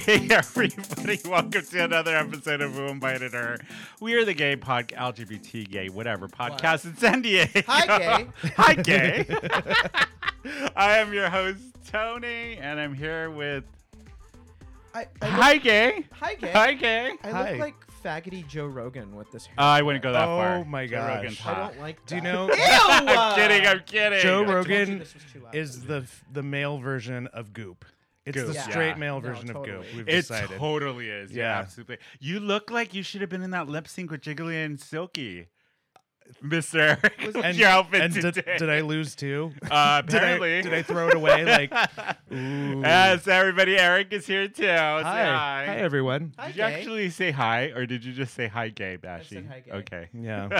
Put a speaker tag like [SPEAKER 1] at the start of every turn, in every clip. [SPEAKER 1] Hey everybody, welcome to another episode of Who Invited Her. We are the gay pod LGBT gay whatever podcast in San Diego.
[SPEAKER 2] Hi, gay.
[SPEAKER 1] Hi gay. I am your host Tony and I'm here with
[SPEAKER 2] I, I look,
[SPEAKER 1] Hi gay.
[SPEAKER 2] hi, gay.
[SPEAKER 1] Hi gay.
[SPEAKER 2] I
[SPEAKER 3] Hi.
[SPEAKER 2] look like faggoty Joe Rogan with this hair.
[SPEAKER 1] Uh, I wouldn't go that
[SPEAKER 3] Oh
[SPEAKER 1] far.
[SPEAKER 3] my
[SPEAKER 1] Joe Rogan's
[SPEAKER 3] gosh.
[SPEAKER 2] I
[SPEAKER 1] hot.
[SPEAKER 2] don't like that.
[SPEAKER 3] Do you know-
[SPEAKER 2] Ew!
[SPEAKER 1] I'm kidding, I'm kidding.
[SPEAKER 3] Joe
[SPEAKER 2] I told you
[SPEAKER 3] Rogan
[SPEAKER 2] this was too loud.
[SPEAKER 3] is the f- the male version of Goop. It's
[SPEAKER 1] Goop,
[SPEAKER 3] the
[SPEAKER 1] yeah.
[SPEAKER 3] straight male
[SPEAKER 2] No,
[SPEAKER 3] version
[SPEAKER 2] totally.
[SPEAKER 3] of Goop. We've
[SPEAKER 1] It
[SPEAKER 3] decided.
[SPEAKER 1] totally is. Yeah.
[SPEAKER 3] Yeah.
[SPEAKER 1] absolutely. You look like you should have been in that lip sync with Jiggly and Silky. Mister, what's
[SPEAKER 3] and
[SPEAKER 1] your outfit
[SPEAKER 3] and did,
[SPEAKER 1] today?
[SPEAKER 3] did I lose too?
[SPEAKER 1] Uh,
[SPEAKER 3] Did I,
[SPEAKER 1] apparently,
[SPEAKER 3] did I throw it away? Like, ooh.
[SPEAKER 1] Yes, everybody. Eric is here too. Say hi.
[SPEAKER 3] hi. hi, everyone.
[SPEAKER 2] Hi,
[SPEAKER 1] Did you
[SPEAKER 2] gay.
[SPEAKER 1] actually say hi, or did you just say hi, gay, Bashy?
[SPEAKER 2] said hi, gay.
[SPEAKER 1] Okay.
[SPEAKER 3] Yeah,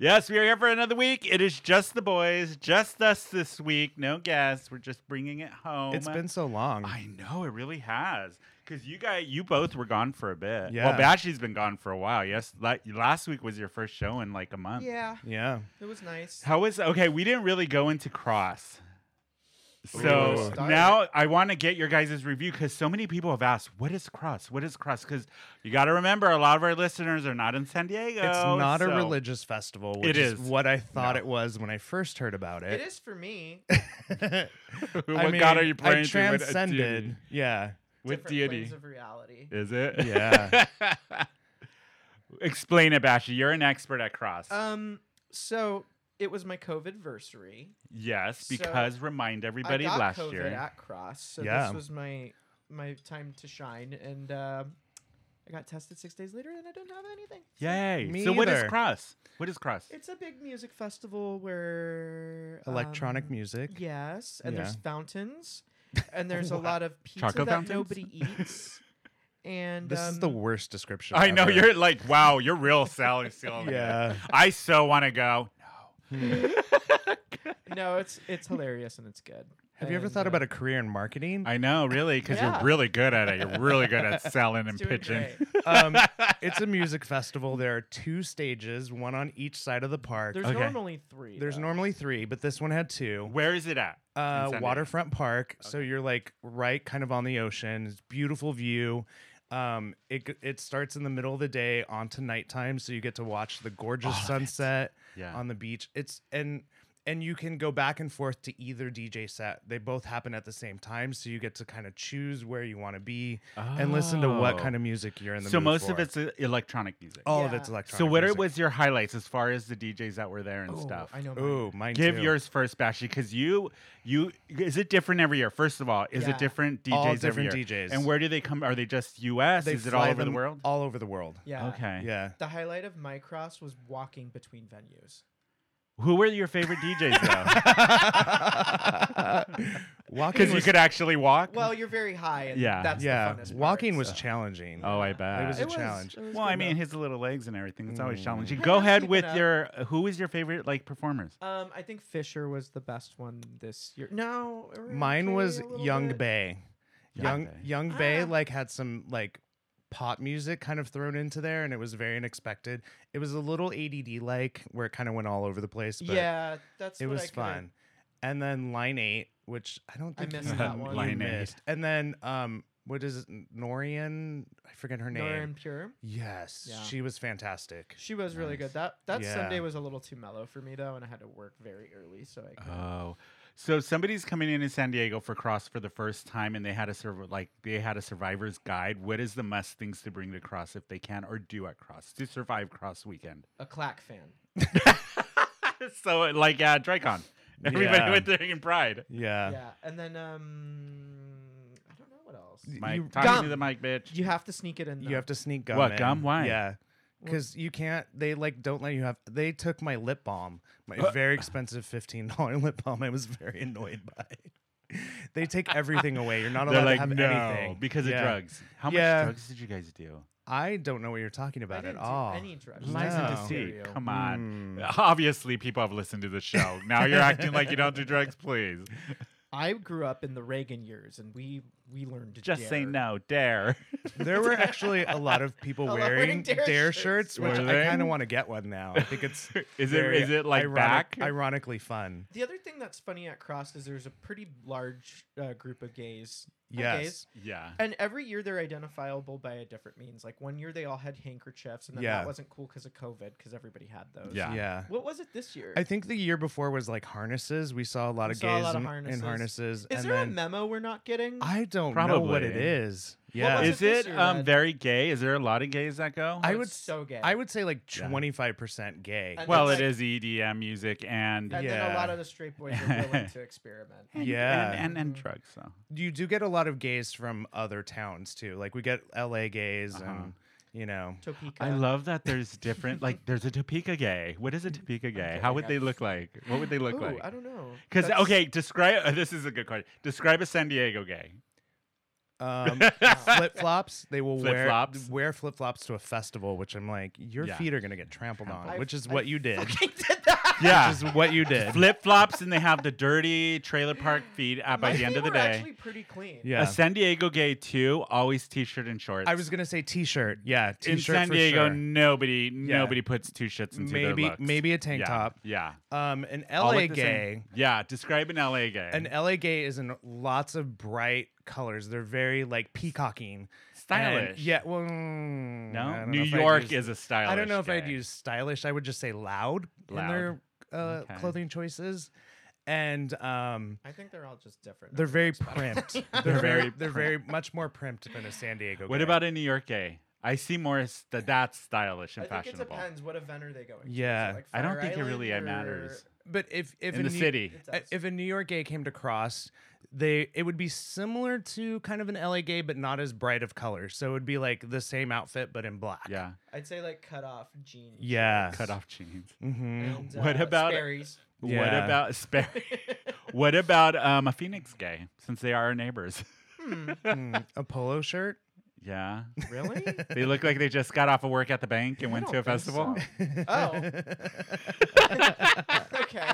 [SPEAKER 1] yes, we are here for another week. It is just the boys, just us this week. No guests. We're just bringing it home.
[SPEAKER 3] it's been so long.
[SPEAKER 1] I know it really has. Cause you guys, you both were gone for a bit.
[SPEAKER 3] Yeah.
[SPEAKER 1] Well, Bashy's been gone for a while. Yes, la- last week was your first show in like a month.
[SPEAKER 2] Yeah,
[SPEAKER 3] yeah,
[SPEAKER 2] it was nice.
[SPEAKER 1] How was okay? We didn't really go into cross.
[SPEAKER 3] Ooh.
[SPEAKER 1] So
[SPEAKER 2] Start.
[SPEAKER 1] now I want to get your guys' review because so many people have asked, "What is cross? What is cross?" Because you got to remember, a lot of our listeners are not in San Diego.
[SPEAKER 3] it's not a
[SPEAKER 1] so-
[SPEAKER 3] religious festival. Which
[SPEAKER 1] It
[SPEAKER 3] is.
[SPEAKER 1] is.
[SPEAKER 3] what I thought
[SPEAKER 1] No.
[SPEAKER 3] it was when I first heard about
[SPEAKER 2] It
[SPEAKER 3] it.
[SPEAKER 2] is for me.
[SPEAKER 1] What
[SPEAKER 3] I mean,
[SPEAKER 1] God are you praying
[SPEAKER 3] I
[SPEAKER 1] to? What a
[SPEAKER 3] transcended.
[SPEAKER 1] deity.
[SPEAKER 3] Yeah,
[SPEAKER 1] What
[SPEAKER 2] different
[SPEAKER 1] deity
[SPEAKER 2] planes of reality.
[SPEAKER 1] is it?
[SPEAKER 3] Yeah.
[SPEAKER 1] Explain it, Bashi. You're an expert at cross.
[SPEAKER 2] Um, so it was my COVID versary.
[SPEAKER 1] yes,
[SPEAKER 2] so
[SPEAKER 1] because remind everybody
[SPEAKER 2] I got
[SPEAKER 1] last
[SPEAKER 2] COVID
[SPEAKER 1] year.
[SPEAKER 2] at Cross, so
[SPEAKER 3] Yeah.
[SPEAKER 2] this was my my time to shine, and um I got tested six days later, and I didn't have anything.
[SPEAKER 1] Yay!
[SPEAKER 3] Me
[SPEAKER 1] so what is
[SPEAKER 3] either.
[SPEAKER 1] cross? What is cross?
[SPEAKER 2] It's a big music festival where
[SPEAKER 3] electronic
[SPEAKER 2] um,
[SPEAKER 3] music.
[SPEAKER 2] Yes, and there's
[SPEAKER 3] Yeah.
[SPEAKER 2] fountains, and there's a
[SPEAKER 1] What?
[SPEAKER 2] lot of pizza
[SPEAKER 1] Choco
[SPEAKER 2] that
[SPEAKER 1] fountains?
[SPEAKER 2] nobody eats. And
[SPEAKER 3] This is the
[SPEAKER 2] um,
[SPEAKER 3] worst description.
[SPEAKER 1] I know
[SPEAKER 3] ever.
[SPEAKER 1] you're like, wow, you're real selling still.
[SPEAKER 3] Yeah.
[SPEAKER 1] I so want to go.
[SPEAKER 2] no, it's it's hilarious and uh, it's good.
[SPEAKER 3] Have you ever thought about a career in marketing?
[SPEAKER 1] I know, really, because
[SPEAKER 2] Yeah.
[SPEAKER 1] you're really good at it. You're really good at selling and pitching.
[SPEAKER 3] um, it's a music festival. There are two stages, one on each side of the park.
[SPEAKER 2] There's
[SPEAKER 1] Okay.
[SPEAKER 2] normally three.
[SPEAKER 3] There's
[SPEAKER 2] though.
[SPEAKER 3] normally three, but this one had two.
[SPEAKER 1] Where is it at? Oh, In San
[SPEAKER 3] Uh,
[SPEAKER 1] Diego.
[SPEAKER 3] waterfront park. So you're like right kind of on the ocean. It's beautiful view. Um, it, g- it starts in the middle of the day onto nighttime. So you get to watch the gorgeous sunset
[SPEAKER 1] Yeah.
[SPEAKER 3] on the beach. It's and and you can go back and forth to either DJ set. They both happen at the same time. So you get to kind of choose where you want to be and listen to what
[SPEAKER 1] Oh.
[SPEAKER 3] kind of music you're in the
[SPEAKER 1] So
[SPEAKER 3] mood
[SPEAKER 1] most of
[SPEAKER 3] for.
[SPEAKER 1] it's uh, electronic music.
[SPEAKER 3] All of
[SPEAKER 2] Yeah.
[SPEAKER 3] it's electronic.
[SPEAKER 1] so what are,
[SPEAKER 3] music.
[SPEAKER 1] was your highlights as far as the DJs that were there and
[SPEAKER 2] Oh,
[SPEAKER 1] stuff?
[SPEAKER 2] I know. mine.
[SPEAKER 3] Ooh, mine
[SPEAKER 1] Give
[SPEAKER 3] too.
[SPEAKER 1] yours first, Bashy, because you you is it different every year? First of all, is
[SPEAKER 2] Yeah.
[SPEAKER 1] it different DJs
[SPEAKER 3] All
[SPEAKER 1] every
[SPEAKER 3] different
[SPEAKER 1] year?
[SPEAKER 3] DJs.
[SPEAKER 1] And where do they come? Are they just U.S.?
[SPEAKER 3] They
[SPEAKER 1] is it
[SPEAKER 3] fly
[SPEAKER 1] all over the
[SPEAKER 3] them
[SPEAKER 1] world?
[SPEAKER 3] All over the world.
[SPEAKER 2] Yeah.
[SPEAKER 1] Okay.
[SPEAKER 3] Yeah.
[SPEAKER 2] The highlight of my cross was walking between venues.
[SPEAKER 1] Who were your favorite DJs though?
[SPEAKER 3] walking
[SPEAKER 1] Because you
[SPEAKER 3] was,
[SPEAKER 1] could actually walk.
[SPEAKER 2] Well, you're very high, and
[SPEAKER 1] Yeah.
[SPEAKER 2] that's
[SPEAKER 3] yeah,
[SPEAKER 2] The funnest part,
[SPEAKER 3] walking was
[SPEAKER 2] so.
[SPEAKER 3] challenging.
[SPEAKER 1] oh, I
[SPEAKER 2] yeah.
[SPEAKER 1] bet.
[SPEAKER 3] It was a
[SPEAKER 2] It was-
[SPEAKER 3] challenge.
[SPEAKER 2] it was
[SPEAKER 1] Well, I
[SPEAKER 2] good,
[SPEAKER 1] mean,
[SPEAKER 2] though.
[SPEAKER 1] his little legs and everything. It's always
[SPEAKER 3] Mm.
[SPEAKER 1] challenging.
[SPEAKER 2] Hey,
[SPEAKER 1] Go
[SPEAKER 2] let's
[SPEAKER 1] ahead
[SPEAKER 2] keep it
[SPEAKER 1] with
[SPEAKER 2] up.
[SPEAKER 1] your. Who is your favorite like performers?
[SPEAKER 2] Um, I think Fisher was the best one this year. No, or
[SPEAKER 3] Mine
[SPEAKER 2] okay,
[SPEAKER 3] was
[SPEAKER 2] a little
[SPEAKER 3] Young
[SPEAKER 2] bit.
[SPEAKER 3] Bay. Young
[SPEAKER 1] Bay.
[SPEAKER 3] Young Bay
[SPEAKER 2] Ah.
[SPEAKER 3] like had some like pop music kind of thrown into there, and it was very unexpected. It was a little ADD like where it kind of went all over the place. But
[SPEAKER 2] Yeah, that's
[SPEAKER 3] it
[SPEAKER 2] what I
[SPEAKER 3] was
[SPEAKER 2] coulda-
[SPEAKER 3] fun. And then Line Eight, which I don't
[SPEAKER 2] I
[SPEAKER 3] think
[SPEAKER 2] missed
[SPEAKER 3] you-
[SPEAKER 2] that one.
[SPEAKER 3] you
[SPEAKER 1] Line Eight.
[SPEAKER 3] missed. And then um, what is it? Norian? I forget her name.
[SPEAKER 2] Norm Pure.
[SPEAKER 3] Yes,
[SPEAKER 2] Yeah.
[SPEAKER 3] she was fantastic.
[SPEAKER 2] She was really
[SPEAKER 1] Nice.
[SPEAKER 2] good. That that
[SPEAKER 3] Yeah.
[SPEAKER 2] Sunday was a little too mellow for me though, and I had to work very early, so I
[SPEAKER 3] Uh-huh.
[SPEAKER 2] couldn't.
[SPEAKER 1] Oh, so somebody's coming in in San Diego for Cross for the first time, and they had a sur- like they had a survivor's guide. What is the must things to bring to Cross if they can or do at Cross to survive Cross weekend?
[SPEAKER 2] a clack fan.
[SPEAKER 1] so like uh, Dracon, everybody
[SPEAKER 3] Yeah.
[SPEAKER 1] went there in pride.
[SPEAKER 3] Yeah.
[SPEAKER 2] yeah, and then um, I don't know what else.
[SPEAKER 3] Y-
[SPEAKER 1] Mike,
[SPEAKER 3] you-
[SPEAKER 1] talking to
[SPEAKER 2] Gum.
[SPEAKER 1] the mic, bitch.
[SPEAKER 2] You have to sneak it in.
[SPEAKER 3] You have to sneak gum.
[SPEAKER 1] What,
[SPEAKER 3] in.
[SPEAKER 1] gum? Why?
[SPEAKER 3] Yeah, because you can't. They like don't let you have. They took my lip balm, my
[SPEAKER 1] Uh.
[SPEAKER 3] very expensive fifteen dollar lip balm. I was very annoyed by. they take everything away. You're not allowed
[SPEAKER 1] They're like
[SPEAKER 3] to have
[SPEAKER 1] no
[SPEAKER 3] anything
[SPEAKER 1] because
[SPEAKER 3] Yeah.
[SPEAKER 1] of drugs. How
[SPEAKER 3] Yeah.
[SPEAKER 1] much drugs did you guys do?
[SPEAKER 3] I don't know what you're talking
[SPEAKER 2] I
[SPEAKER 3] about
[SPEAKER 2] didn't
[SPEAKER 3] at
[SPEAKER 2] do
[SPEAKER 3] all.
[SPEAKER 2] any Hmm. drugs.
[SPEAKER 1] Lies and
[SPEAKER 3] No.
[SPEAKER 1] deceit.
[SPEAKER 2] Stereo.
[SPEAKER 1] Come on. Obviously, people have listened to the show. Now you're acting like you don't do drugs, please.
[SPEAKER 2] I grew up in the Reagan years, and we we learned to
[SPEAKER 1] Just
[SPEAKER 2] dare.
[SPEAKER 1] say no, dare.
[SPEAKER 3] There were actually a lot of people
[SPEAKER 2] lot
[SPEAKER 3] wearing, dare, shirts, which
[SPEAKER 1] Were
[SPEAKER 3] I
[SPEAKER 1] there?
[SPEAKER 3] kind of want to get one now. I think it's
[SPEAKER 1] Is it
[SPEAKER 3] very
[SPEAKER 1] is it like
[SPEAKER 3] ironic-
[SPEAKER 1] back?
[SPEAKER 3] ironically fun.
[SPEAKER 2] The other thing that's funny at Cross is there's a pretty large uh, group of gays. uh,
[SPEAKER 3] Yes.
[SPEAKER 2] gays.
[SPEAKER 1] yeah.
[SPEAKER 2] And every year they're identifiable by a different means. Like one year they all had handkerchiefs, and then
[SPEAKER 3] Yeah.
[SPEAKER 2] that wasn't cool because of COVID, because everybody had those.
[SPEAKER 1] Yeah.
[SPEAKER 3] Yeah.
[SPEAKER 2] What was it this year?
[SPEAKER 3] I think the year before was like harnesses. We saw a lot
[SPEAKER 2] We
[SPEAKER 3] of
[SPEAKER 2] saw a
[SPEAKER 3] gays
[SPEAKER 2] lot of
[SPEAKER 3] in-
[SPEAKER 2] harnesses.
[SPEAKER 3] in harnesses.
[SPEAKER 2] is
[SPEAKER 3] and
[SPEAKER 2] there a
[SPEAKER 3] then
[SPEAKER 2] memo we're not getting?
[SPEAKER 3] I don't know what it
[SPEAKER 1] Probably.
[SPEAKER 3] is.
[SPEAKER 2] What
[SPEAKER 3] Yeah.
[SPEAKER 2] was
[SPEAKER 1] Is
[SPEAKER 2] it this
[SPEAKER 1] it
[SPEAKER 2] year,
[SPEAKER 1] um
[SPEAKER 2] Ed?
[SPEAKER 1] very gay? Is there a lot of gays that go?
[SPEAKER 2] Oh,
[SPEAKER 3] I
[SPEAKER 2] it's
[SPEAKER 3] would s-
[SPEAKER 2] so gay.
[SPEAKER 3] I would say like
[SPEAKER 1] Yeah.
[SPEAKER 3] 25% gay.
[SPEAKER 2] And
[SPEAKER 1] well,
[SPEAKER 2] it's
[SPEAKER 1] it is EDM music and
[SPEAKER 2] And then a
[SPEAKER 3] Yeah.
[SPEAKER 2] lot of the straight boys are willing to experiment.
[SPEAKER 1] and,
[SPEAKER 3] Yeah.
[SPEAKER 1] and, and, and drugs. So
[SPEAKER 3] you do get a lot of gays from other towns too. Like we get LA gays
[SPEAKER 1] Uh-huh.
[SPEAKER 3] and you know
[SPEAKER 2] Topeka.
[SPEAKER 1] I love that there's different. Like, there's a Topeka gay. What is a Topeka gay? How
[SPEAKER 2] kidding,
[SPEAKER 1] would they
[SPEAKER 2] I'm-
[SPEAKER 1] look like? What would they look
[SPEAKER 2] Ooh,
[SPEAKER 1] like?
[SPEAKER 2] I don't know.
[SPEAKER 1] Because
[SPEAKER 2] That's-
[SPEAKER 1] okay, describe. uh, this is a good question. Describe a San Diego gay.
[SPEAKER 3] um, flip flops. They will
[SPEAKER 1] Flip-flops.
[SPEAKER 3] wear wear flip flops to a festival, which I'm like, your
[SPEAKER 1] Yeah.
[SPEAKER 3] feet are gonna get trampled, on,
[SPEAKER 2] I've-
[SPEAKER 3] which is
[SPEAKER 2] I've
[SPEAKER 3] what you did.
[SPEAKER 2] I did that.
[SPEAKER 1] Yeah,
[SPEAKER 3] Which is what you did.
[SPEAKER 1] flip flops, and they have the dirty trailer park feet. Uh, by
[SPEAKER 2] My
[SPEAKER 1] the end
[SPEAKER 2] feet
[SPEAKER 1] of the
[SPEAKER 2] were
[SPEAKER 1] day,
[SPEAKER 2] actually pretty clean.
[SPEAKER 3] Yeah.
[SPEAKER 1] a San Diego gay too. Always t-shirt and shorts.
[SPEAKER 3] I was gonna say t-shirt. Yeah, t-shirt
[SPEAKER 1] in San
[SPEAKER 3] for
[SPEAKER 1] Diego.
[SPEAKER 3] sure.
[SPEAKER 1] Nobody, nobody puts two shits into their
[SPEAKER 3] Maybe
[SPEAKER 1] looks.
[SPEAKER 3] maybe a tank
[SPEAKER 1] yeah,
[SPEAKER 3] top.
[SPEAKER 1] Yeah,
[SPEAKER 3] Um, an
[SPEAKER 1] All
[SPEAKER 3] LA
[SPEAKER 1] look the
[SPEAKER 3] gay.
[SPEAKER 1] same. Yeah, describe an LA gay.
[SPEAKER 3] An LA gay is in lots of bright colors. They're very like peacocking. And-
[SPEAKER 1] stylish.
[SPEAKER 3] yeah. Well, mm, I
[SPEAKER 1] No,
[SPEAKER 3] don't
[SPEAKER 1] New
[SPEAKER 3] know if I'd
[SPEAKER 1] York
[SPEAKER 3] use-
[SPEAKER 1] is a stylish.
[SPEAKER 3] I don't know if I'd
[SPEAKER 1] gay.
[SPEAKER 3] use stylish. I would just say loud, in
[SPEAKER 1] Loud.
[SPEAKER 3] their uh,
[SPEAKER 1] Okay.
[SPEAKER 3] clothing choices, and um,
[SPEAKER 2] I think they're all just different.
[SPEAKER 3] they're
[SPEAKER 2] Nobody
[SPEAKER 3] very
[SPEAKER 2] looks better.
[SPEAKER 3] primped.
[SPEAKER 1] They're
[SPEAKER 3] they're very
[SPEAKER 1] very
[SPEAKER 3] they're very much more primped than a San Diego.
[SPEAKER 1] What
[SPEAKER 3] gay.
[SPEAKER 1] about a New York gay? I see more s- that that's stylish and
[SPEAKER 2] I think it
[SPEAKER 1] fashionable.
[SPEAKER 2] depends what event are they going. to. Is it,
[SPEAKER 3] Yeah.
[SPEAKER 2] like,
[SPEAKER 1] I don't
[SPEAKER 2] Fire
[SPEAKER 1] think it really uh,
[SPEAKER 2] Island or-
[SPEAKER 1] matters.
[SPEAKER 3] But if if
[SPEAKER 1] in
[SPEAKER 3] a
[SPEAKER 1] the
[SPEAKER 3] New-
[SPEAKER 1] city.
[SPEAKER 2] It
[SPEAKER 3] uh,
[SPEAKER 2] does.
[SPEAKER 3] if a New York gay came to cross, they it would be similar to kind of an LA gay, but not as bright of color. So it would be like the same outfit but in black.
[SPEAKER 1] Yeah,
[SPEAKER 2] I'd say like cut off jeans.
[SPEAKER 3] Yeah.
[SPEAKER 1] cut off jeans.
[SPEAKER 3] Mm-hmm.
[SPEAKER 2] and,
[SPEAKER 1] Mm, What
[SPEAKER 2] uh,
[SPEAKER 1] about-
[SPEAKER 2] Sperry's.
[SPEAKER 1] What
[SPEAKER 3] Yeah.
[SPEAKER 1] about spare? what about um, a Phoenix gay? Since they are our neighbors.
[SPEAKER 3] Hmm. a polo shirt.
[SPEAKER 1] yeah,
[SPEAKER 2] really?
[SPEAKER 1] they look like they just got off of work at the bank and went
[SPEAKER 2] don't
[SPEAKER 1] to a
[SPEAKER 2] think
[SPEAKER 1] festival.
[SPEAKER 2] Oh, okay.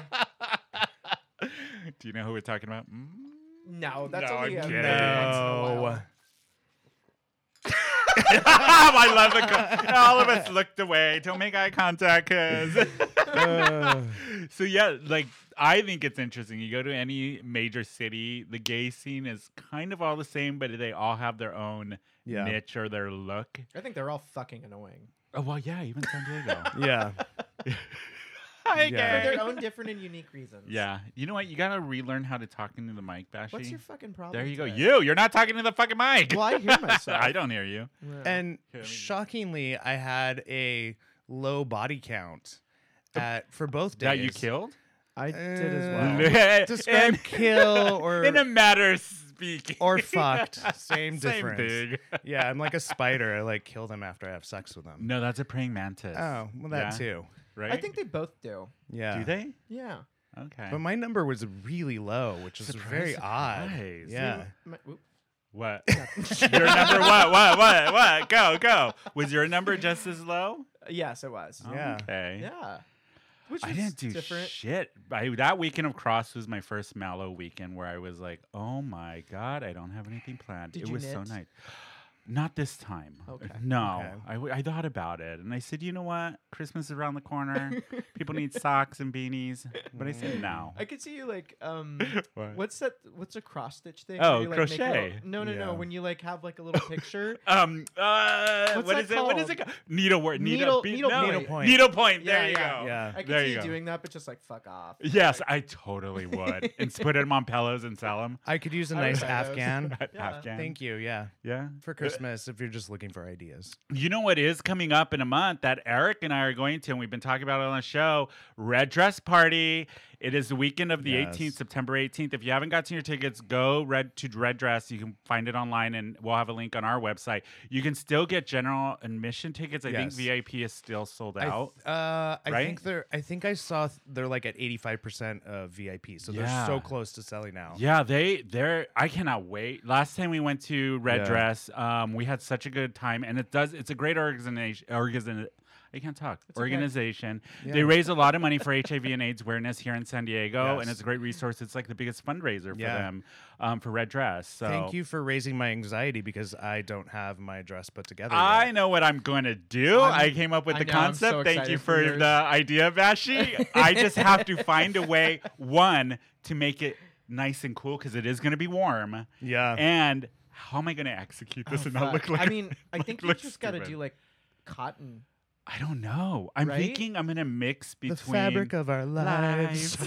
[SPEAKER 1] Do you know who we're talking about? Mm?
[SPEAKER 2] No, that's
[SPEAKER 1] No,
[SPEAKER 2] only
[SPEAKER 1] I'm
[SPEAKER 2] a-
[SPEAKER 1] kidding.
[SPEAKER 2] once in a
[SPEAKER 3] no.
[SPEAKER 2] while.
[SPEAKER 1] I love the. Co- all of us looked away. Don't make eye contact, cause. Uh.
[SPEAKER 3] Ugh.
[SPEAKER 1] So yeah, like I think it's interesting. You go to any major city, the gay scene is kind of all the same, but they all have their own
[SPEAKER 3] Yeah.
[SPEAKER 1] niche or their look.
[SPEAKER 2] I think they're all fucking annoying.
[SPEAKER 1] Oh well, yeah, even San Diego.
[SPEAKER 3] yeah.
[SPEAKER 1] Hi,
[SPEAKER 3] Yeah.
[SPEAKER 2] For their own different and unique reasons.
[SPEAKER 1] Yeah, you know what? You gotta relearn how to talk into the mic, Bashy.
[SPEAKER 2] What's your fucking problem?
[SPEAKER 1] there you go.
[SPEAKER 2] today?
[SPEAKER 1] You, you're not talking to the fucking mic.
[SPEAKER 2] Well, I hear myself.
[SPEAKER 1] I don't hear you.
[SPEAKER 2] Yeah.
[SPEAKER 3] And
[SPEAKER 1] Here, let me-
[SPEAKER 3] shockingly, I had a low body count at for both days.
[SPEAKER 1] That you killed?
[SPEAKER 2] I did
[SPEAKER 3] Uh,
[SPEAKER 2] as well.
[SPEAKER 1] Describe
[SPEAKER 3] Describe kill or
[SPEAKER 1] in a matter of speaking.
[SPEAKER 3] or fucked.
[SPEAKER 1] Same
[SPEAKER 3] Same difference.
[SPEAKER 1] thing.
[SPEAKER 3] Yeah, I'm like a spider. I like kill them after I have sex with them.
[SPEAKER 1] No, that's a praying mantis.
[SPEAKER 3] Oh, well, that
[SPEAKER 1] Yeah,
[SPEAKER 3] too.
[SPEAKER 1] Right?
[SPEAKER 2] I think they both do.
[SPEAKER 3] Yeah.
[SPEAKER 1] Do they?
[SPEAKER 2] Yeah.
[SPEAKER 1] Okay.
[SPEAKER 3] But my number was really low, which is
[SPEAKER 1] Surprise,
[SPEAKER 3] very
[SPEAKER 1] surprise.
[SPEAKER 3] odd. Yeah.
[SPEAKER 2] My- oop.
[SPEAKER 1] What? your number what? What? What? What? Go, go. Was your number just as low?
[SPEAKER 2] Uh, Yes, it was.
[SPEAKER 3] Yeah.
[SPEAKER 1] Okay.
[SPEAKER 2] Yeah. Which
[SPEAKER 1] I
[SPEAKER 2] is
[SPEAKER 1] didn't do
[SPEAKER 2] different.
[SPEAKER 1] shit. I, that weekend of Cross was my first mellow weekend where I was like, oh my God, I don't have anything planned.
[SPEAKER 2] Did
[SPEAKER 1] it
[SPEAKER 2] you
[SPEAKER 1] was so
[SPEAKER 2] knit?
[SPEAKER 1] nice. Not this time.
[SPEAKER 2] Okay.
[SPEAKER 1] No.
[SPEAKER 3] Okay.
[SPEAKER 1] I, w- I thought about it and I said, you know what? Christmas is around the corner. People need socks and beanies. But I said, no.
[SPEAKER 2] I could see you like um
[SPEAKER 1] What?
[SPEAKER 2] what's that what's a cross stitch thing?
[SPEAKER 1] Oh,
[SPEAKER 2] where you, like, make little-
[SPEAKER 1] crochet.
[SPEAKER 2] no, no, no.
[SPEAKER 3] Yeah.
[SPEAKER 2] When you like have like a little picture.
[SPEAKER 1] Um. Uh.
[SPEAKER 2] What's
[SPEAKER 1] what
[SPEAKER 2] that
[SPEAKER 1] is it? What is it?
[SPEAKER 2] called?
[SPEAKER 1] Called? Needlework. Needle.
[SPEAKER 2] Needle-
[SPEAKER 1] be-
[SPEAKER 2] needle
[SPEAKER 1] no,
[SPEAKER 2] point.
[SPEAKER 3] Needlepoint.
[SPEAKER 1] Needlepoint.
[SPEAKER 2] Yeah,
[SPEAKER 1] There you
[SPEAKER 2] yeah.
[SPEAKER 1] go.
[SPEAKER 3] Yeah.
[SPEAKER 2] I could
[SPEAKER 1] There
[SPEAKER 2] see
[SPEAKER 1] you
[SPEAKER 2] you
[SPEAKER 1] go.
[SPEAKER 2] doing that, but just like fuck off.
[SPEAKER 1] Yes, I totally would. and s- put him on pillows and sell him.
[SPEAKER 3] I could use a
[SPEAKER 2] I would
[SPEAKER 3] nice
[SPEAKER 2] buy those.
[SPEAKER 3] Afghan.
[SPEAKER 2] Yeah.
[SPEAKER 1] Afghan.
[SPEAKER 3] Thank you. Yeah.
[SPEAKER 1] Yeah.
[SPEAKER 3] For Christmas, if you're just looking for ideas.
[SPEAKER 1] You know what is coming up in a month that Eric and I are going to, and we've been talking about it on the show Red Dress Party. It is the weekend of the
[SPEAKER 3] Yes.
[SPEAKER 1] 18th, September 18th. If you haven't gotten your tickets, go red to Red Dress. You can find it online, and we'll have a link on our website. You can still get general admission tickets. I think
[SPEAKER 3] Yes.
[SPEAKER 1] VIP is still sold
[SPEAKER 3] I,
[SPEAKER 1] out.
[SPEAKER 3] th- uh, I
[SPEAKER 1] right?
[SPEAKER 3] think they're. I think I saw th- they're like at 85% of VIP, so they're
[SPEAKER 1] Yeah.
[SPEAKER 3] so close to selling out.
[SPEAKER 1] Yeah, they they're I cannot wait. Last time we went to Red
[SPEAKER 3] Yeah.
[SPEAKER 1] Dress, um, we had such a good time, and it does. It's a great organization. Organization. I can't talk.
[SPEAKER 2] okay.
[SPEAKER 1] Organization.
[SPEAKER 3] Yeah.
[SPEAKER 1] They raise a lot of money for HIV and AIDS awareness here in San Diego,
[SPEAKER 3] Yes.
[SPEAKER 1] and it's a great resource. It's like the biggest fundraiser for
[SPEAKER 3] Yeah.
[SPEAKER 1] them um, for Red Dress. So
[SPEAKER 3] Thank you for raising my anxiety because I don't have my dress put together.
[SPEAKER 1] I
[SPEAKER 3] yet.
[SPEAKER 1] know what I'm going to do.
[SPEAKER 2] I'm-
[SPEAKER 1] i came up with
[SPEAKER 2] I
[SPEAKER 1] the
[SPEAKER 2] know, I'm
[SPEAKER 1] concept.
[SPEAKER 2] so
[SPEAKER 1] Thank you
[SPEAKER 2] excited for
[SPEAKER 1] for,
[SPEAKER 2] yours.
[SPEAKER 1] the idea, Vashi. I just have to find a way, one, to make it nice and cool because it is going to be warm.
[SPEAKER 3] Yeah.
[SPEAKER 1] And how am I going to execute this
[SPEAKER 2] Uh, Oh,
[SPEAKER 1] and not look
[SPEAKER 2] fuck.
[SPEAKER 1] like
[SPEAKER 2] I mean, I
[SPEAKER 1] like
[SPEAKER 2] think you
[SPEAKER 1] look
[SPEAKER 2] just got to
[SPEAKER 1] stupid.
[SPEAKER 2] do like cotton.
[SPEAKER 1] I don't know. I'm
[SPEAKER 2] Right?
[SPEAKER 1] thinking I'm going to mix between.
[SPEAKER 3] the fabric of our lives.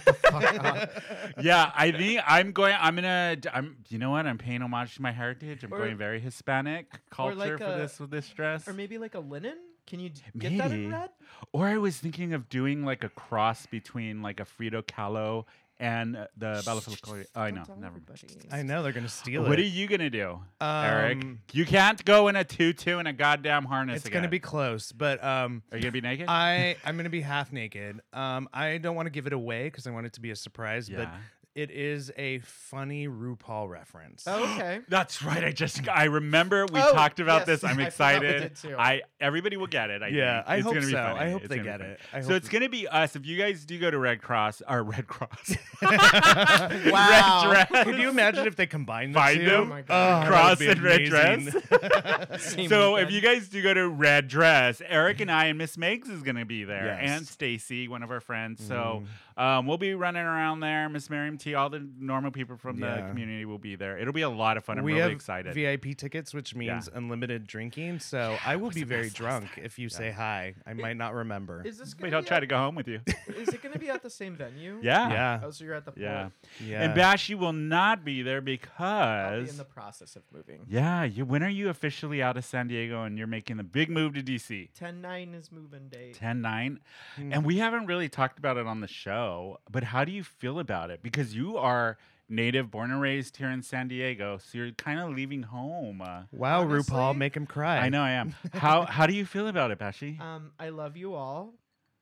[SPEAKER 1] yeah, I think I'm going. I'm gonna. d- I'm. You know what? I'm paying homage to my heritage. I'm
[SPEAKER 2] Or-
[SPEAKER 1] going very Hispanic culture
[SPEAKER 2] like
[SPEAKER 1] for
[SPEAKER 2] a-
[SPEAKER 1] this with this dress.
[SPEAKER 2] Or maybe like a linen? Can you d- get that in
[SPEAKER 1] Maybe.
[SPEAKER 2] red?
[SPEAKER 1] Or I was thinking of doing like a cross between like a Frito Kahlo and uh, the Bella Felicoria. Oh, I know,
[SPEAKER 2] Don't tell
[SPEAKER 1] never mind.
[SPEAKER 2] everybody.
[SPEAKER 3] I know they're gonna steal
[SPEAKER 1] What
[SPEAKER 3] it.
[SPEAKER 1] are you gonna do, Eric?
[SPEAKER 3] Um,
[SPEAKER 1] You can't go in a tutu and a goddamn harness.
[SPEAKER 3] It's gonna
[SPEAKER 1] again.
[SPEAKER 3] be close, but um,
[SPEAKER 1] Are you gonna be naked?
[SPEAKER 3] I I'm gonna be half naked. Um, I don't want to give it away because I want it to be a surprise. But
[SPEAKER 1] Yeah.
[SPEAKER 3] it is a funny RuPaul reference.
[SPEAKER 2] Oh, okay.
[SPEAKER 1] That's right. I just I remember we
[SPEAKER 2] Oh,
[SPEAKER 1] talked about
[SPEAKER 2] yes.
[SPEAKER 1] this. I'm
[SPEAKER 2] I forgot we
[SPEAKER 1] excited.
[SPEAKER 2] did too.
[SPEAKER 1] I everybody will get it. I
[SPEAKER 3] Yeah,
[SPEAKER 1] think.
[SPEAKER 3] I
[SPEAKER 1] it's
[SPEAKER 3] hope
[SPEAKER 1] gonna be
[SPEAKER 3] so.
[SPEAKER 1] funny.
[SPEAKER 3] I hope
[SPEAKER 1] It's
[SPEAKER 3] they
[SPEAKER 1] gonna be
[SPEAKER 3] get
[SPEAKER 1] funny.
[SPEAKER 3] it. I
[SPEAKER 1] so
[SPEAKER 3] hope
[SPEAKER 1] it's
[SPEAKER 3] th-
[SPEAKER 1] gonna be us. If you guys do go to Red Cross or Red Cross,
[SPEAKER 2] Wow.
[SPEAKER 1] Red Dress.
[SPEAKER 3] Could you imagine if they combine the
[SPEAKER 1] Find
[SPEAKER 3] two?
[SPEAKER 1] them, uh,
[SPEAKER 2] Oh my
[SPEAKER 3] God.
[SPEAKER 1] cross
[SPEAKER 3] Oh, that
[SPEAKER 1] and
[SPEAKER 3] would
[SPEAKER 1] red
[SPEAKER 3] be
[SPEAKER 1] dress.
[SPEAKER 3] amazing.
[SPEAKER 2] Same
[SPEAKER 1] so if
[SPEAKER 2] weekend.
[SPEAKER 1] you guys do go to Red Dress, Eric and I and Miss Meggs is gonna be there,
[SPEAKER 3] Yes. Mm-hmm.
[SPEAKER 1] and Stacy, one of our friends. So um, we'll be running around there. Miss Miriam T, all the normal people from the
[SPEAKER 3] Yeah.
[SPEAKER 1] community will be there. It'll be a lot of fun. I'm
[SPEAKER 3] we
[SPEAKER 1] really
[SPEAKER 3] have
[SPEAKER 1] excited.
[SPEAKER 3] VIP tickets, which means unlimited drinking. So I will be very drunk if you say hi. I might not remember.
[SPEAKER 2] Is this
[SPEAKER 1] Wait,
[SPEAKER 2] gonna
[SPEAKER 1] I'll
[SPEAKER 2] be
[SPEAKER 1] try
[SPEAKER 2] at,
[SPEAKER 1] to go home with you.
[SPEAKER 2] Is it going to be at the same venue?
[SPEAKER 3] yeah,
[SPEAKER 2] Oh, so you're at the
[SPEAKER 1] Yeah.
[SPEAKER 2] pool.
[SPEAKER 3] yeah.
[SPEAKER 1] And Bashy will not be there
[SPEAKER 2] I'll
[SPEAKER 1] because.
[SPEAKER 2] be in the process of moving.
[SPEAKER 1] yeah, you, when are you officially out of San Diego and you're making the big move to DC?
[SPEAKER 2] Ten nine is moving day.
[SPEAKER 1] 10 9.
[SPEAKER 2] Hmm.
[SPEAKER 1] And we haven't really talked about it on the show, but how do you feel about it? Because you are native, born and raised here in San Diego, so you're kind of leaving home. Uh,
[SPEAKER 3] wow, RuPaul,
[SPEAKER 2] Honestly,
[SPEAKER 3] make him cry.
[SPEAKER 1] I know I am. How how do you feel about it, Bashy?
[SPEAKER 2] Um, I love you all,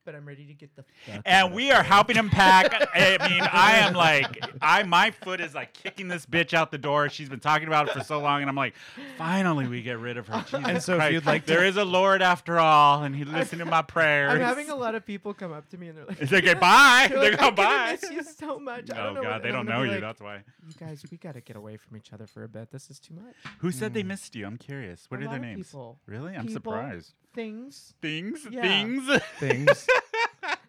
[SPEAKER 2] but I'm ready to get the fuck.
[SPEAKER 1] and we are helping him pack. I mean, I am like, I my foot is like kicking this bitch out the door. She's been talking about it for so long, and I'm like, finally we get rid of her. Jesus
[SPEAKER 3] And so if
[SPEAKER 1] Christ.
[SPEAKER 3] you'd like to-
[SPEAKER 1] there is a Lord after all, and He listened to my prayers.
[SPEAKER 2] I'm having a lot of people come up to me and they're like,
[SPEAKER 1] It's okay. Bye.
[SPEAKER 2] they're
[SPEAKER 1] They're
[SPEAKER 2] like,
[SPEAKER 1] gonna
[SPEAKER 2] I'm gonna
[SPEAKER 1] bye.
[SPEAKER 2] miss you so much. I
[SPEAKER 1] Oh
[SPEAKER 2] don't know
[SPEAKER 1] God,
[SPEAKER 2] what-
[SPEAKER 1] they
[SPEAKER 2] and I'm
[SPEAKER 1] don't
[SPEAKER 2] gonna
[SPEAKER 1] know
[SPEAKER 2] be
[SPEAKER 1] you.
[SPEAKER 2] like,
[SPEAKER 1] That's why.
[SPEAKER 2] you guys, we got to get away from each other for a bit. This is too much.
[SPEAKER 1] Who said they missed you? I'm curious. What
[SPEAKER 2] "Hmm." A
[SPEAKER 1] are
[SPEAKER 2] lot
[SPEAKER 1] their
[SPEAKER 2] of
[SPEAKER 1] names?
[SPEAKER 2] people.
[SPEAKER 1] Really? I'm
[SPEAKER 2] People,
[SPEAKER 1] surprised.
[SPEAKER 2] Things,
[SPEAKER 1] Things,
[SPEAKER 2] Yeah.
[SPEAKER 1] things.
[SPEAKER 3] Things.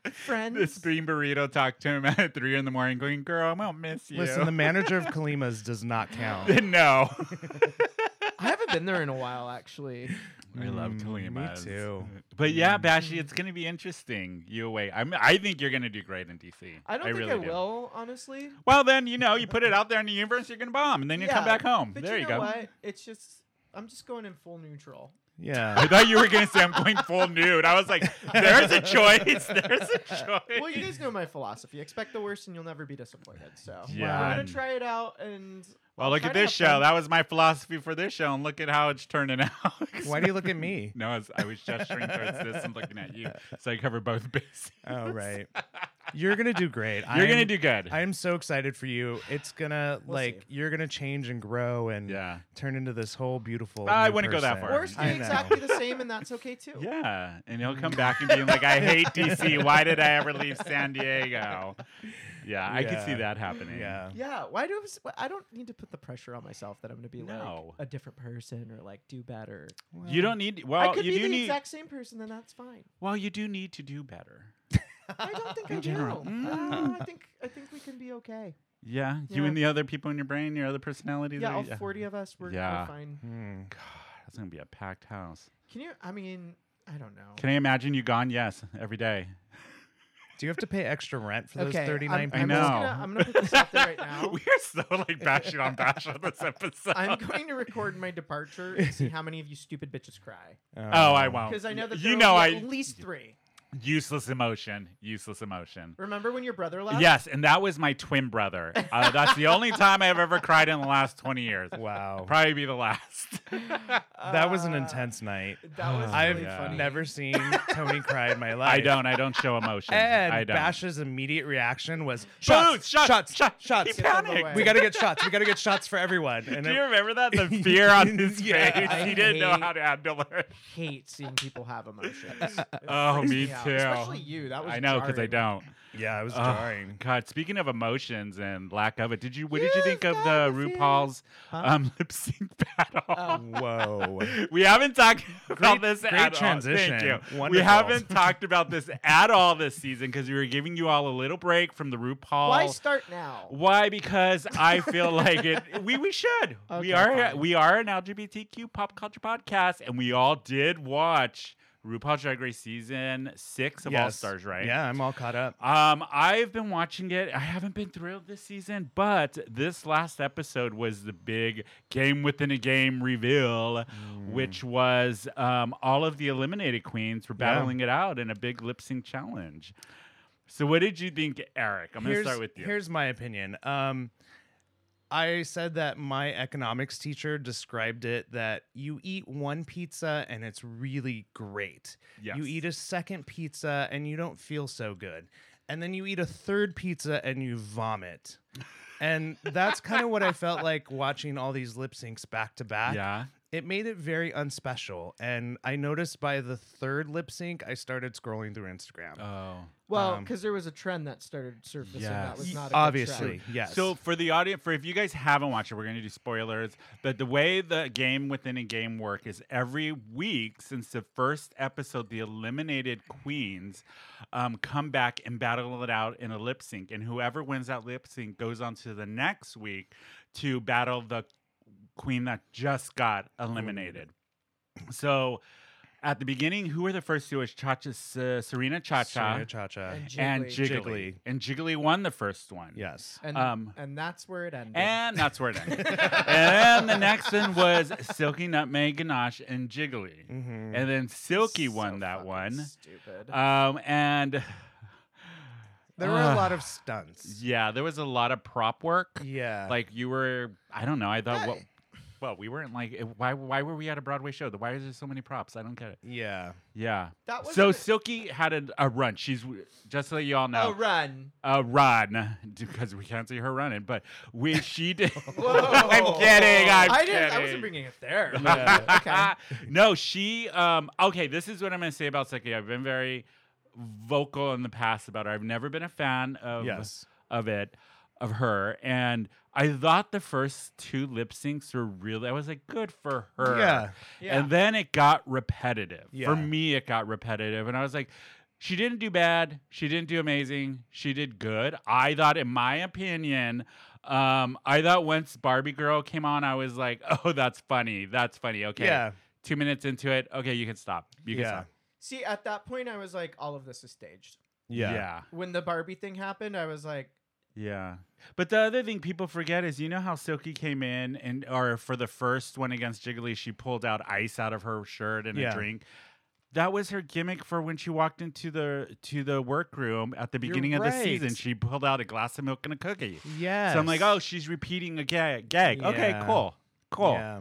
[SPEAKER 1] This
[SPEAKER 2] friends.
[SPEAKER 1] bean burrito talked to him at three in the morning, going, "Girl, I won't miss you."
[SPEAKER 3] Listen, the manager of Kalima's does not count.
[SPEAKER 1] no.
[SPEAKER 2] I haven't been there in a while, actually.
[SPEAKER 1] I love
[SPEAKER 3] Mm, me
[SPEAKER 1] Kalima's.
[SPEAKER 3] too.
[SPEAKER 1] But yeah,
[SPEAKER 2] Mm-hmm.
[SPEAKER 1] Bashi, it's going to be interesting. You away. I'm, I think you're going to do great in DC.
[SPEAKER 2] I don't think
[SPEAKER 1] really
[SPEAKER 2] I
[SPEAKER 1] do.
[SPEAKER 2] will, honestly.
[SPEAKER 1] Well, then, you know, you put it out there in the universe, you're going to bomb, and then you come
[SPEAKER 2] Yeah,
[SPEAKER 1] back home.
[SPEAKER 2] But
[SPEAKER 1] there you,
[SPEAKER 2] you know
[SPEAKER 1] go.
[SPEAKER 2] what? It's just I'm just going in full neutral.
[SPEAKER 3] Yeah.
[SPEAKER 1] I thought you were going to say I'm going full nude. I was like, there's a choice. There's a choice.
[SPEAKER 2] Well, you guys know my philosophy. Expect the worst and you'll never be disappointed. So
[SPEAKER 1] Yeah.
[SPEAKER 2] I'm gonna try it out and
[SPEAKER 1] well, look
[SPEAKER 2] try
[SPEAKER 1] at
[SPEAKER 2] to
[SPEAKER 1] this
[SPEAKER 2] have
[SPEAKER 1] show.
[SPEAKER 2] fun.
[SPEAKER 1] That was my philosophy for this show, and look at how it's turning out.
[SPEAKER 3] Why do you look at me?
[SPEAKER 1] No, I was, I was gesturing towards this and looking at you. So I cover both bases.
[SPEAKER 3] Oh, right. You're going to do great.
[SPEAKER 1] You're going to
[SPEAKER 3] I'm-
[SPEAKER 1] do good.
[SPEAKER 3] I am so excited for you. It's going to,
[SPEAKER 2] We'll
[SPEAKER 3] like,
[SPEAKER 2] see.
[SPEAKER 3] you're going to change and grow and
[SPEAKER 1] Yeah.
[SPEAKER 3] turn into this whole beautiful.
[SPEAKER 1] I
[SPEAKER 3] new
[SPEAKER 1] wouldn't go that
[SPEAKER 3] person.
[SPEAKER 1] far.
[SPEAKER 2] or
[SPEAKER 3] I
[SPEAKER 2] stay
[SPEAKER 3] know.
[SPEAKER 2] exactly the same and that's okay too.
[SPEAKER 1] Yeah, and he'll come back and be like, "I hate DC. Why did I ever leave San Diego?" Yeah, I could see
[SPEAKER 3] Yeah.
[SPEAKER 1] that happening.
[SPEAKER 3] Yeah.
[SPEAKER 2] Yeah, why do s- wh- I don't need to put the pressure on myself that I'm going to be
[SPEAKER 1] No.
[SPEAKER 2] like a different person or like do better.
[SPEAKER 1] you don't need.
[SPEAKER 2] I
[SPEAKER 1] Well,
[SPEAKER 2] could
[SPEAKER 1] you
[SPEAKER 2] be
[SPEAKER 1] do
[SPEAKER 2] the
[SPEAKER 1] need.
[SPEAKER 2] exact same person, then that's fine.
[SPEAKER 1] well, you do need to do better.
[SPEAKER 2] I don't think I
[SPEAKER 1] In general. Mm.
[SPEAKER 2] do. No, I think I think we can be okay.
[SPEAKER 1] Yeah, you
[SPEAKER 2] Yeah.
[SPEAKER 1] and the other people in your brain, your other personalities.
[SPEAKER 2] Yeah,
[SPEAKER 1] are-
[SPEAKER 2] all 40 of us, we're,
[SPEAKER 1] e, Yeah.
[SPEAKER 2] we're fine.
[SPEAKER 3] Hmm.
[SPEAKER 1] God, that's gonna be a packed house.
[SPEAKER 2] Can you? I mean, I don't know.
[SPEAKER 1] Can I imagine you gone? Yes, every day.
[SPEAKER 3] Do you have to pay extra rent for those
[SPEAKER 2] okay,
[SPEAKER 3] 39
[SPEAKER 2] I'm,
[SPEAKER 3] people?
[SPEAKER 2] I'm just
[SPEAKER 1] people?
[SPEAKER 2] gonna, I'm gonna put this out there right now.
[SPEAKER 1] we are so like bashing on bash on this episode.
[SPEAKER 2] I'm going to record my departure and see how many of you stupid bitches cry.
[SPEAKER 1] oh, I won't.
[SPEAKER 2] Because I know that
[SPEAKER 1] you
[SPEAKER 2] there
[SPEAKER 1] know
[SPEAKER 2] will
[SPEAKER 1] I.
[SPEAKER 2] be at least three.
[SPEAKER 1] Useless emotion. Useless emotion.
[SPEAKER 2] Remember when your brother left?
[SPEAKER 1] Yes, and that was my twin brother. Uh, that's the only time I've ever cried in the last 20 years.
[SPEAKER 3] Wow.
[SPEAKER 1] Probably be the last.
[SPEAKER 3] That was an
[SPEAKER 2] Uh,
[SPEAKER 3] intense night.
[SPEAKER 2] That was
[SPEAKER 1] I-
[SPEAKER 2] really
[SPEAKER 3] I've
[SPEAKER 1] yeah.
[SPEAKER 2] funny.
[SPEAKER 3] never seen Tony cry in my life.
[SPEAKER 1] I don't. I don't show emotion.
[SPEAKER 3] And
[SPEAKER 1] I don't.
[SPEAKER 3] Bash's immediate reaction was
[SPEAKER 1] Shoot,
[SPEAKER 3] shots,
[SPEAKER 1] shots,
[SPEAKER 3] shots,
[SPEAKER 1] shots.
[SPEAKER 3] shots.
[SPEAKER 1] He
[SPEAKER 2] them
[SPEAKER 1] panicked.
[SPEAKER 2] away.
[SPEAKER 3] We got to get shots. We got to get shots for everyone. And
[SPEAKER 1] Do
[SPEAKER 3] it-
[SPEAKER 1] you remember that? The fear on his
[SPEAKER 3] Yeah,
[SPEAKER 1] face.
[SPEAKER 2] I
[SPEAKER 1] he didn't know
[SPEAKER 2] hate-
[SPEAKER 1] how to handle it.
[SPEAKER 2] hate seeing people have emotions. It
[SPEAKER 1] Oh,
[SPEAKER 2] freaks
[SPEAKER 1] me
[SPEAKER 2] out.
[SPEAKER 1] too.
[SPEAKER 2] Especially you. That was
[SPEAKER 1] I know because I
[SPEAKER 2] jarring.
[SPEAKER 1] don't.
[SPEAKER 3] yeah, it was
[SPEAKER 1] Oh,
[SPEAKER 3] jarring.
[SPEAKER 1] God, speaking of emotions and lack of it, did you? What did you
[SPEAKER 2] You've
[SPEAKER 1] think of
[SPEAKER 2] got
[SPEAKER 1] the
[SPEAKER 2] a feeling.
[SPEAKER 1] RuPaul's
[SPEAKER 2] Huh?
[SPEAKER 1] um, lip sync battle?
[SPEAKER 2] Oh.
[SPEAKER 3] Whoa.
[SPEAKER 1] We haven't talked about
[SPEAKER 3] Great-
[SPEAKER 1] this
[SPEAKER 3] great
[SPEAKER 1] at all.
[SPEAKER 3] transition.
[SPEAKER 1] Thank you. We
[SPEAKER 3] Wonderful.
[SPEAKER 1] haven't talked about this at all this season because we were giving you all a little break from the RuPaul.
[SPEAKER 2] Why start now?
[SPEAKER 1] Why? Because I feel like it. We we should. we
[SPEAKER 2] Okay,
[SPEAKER 1] are
[SPEAKER 2] fine.
[SPEAKER 1] we are an LGBTQ pop culture podcast, and we all did watch RuPaul's Drag Race season six of All
[SPEAKER 3] Yes.
[SPEAKER 1] Stars, right?
[SPEAKER 3] Yeah, I'm all caught up.
[SPEAKER 1] Um, I've been watching it. I haven't been thrilled this season, but this last episode was the big game within a game reveal,
[SPEAKER 3] Mm.
[SPEAKER 1] which was um, all of the eliminated queens were
[SPEAKER 3] Yeah.
[SPEAKER 1] battling it out in a big lip sync challenge. So, what did you think, Eric? I'm going to
[SPEAKER 3] here's,
[SPEAKER 1] start with you.
[SPEAKER 3] Here's my opinion. Um, I said that my economics teacher described it that you eat one pizza and it's really great. You
[SPEAKER 1] Yes.
[SPEAKER 3] eat a second pizza and you don't feel so good. And then you eat a third pizza and you vomit. And that's kind of what I felt like watching all these lip syncs back to back
[SPEAKER 1] yeah.
[SPEAKER 3] it made it very unspecial. And I noticed by the third lip sync, I started scrolling through Instagram.
[SPEAKER 1] Oh.
[SPEAKER 2] Well,
[SPEAKER 3] Um,
[SPEAKER 2] because there was a trend that started surfacing. That
[SPEAKER 1] Yes.
[SPEAKER 2] was not a good
[SPEAKER 3] Obviously,
[SPEAKER 2] trend.
[SPEAKER 3] yes.
[SPEAKER 1] So for the audience, for if you guys haven't watched it, we're gonna do spoilers. But the way the game within a game work is every week since the first episode, the eliminated queens um, come back and battle it out in a lip sync, and whoever wins that lip sync goes on to the next week to battle the queen that just got eliminated. So. At the beginning, who were the first two? Is Chacha, Serena Chacha
[SPEAKER 3] Serena Cha-Cha.
[SPEAKER 2] And
[SPEAKER 1] and
[SPEAKER 2] Jiggly.
[SPEAKER 1] Jiggly.
[SPEAKER 3] Jiggly.
[SPEAKER 1] And Jiggly won the first one.
[SPEAKER 3] Yes.
[SPEAKER 2] And,
[SPEAKER 1] Um,
[SPEAKER 2] and that's where it ended.
[SPEAKER 1] And that's where it ended. and then the next one was Silky Nutmeg Ganache and Jiggly.
[SPEAKER 3] Mhm.
[SPEAKER 1] And then Silky won
[SPEAKER 2] Mm-hmm. So
[SPEAKER 1] that
[SPEAKER 2] fucking
[SPEAKER 1] one.
[SPEAKER 2] Stupid.
[SPEAKER 1] Um, and
[SPEAKER 3] there were a
[SPEAKER 1] Ugh.
[SPEAKER 3] lot of stunts.
[SPEAKER 1] yeah, there was a lot of prop work.
[SPEAKER 3] Yeah.
[SPEAKER 1] Like you were, I don't know. I thought, well,
[SPEAKER 2] Hey.
[SPEAKER 1] well, we weren't like, eh, why, why were we at a Broadway show? Why is there so many props? I don't get it.
[SPEAKER 3] yeah.
[SPEAKER 1] Yeah.
[SPEAKER 2] that was
[SPEAKER 1] So Silky had a, a run. She's just so you all
[SPEAKER 2] a
[SPEAKER 1] know
[SPEAKER 2] run.
[SPEAKER 1] a run because we can't see her running, but we she did.
[SPEAKER 2] Whoa.
[SPEAKER 1] I'm kidding. I'm
[SPEAKER 2] I
[SPEAKER 1] kidding.
[SPEAKER 2] didn't. I wasn't bringing it there.
[SPEAKER 3] Yeah.
[SPEAKER 2] okay.
[SPEAKER 1] no, she. Um, okay, this is what I'm going to say about Seki. I've been very vocal in the past about her. I've never been a fan of
[SPEAKER 3] yes.
[SPEAKER 1] of it, of her, and I thought the first two lip syncs were really. I was like, good for her.
[SPEAKER 3] Yeah.
[SPEAKER 2] Yeah.
[SPEAKER 1] And then it got repetitive.
[SPEAKER 3] Yeah.
[SPEAKER 1] For me, it got repetitive, and I was like. She didn't do bad. She didn't do amazing. She did good. I thought, in my opinion, um, I thought once Barbie Girl came on, I was like, "Oh, that's funny. That's funny." Okay,
[SPEAKER 3] Yeah.
[SPEAKER 1] two minutes into it, okay, you can stop. You can
[SPEAKER 3] Yeah.
[SPEAKER 1] stop.
[SPEAKER 2] See, at that point, I was like, all of this is staged.
[SPEAKER 3] Yeah.
[SPEAKER 1] yeah,
[SPEAKER 2] When the Barbie thing happened, I was like,
[SPEAKER 1] yeah. But the other thing people forget is, you know how Silky came in and, or for the first one against Jiggly, she pulled out ice out of her shirt and
[SPEAKER 3] Yeah.
[SPEAKER 1] a drink. That was her gimmick for when she walked into the to the workroom at the
[SPEAKER 3] You're
[SPEAKER 1] beginning of the
[SPEAKER 3] right.
[SPEAKER 1] season. She pulled out a glass of milk and a cookie.
[SPEAKER 3] Yes.
[SPEAKER 1] So I'm like, oh, she's repeating a gag. gag. Okay,
[SPEAKER 3] Yeah.
[SPEAKER 1] cool, cool.
[SPEAKER 3] Yeah.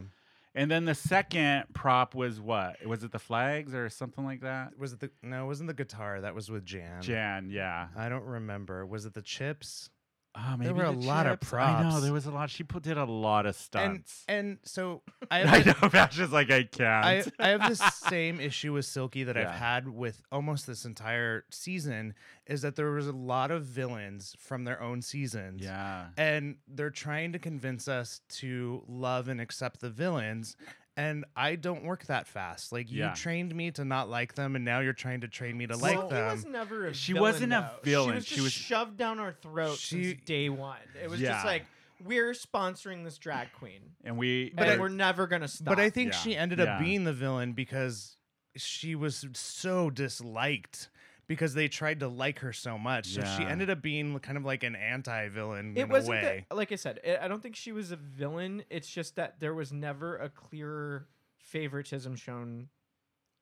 [SPEAKER 1] And then the second prop was what? Was it the flags or something like that?
[SPEAKER 3] Was it the no? It wasn't the guitar that was with Jan?
[SPEAKER 1] Jan, yeah.
[SPEAKER 3] I don't remember. Was it the chips?
[SPEAKER 1] Oh, maybe
[SPEAKER 3] There were a
[SPEAKER 1] the
[SPEAKER 3] lot of
[SPEAKER 1] chips. I know
[SPEAKER 3] props.
[SPEAKER 1] there was a lot. She put, did a lot of
[SPEAKER 3] And
[SPEAKER 1] stunts.
[SPEAKER 3] and so I
[SPEAKER 1] I
[SPEAKER 3] have the-
[SPEAKER 1] know Bash is like I can't.
[SPEAKER 3] I, I have the same issue with Silky that
[SPEAKER 1] Yeah.
[SPEAKER 3] I've had with almost this entire season is that there was a lot of villains from their own seasons.
[SPEAKER 1] yeah.
[SPEAKER 3] And they're trying to convince us to love and accept the villains. And I don't work that fast. Like you
[SPEAKER 1] Yeah.
[SPEAKER 3] trained me to not like them, and now you're trying to train me to
[SPEAKER 2] Silky
[SPEAKER 3] like them.
[SPEAKER 2] was never a
[SPEAKER 1] She
[SPEAKER 2] villain,
[SPEAKER 1] wasn't a
[SPEAKER 2] though.
[SPEAKER 1] villain.
[SPEAKER 2] She was
[SPEAKER 1] She
[SPEAKER 2] just
[SPEAKER 1] was-
[SPEAKER 2] shoved down our throat
[SPEAKER 3] She-
[SPEAKER 2] since day one. It was
[SPEAKER 1] Yeah.
[SPEAKER 2] just like we're sponsoring this drag queen,
[SPEAKER 1] And we.
[SPEAKER 2] but
[SPEAKER 1] and-
[SPEAKER 2] we're never gonna stop.
[SPEAKER 3] But I think
[SPEAKER 1] Yeah.
[SPEAKER 3] she ended
[SPEAKER 1] Yeah.
[SPEAKER 3] up being the villain because she was so disliked because they tried to like her so much. So she
[SPEAKER 1] Yeah.
[SPEAKER 3] ended up being kind of like an anti-villain
[SPEAKER 2] it
[SPEAKER 3] in a
[SPEAKER 2] wasn't
[SPEAKER 3] way.
[SPEAKER 2] that- like I said. I I don't think she was a villain. It's just that there was never a clear favoritism shown,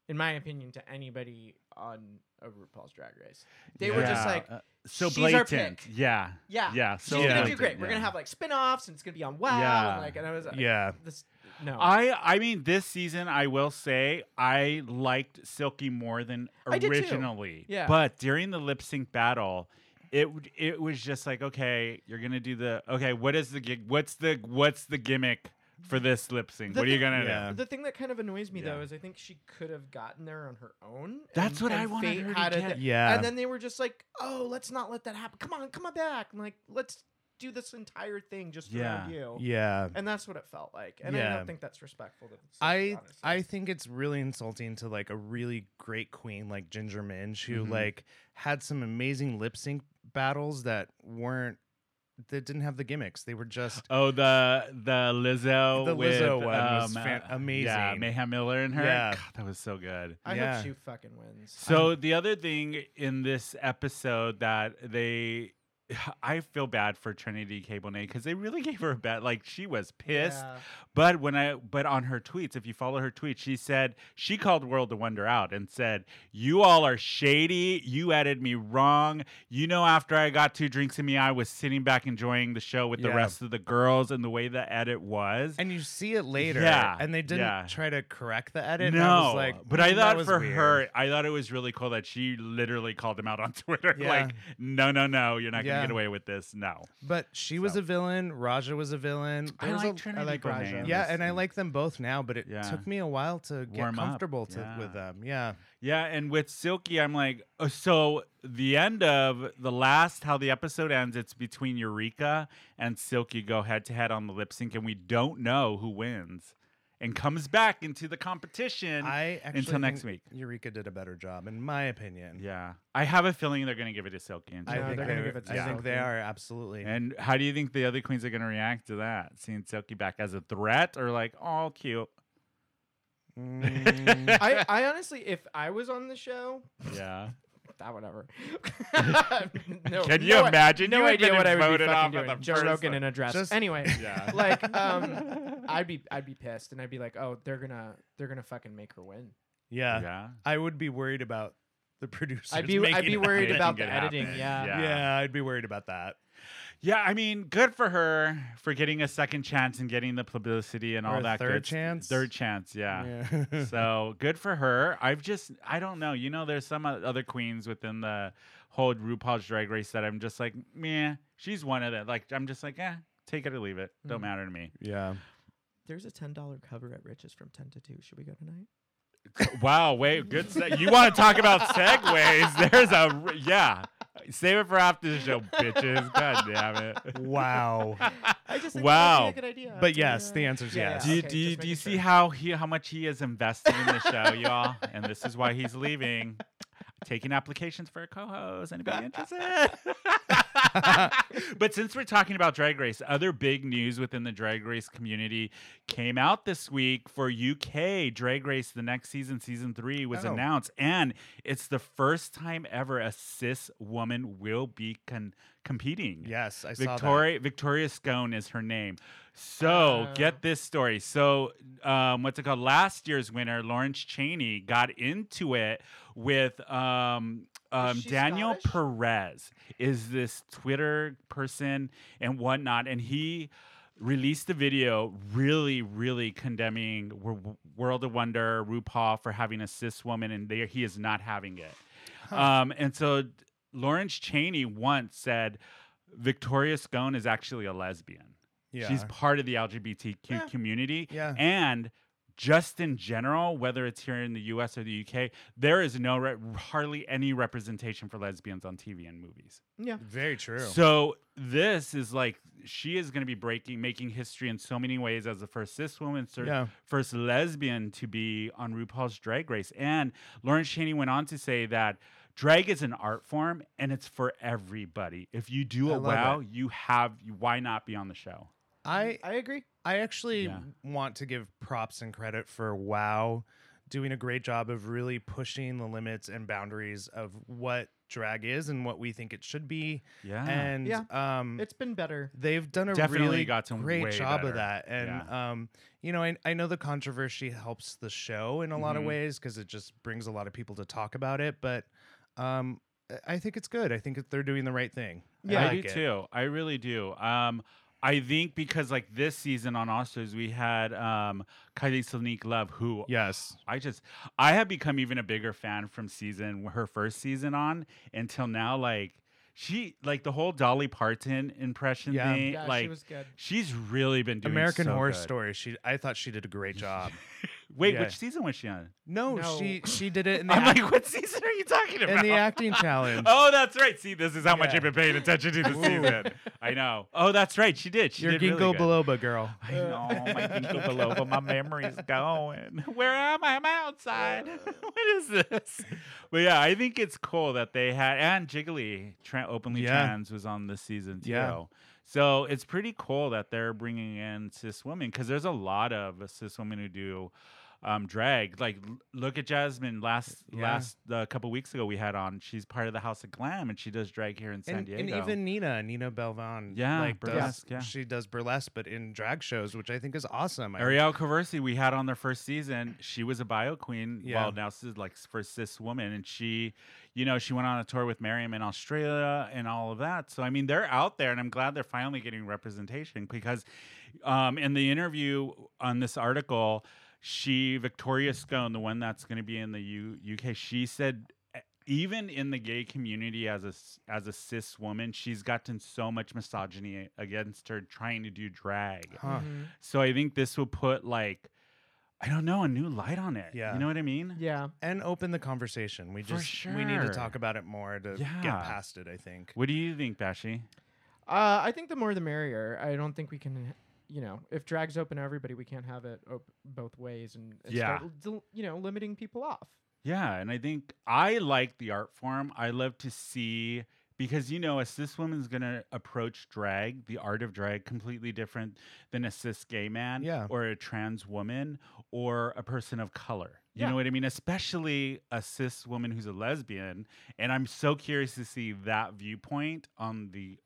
[SPEAKER 2] in my opinion, to anybody on a RuPaul's Drag Race. They were just
[SPEAKER 1] Yeah.
[SPEAKER 2] like,
[SPEAKER 1] Uh, so
[SPEAKER 2] "She's our
[SPEAKER 1] blatant.
[SPEAKER 2] pick."
[SPEAKER 1] Yeah.
[SPEAKER 2] yeah,
[SPEAKER 1] Yeah.
[SPEAKER 2] she's
[SPEAKER 1] So
[SPEAKER 2] gonna do
[SPEAKER 1] blatant,
[SPEAKER 2] great. We're
[SPEAKER 1] yeah.
[SPEAKER 2] gonna have like spin-offs, and it's gonna be on Wow,
[SPEAKER 1] Yeah.
[SPEAKER 2] and like, and I was like,
[SPEAKER 3] Yeah.
[SPEAKER 2] this, no,
[SPEAKER 1] I I mean this season I will say I liked Silky more than
[SPEAKER 2] I did too.
[SPEAKER 1] originally.
[SPEAKER 2] Yeah.
[SPEAKER 1] But during the lip sync battle, it w- it was just like okay, you're gonna do the okay. What is the gig? What's the what's the gimmick for this lip sync?
[SPEAKER 2] The
[SPEAKER 1] what are you
[SPEAKER 2] thing-
[SPEAKER 1] gonna
[SPEAKER 3] Yeah.
[SPEAKER 1] do?
[SPEAKER 2] The thing that kind of annoys me though
[SPEAKER 1] Yeah.
[SPEAKER 2] is I think she could have gotten there on her own.
[SPEAKER 1] That's
[SPEAKER 2] and-
[SPEAKER 1] what I
[SPEAKER 2] and
[SPEAKER 1] wanted
[SPEAKER 2] fate
[SPEAKER 1] her to
[SPEAKER 2] had a
[SPEAKER 1] get.
[SPEAKER 2] thi-
[SPEAKER 3] Yeah.
[SPEAKER 2] And then they were just like, "Oh, let's not let that happen. Come on, come on back. And like, let's do this entire thing just around you."
[SPEAKER 3] yeah.
[SPEAKER 2] And that's what it felt like. And I
[SPEAKER 3] Yeah.
[SPEAKER 2] don't think that's respectful. To Sissy,
[SPEAKER 3] I
[SPEAKER 2] honestly.
[SPEAKER 3] I think it's really insulting to like a really great queen like Ginger Minj who
[SPEAKER 1] Mhm.
[SPEAKER 3] like had some amazing lip sync battles that weren't that didn't have the gimmicks. They were just
[SPEAKER 1] Oh, the the Lizzo
[SPEAKER 3] The
[SPEAKER 1] with,
[SPEAKER 3] Lizzo one was
[SPEAKER 1] um,
[SPEAKER 3] fan-
[SPEAKER 1] uh, Yeah,
[SPEAKER 3] amazing.
[SPEAKER 1] Mayhem Miller and her.
[SPEAKER 3] Yeah.
[SPEAKER 1] God, that was so good.
[SPEAKER 2] I
[SPEAKER 3] yeah.
[SPEAKER 2] hope she fucking wins.
[SPEAKER 1] So the other thing in this episode that they, I feel bad for Trinity Cable Nay because they really gave her a bad. Like she was pissed.
[SPEAKER 2] Yeah.
[SPEAKER 1] But when I, but on her tweets, if you follow her tweets, she said she called World of Wonder out and said, "You all are shady. You added me wrong. You know, after I got two drinks in me, I was sitting back enjoying the show with the
[SPEAKER 3] Yeah.
[SPEAKER 1] rest of the girls and the way the edit was."
[SPEAKER 3] and you see it later.
[SPEAKER 1] Yeah,
[SPEAKER 3] And they didn't
[SPEAKER 1] yeah.
[SPEAKER 3] try to correct the edit.
[SPEAKER 1] no,
[SPEAKER 3] and I was like,
[SPEAKER 1] but I
[SPEAKER 3] "Mm, that
[SPEAKER 1] thought
[SPEAKER 3] was
[SPEAKER 1] for
[SPEAKER 3] weird."
[SPEAKER 1] her, I thought it was really cool that she literally called him out on Twitter.
[SPEAKER 3] Yeah.
[SPEAKER 1] Like, no, no, no, you're not
[SPEAKER 3] Yeah.
[SPEAKER 1] gonna get away with this. No,
[SPEAKER 3] But she was
[SPEAKER 1] So.
[SPEAKER 3] a villain. Raja was a villain.
[SPEAKER 1] I
[SPEAKER 3] There was
[SPEAKER 1] like
[SPEAKER 3] a-
[SPEAKER 1] Trinity Bonet in
[SPEAKER 3] Yeah,
[SPEAKER 1] this
[SPEAKER 3] and I
[SPEAKER 1] thing.
[SPEAKER 3] like them both now, but it
[SPEAKER 1] Yeah.
[SPEAKER 3] took me a while to get
[SPEAKER 1] Warm up,
[SPEAKER 3] comfortable to,
[SPEAKER 1] yeah.
[SPEAKER 3] with them. Yeah.
[SPEAKER 1] Yeah, and with Silky, I'm like, oh, so the end of the last how the episode ends, it's between Eureka and Silky go head to head on the lip sync, and we don't know who wins and comes back into the competition.
[SPEAKER 3] I actually
[SPEAKER 1] until next
[SPEAKER 3] think
[SPEAKER 1] week.
[SPEAKER 3] Eureka did a better job, in my opinion.
[SPEAKER 1] yeah, I have a feeling they're gonna give it to Silky. And
[SPEAKER 3] I
[SPEAKER 2] No,
[SPEAKER 3] think
[SPEAKER 2] they're
[SPEAKER 3] they,
[SPEAKER 2] gonna give it to
[SPEAKER 3] I think
[SPEAKER 2] Silky.
[SPEAKER 3] they are absolutely.
[SPEAKER 1] And how do you think the other queens are gonna react to that? Seeing Silky back as a threat or like, oh, cute.
[SPEAKER 3] Mm,
[SPEAKER 2] I, I honestly, if I was on the show,
[SPEAKER 1] Yeah.
[SPEAKER 2] that whatever.
[SPEAKER 1] Can you imagine?
[SPEAKER 2] No
[SPEAKER 1] you had
[SPEAKER 2] idea
[SPEAKER 1] been
[SPEAKER 2] what I would be
[SPEAKER 1] voted off
[SPEAKER 2] fucking
[SPEAKER 1] at
[SPEAKER 2] doing.
[SPEAKER 1] the
[SPEAKER 2] Joe
[SPEAKER 1] first
[SPEAKER 2] Rogan
[SPEAKER 1] one.
[SPEAKER 2] in a dress.
[SPEAKER 3] Just-
[SPEAKER 2] anyway,
[SPEAKER 1] Yeah.
[SPEAKER 2] like, um, I'd be I'd be pissed, and I'd be like, oh, they're gonna they're gonna fucking make her win.
[SPEAKER 3] yeah.
[SPEAKER 1] yeah.
[SPEAKER 3] I would be worried about the producers.
[SPEAKER 2] I'd be I'd
[SPEAKER 3] making
[SPEAKER 2] be
[SPEAKER 3] it
[SPEAKER 2] worried
[SPEAKER 1] making
[SPEAKER 3] happen.
[SPEAKER 2] about the
[SPEAKER 1] it happen.
[SPEAKER 2] editing. Yeah.
[SPEAKER 1] Yeah.
[SPEAKER 3] Yeah. I'd be worried about that.
[SPEAKER 1] Yeah, I mean, good for her for getting a second chance and getting the publicity and
[SPEAKER 3] Or
[SPEAKER 1] all
[SPEAKER 3] a
[SPEAKER 1] that.
[SPEAKER 3] third
[SPEAKER 1] good s-
[SPEAKER 3] chance?
[SPEAKER 1] Third chance, yeah. so good for her. I've just, I don't know. You know, there's some o- other queens within the whole RuPaul's Drag Race that I'm just like, meh. She's one of them. Like, I'm just like, eh, take it or leave it. Don't
[SPEAKER 3] Mm.
[SPEAKER 2] Mhm.
[SPEAKER 1] matter to me.
[SPEAKER 3] yeah.
[SPEAKER 2] There's a ten dollar cover at Rich's from ten to two. Should we go tonight?
[SPEAKER 1] wow, wait, good. Se- you want to talk about segues? There's a, r- yeah. Save it for after the show, bitches. God damn it.
[SPEAKER 3] Wow.
[SPEAKER 2] I just think
[SPEAKER 1] Wow.
[SPEAKER 2] that might be a good idea.
[SPEAKER 3] But yes, the answer's
[SPEAKER 2] Yeah, yeah.
[SPEAKER 3] yes.
[SPEAKER 1] Do you,
[SPEAKER 2] Okay,
[SPEAKER 1] do, you,
[SPEAKER 2] just
[SPEAKER 1] do you
[SPEAKER 2] making
[SPEAKER 1] see
[SPEAKER 2] sure.
[SPEAKER 1] how he how much he is invested in the show, y'all? And this is why he's leaving. Taking applications for a co-host. Anybody interested? but since we're talking about Drag Race, other big news within the Drag Race community came out this week for UK Drag Race. The next season, season three, was
[SPEAKER 3] Oh.
[SPEAKER 1] announced, and it's the first time ever a cis woman will be con- competing.
[SPEAKER 3] Yes, I saw that.
[SPEAKER 1] Victoria Victoria Scone is her name. So
[SPEAKER 2] Oh.
[SPEAKER 1] get this story. So um, what's it called? Last year's winner, Lawrence Cheney, got into it with um, um,
[SPEAKER 2] she
[SPEAKER 1] Daniel
[SPEAKER 2] Scottish?
[SPEAKER 1] Perez. Is this Twitter person and whatnot? And he released a video really really condemning Wor- world of wonder rupaul for having a cis woman and they, he is not having it um, and so lawrence cheney once said victoria scone is actually a lesbian
[SPEAKER 3] Yeah.
[SPEAKER 1] she's part of the lgbtq
[SPEAKER 2] Yeah.
[SPEAKER 1] community
[SPEAKER 3] yeah.
[SPEAKER 1] and just in general whether it's here in the us or the uk there is no re- hardly any representation for lesbians on tv and movies
[SPEAKER 2] yeah.
[SPEAKER 3] Very true.
[SPEAKER 1] so this is like she is going to be breaking, making history in so many ways as the first cis woman, cer-
[SPEAKER 3] yeah.
[SPEAKER 1] first lesbian to be on RuPaul's Drag Race. And Lawrence Cheney went on to say that drag is an art form and it's for everybody. If you do
[SPEAKER 3] I
[SPEAKER 1] it
[SPEAKER 3] love
[SPEAKER 1] well, you have. Why not be on the show?
[SPEAKER 3] I
[SPEAKER 2] I agree.
[SPEAKER 3] I actually
[SPEAKER 1] Yeah.
[SPEAKER 3] want to give props and credit for WoW doing a great job of really pushing the limits and boundaries of what drag is and what we think it should be.
[SPEAKER 1] Ah, Yeah.
[SPEAKER 3] And
[SPEAKER 2] Yeah.
[SPEAKER 3] um,
[SPEAKER 2] It's been better.
[SPEAKER 3] they've done a
[SPEAKER 1] Definitely
[SPEAKER 3] really
[SPEAKER 1] gotten
[SPEAKER 3] great
[SPEAKER 1] way
[SPEAKER 3] job
[SPEAKER 1] better.
[SPEAKER 3] of that. And um, you know, I, I know the controversy helps the show in a lot of
[SPEAKER 1] Mhm.
[SPEAKER 3] ways because it just brings a lot of people to talk about it. But um, I- I think it's good. I think that they're doing the right thing.
[SPEAKER 2] Yeah,
[SPEAKER 1] I,
[SPEAKER 3] like
[SPEAKER 1] do
[SPEAKER 3] it.
[SPEAKER 1] too. I really do. Um, I think because like this season on All Stars, we had um, Kylie Sonique Love, who
[SPEAKER 3] Yes.
[SPEAKER 1] I just I have become even a bigger fan from season her first season on until now. Like she like the whole Dolly Parton impression
[SPEAKER 3] Yeah.
[SPEAKER 1] thing.
[SPEAKER 2] Yeah,
[SPEAKER 1] like
[SPEAKER 2] she was good.
[SPEAKER 1] she's really been doing
[SPEAKER 3] American
[SPEAKER 1] so
[SPEAKER 3] Horror
[SPEAKER 1] good.
[SPEAKER 3] Story. She, I thought she did a great job.
[SPEAKER 1] Wait,
[SPEAKER 3] Yeah.
[SPEAKER 1] which season was she on?
[SPEAKER 3] No,
[SPEAKER 2] No.
[SPEAKER 3] she she did it in the,
[SPEAKER 1] I'm
[SPEAKER 3] act-
[SPEAKER 1] like, what season are you talking about?
[SPEAKER 3] in the acting challenge.
[SPEAKER 1] Oh, that's right. See, this is how much
[SPEAKER 3] Yeah.
[SPEAKER 1] I've been paying attention to the
[SPEAKER 3] Ooh.
[SPEAKER 1] season. I know. Oh, that's right. She did. She
[SPEAKER 3] Your
[SPEAKER 1] did really
[SPEAKER 3] Ginkgo
[SPEAKER 1] good.
[SPEAKER 3] Biloba girl.
[SPEAKER 1] I know my ginkgo biloba, my memory's going. Where am I? I'm outside. what is this? But yeah, I think it's cool that they had and Jiggly tra- openly
[SPEAKER 3] Yeah.
[SPEAKER 1] trans was on this season too.
[SPEAKER 3] Yeah.
[SPEAKER 1] So it's pretty cool that they're bringing in cis women because there's a lot of cis women who do um, drag. Like l- look at Jasmine last
[SPEAKER 3] Yeah.
[SPEAKER 1] last a couple weeks ago we had on. She's part of the House of Glam and she does drag here in San
[SPEAKER 3] And,
[SPEAKER 1] Diego.
[SPEAKER 3] and even Nina, Nina Belvan,
[SPEAKER 1] Yeah,
[SPEAKER 3] like does-
[SPEAKER 1] burlesque, yeah.
[SPEAKER 3] she does burlesque, but in drag shows, which I think is awesome. I-
[SPEAKER 1] Ariel Caversi, we had on their first season. She was a bio queen.
[SPEAKER 3] Yeah.
[SPEAKER 1] Well, now she's like first cis woman, and she, you know, she went on a tour with Miriam in Australia and all of that. So I mean, they're out there, and I'm glad they're finally getting representation because, um, in the interview on this article, she Victoria Scone, the one that's going to be in the U- UK, she said. "E- Even in the gay community, as a s- as a cis woman, she's gotten so much misogyny against her trying to do drag.
[SPEAKER 3] Huh.
[SPEAKER 2] Mhm.
[SPEAKER 1] So I think this will put like I don't know a new light on it.
[SPEAKER 3] Yeah.
[SPEAKER 1] you know what I mean.
[SPEAKER 2] Yeah.
[SPEAKER 3] and open the conversation. We
[SPEAKER 1] For
[SPEAKER 3] just we need to
[SPEAKER 1] sure.
[SPEAKER 3] talk about it more to get
[SPEAKER 1] Yeah.
[SPEAKER 3] past it. I think.
[SPEAKER 1] What do you think, Bashi?
[SPEAKER 2] Uh, I think the more the merrier. I don't think we can, you know, if drag's open to everybody, we can't have it op- both ways and, and
[SPEAKER 1] Yeah.
[SPEAKER 2] start, l- del- you know, limiting people off.
[SPEAKER 1] Yeah, and I think I like the art form. I love to see because you know a cis woman's gonna approach drag, the art of drag, completely different than a cis gay man,
[SPEAKER 3] Yeah.
[SPEAKER 1] or a trans woman, or a person of color. You
[SPEAKER 2] Yeah.
[SPEAKER 1] know what I mean? Especially a cis woman who's a lesbian, and I'm so curious to see that viewpoint on the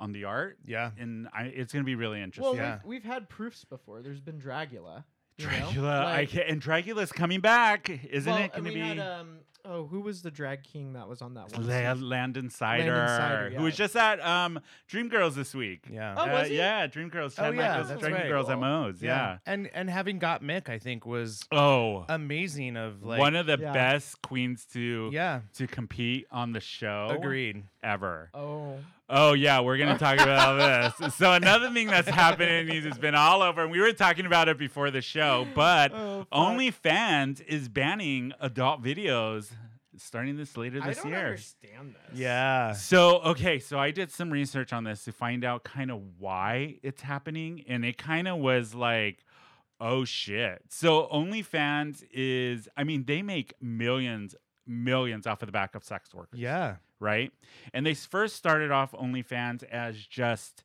[SPEAKER 1] on the art.
[SPEAKER 3] Yeah.
[SPEAKER 1] and I, it's gonna be really interesting.
[SPEAKER 2] Well,
[SPEAKER 3] Yeah.
[SPEAKER 2] we've, we've had proofs before. There's been Dragula. you know?
[SPEAKER 1] Dracula, I
[SPEAKER 2] Like-
[SPEAKER 1] can and Dracula's coming back, isn't
[SPEAKER 2] well,
[SPEAKER 1] it?
[SPEAKER 2] and
[SPEAKER 1] Gonna
[SPEAKER 2] we
[SPEAKER 1] be
[SPEAKER 2] had, um, oh, who was the drag king that was on that one?
[SPEAKER 1] La-
[SPEAKER 2] season?
[SPEAKER 1] Landon Sider,
[SPEAKER 2] Sider,
[SPEAKER 1] who was
[SPEAKER 2] yeah.
[SPEAKER 1] just at um, Dreamgirls this week.
[SPEAKER 3] Yeah.
[SPEAKER 2] Oh,
[SPEAKER 1] Uh,
[SPEAKER 2] was he?
[SPEAKER 1] yeah, Dreamgirls.
[SPEAKER 3] Oh,
[SPEAKER 1] Chad
[SPEAKER 3] yeah,
[SPEAKER 1] Michaels,
[SPEAKER 2] that's
[SPEAKER 1] Dreamgirls
[SPEAKER 2] right.
[SPEAKER 1] at
[SPEAKER 2] Cool.
[SPEAKER 1] Moe's. Yeah.
[SPEAKER 3] And and having got Mick, I think was
[SPEAKER 1] Oh,
[SPEAKER 3] amazing. Of like
[SPEAKER 1] one of the
[SPEAKER 2] Yeah.
[SPEAKER 1] best queens to
[SPEAKER 3] yeah.
[SPEAKER 1] to compete on the show.
[SPEAKER 3] Agreed.
[SPEAKER 1] Ever.
[SPEAKER 2] Oh,
[SPEAKER 1] Oh yeah, we're gonna talk about all this. So another thing that's happened in the news has been all over, and we were talking about it before the show, but
[SPEAKER 2] Oh, fuck.
[SPEAKER 1] OnlyFans is banning adult videos starting this later
[SPEAKER 2] I
[SPEAKER 1] this
[SPEAKER 2] don't uh.
[SPEAKER 1] year.
[SPEAKER 2] understand this.
[SPEAKER 3] Yeah.
[SPEAKER 1] So okay, so I did some research on this to find out kind of why it's happening, and it kind of was like, oh shit. So OnlyFans is, I mean, they make millions, millions off of the back of sex workers
[SPEAKER 3] Yeah.
[SPEAKER 1] right? And they s- first started off OnlyFans as just